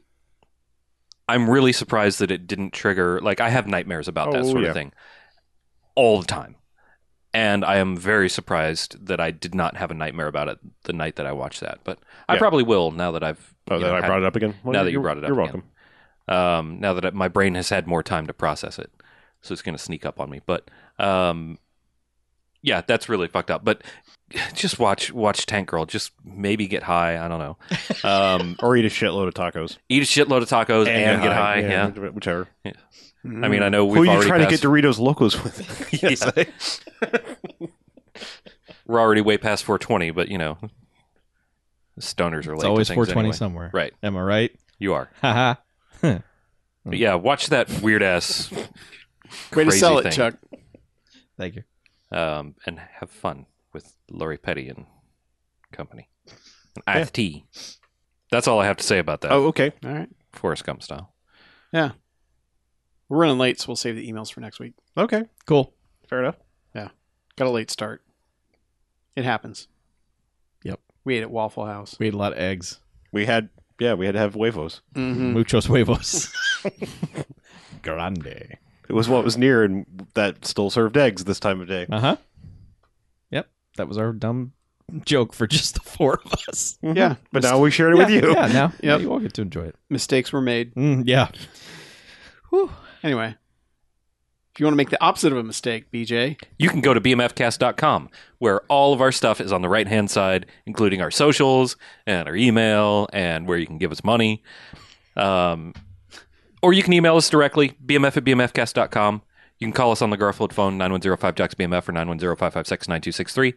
[SPEAKER 1] i'm really surprised that it didn't trigger like i have nightmares about that
[SPEAKER 2] Oh,
[SPEAKER 1] sort
[SPEAKER 2] yeah.
[SPEAKER 1] of thing all the time and i am very surprised that i did not have a nightmare about it the night that i watched that but i
[SPEAKER 2] Yeah.
[SPEAKER 1] probably will now that i've
[SPEAKER 2] Oh,
[SPEAKER 1] you
[SPEAKER 2] that
[SPEAKER 1] know,
[SPEAKER 2] I
[SPEAKER 1] had-
[SPEAKER 2] brought it up again. Well,
[SPEAKER 1] now that you
[SPEAKER 2] you're-
[SPEAKER 1] brought it up
[SPEAKER 2] you're
[SPEAKER 1] again.
[SPEAKER 2] welcome.
[SPEAKER 1] um, now that my brain has had more time to process it. So it's going to sneak up on me. But um, yeah, that's really fucked up. But (sighs) just watch watch Tank Girl. Just maybe get high. I don't know. Um,
[SPEAKER 2] (laughs) Or eat a shitload of tacos
[SPEAKER 1] eat a shitload of tacos and, get high. yeah.
[SPEAKER 2] whichever.
[SPEAKER 1] I mean, I know we've
[SPEAKER 2] Who are you
[SPEAKER 1] already
[SPEAKER 2] trying
[SPEAKER 1] passed-
[SPEAKER 2] to get Doritos Locos with? Yes, I-
[SPEAKER 1] we're already way past 420, but you know, stoners are late.
[SPEAKER 4] It's
[SPEAKER 1] to
[SPEAKER 4] always
[SPEAKER 1] things
[SPEAKER 4] 420
[SPEAKER 1] anyway.
[SPEAKER 4] somewhere.
[SPEAKER 1] Right,
[SPEAKER 4] Am I right? (laughs)
[SPEAKER 1] you are.
[SPEAKER 4] Haha. Mm.
[SPEAKER 1] But yeah, watch that weird ass
[SPEAKER 3] Way to
[SPEAKER 1] Crazy
[SPEAKER 3] sell it,
[SPEAKER 1] thing.
[SPEAKER 3] Chuck.
[SPEAKER 4] Thank you.
[SPEAKER 1] um, and have fun with Lori Petty and company. And IFT. That's all I have to say about that.
[SPEAKER 2] oh, okay.
[SPEAKER 3] All right.
[SPEAKER 1] Forrest Gump style.
[SPEAKER 3] We're running late, so we'll save the emails for next week.
[SPEAKER 2] Okay.
[SPEAKER 4] Cool.
[SPEAKER 2] Fair enough.
[SPEAKER 3] Got a late start. It happens.
[SPEAKER 4] Yep.
[SPEAKER 3] We ate at Waffle House.
[SPEAKER 4] We ate a lot of eggs.
[SPEAKER 2] We had yeah, we had to have huevos.
[SPEAKER 1] Mm.
[SPEAKER 3] Mm-hmm.
[SPEAKER 4] Muchos huevos. (laughs) Grande.
[SPEAKER 2] It was what was near and that still served eggs this time of day.
[SPEAKER 4] Uh huh. Yep. That was our dumb joke for just the four of us.
[SPEAKER 3] Yeah.
[SPEAKER 2] But now we shared it
[SPEAKER 4] yeah,
[SPEAKER 2] with you.
[SPEAKER 4] (laughs) Yeah, now,
[SPEAKER 3] Yep.
[SPEAKER 4] you all get to enjoy it.
[SPEAKER 3] Mistakes were made.
[SPEAKER 4] Mm, yeah.
[SPEAKER 3] Anyway, if you want to make the opposite of a mistake, BJ,
[SPEAKER 1] You can go to bmfcast.com where all of our stuff is on the right hand side, including our socials and our email and where you can give us money. Um, or you can email us directly, bmf at bmfcast.com. You can call us on the Garfield phone, 9105-JOCKS-BMF or 9105569263.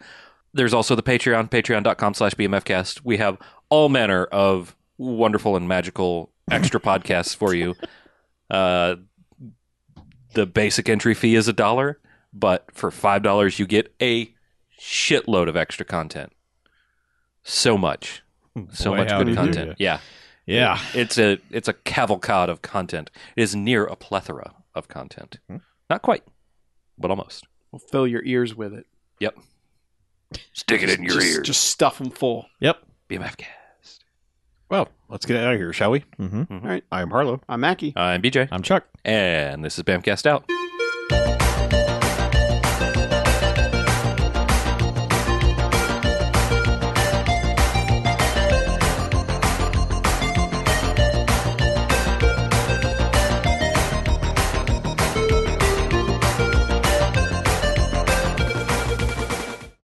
[SPEAKER 1] There's also the Patreon, patreon.com slash bmfcast. We have all manner of wonderful and magical extra (laughs) podcasts for you. Uh, the basic entry fee is a dollar, but for five dollars you get a shitload of extra content. So much, so
[SPEAKER 4] Boy,
[SPEAKER 1] much
[SPEAKER 4] howdy
[SPEAKER 1] good
[SPEAKER 4] do
[SPEAKER 1] content. Yeah,
[SPEAKER 4] Yeah.
[SPEAKER 1] It's a it's a cavalcade of content. It is near a plethora of content. Not quite, but almost.
[SPEAKER 3] We'll fill your ears with it.
[SPEAKER 1] Yep. Stick it in your
[SPEAKER 3] just,
[SPEAKER 1] ears.
[SPEAKER 3] Just stuff them full.
[SPEAKER 4] Yep.
[SPEAKER 1] BMF cast.
[SPEAKER 2] Well, let's get out of here, shall we?
[SPEAKER 4] Mm-hmm.
[SPEAKER 2] I am Harlow.
[SPEAKER 3] I'm Mackie.
[SPEAKER 4] Uh,
[SPEAKER 1] I'm BJ,
[SPEAKER 4] I'm Chuck.
[SPEAKER 1] and this is Bamcast out.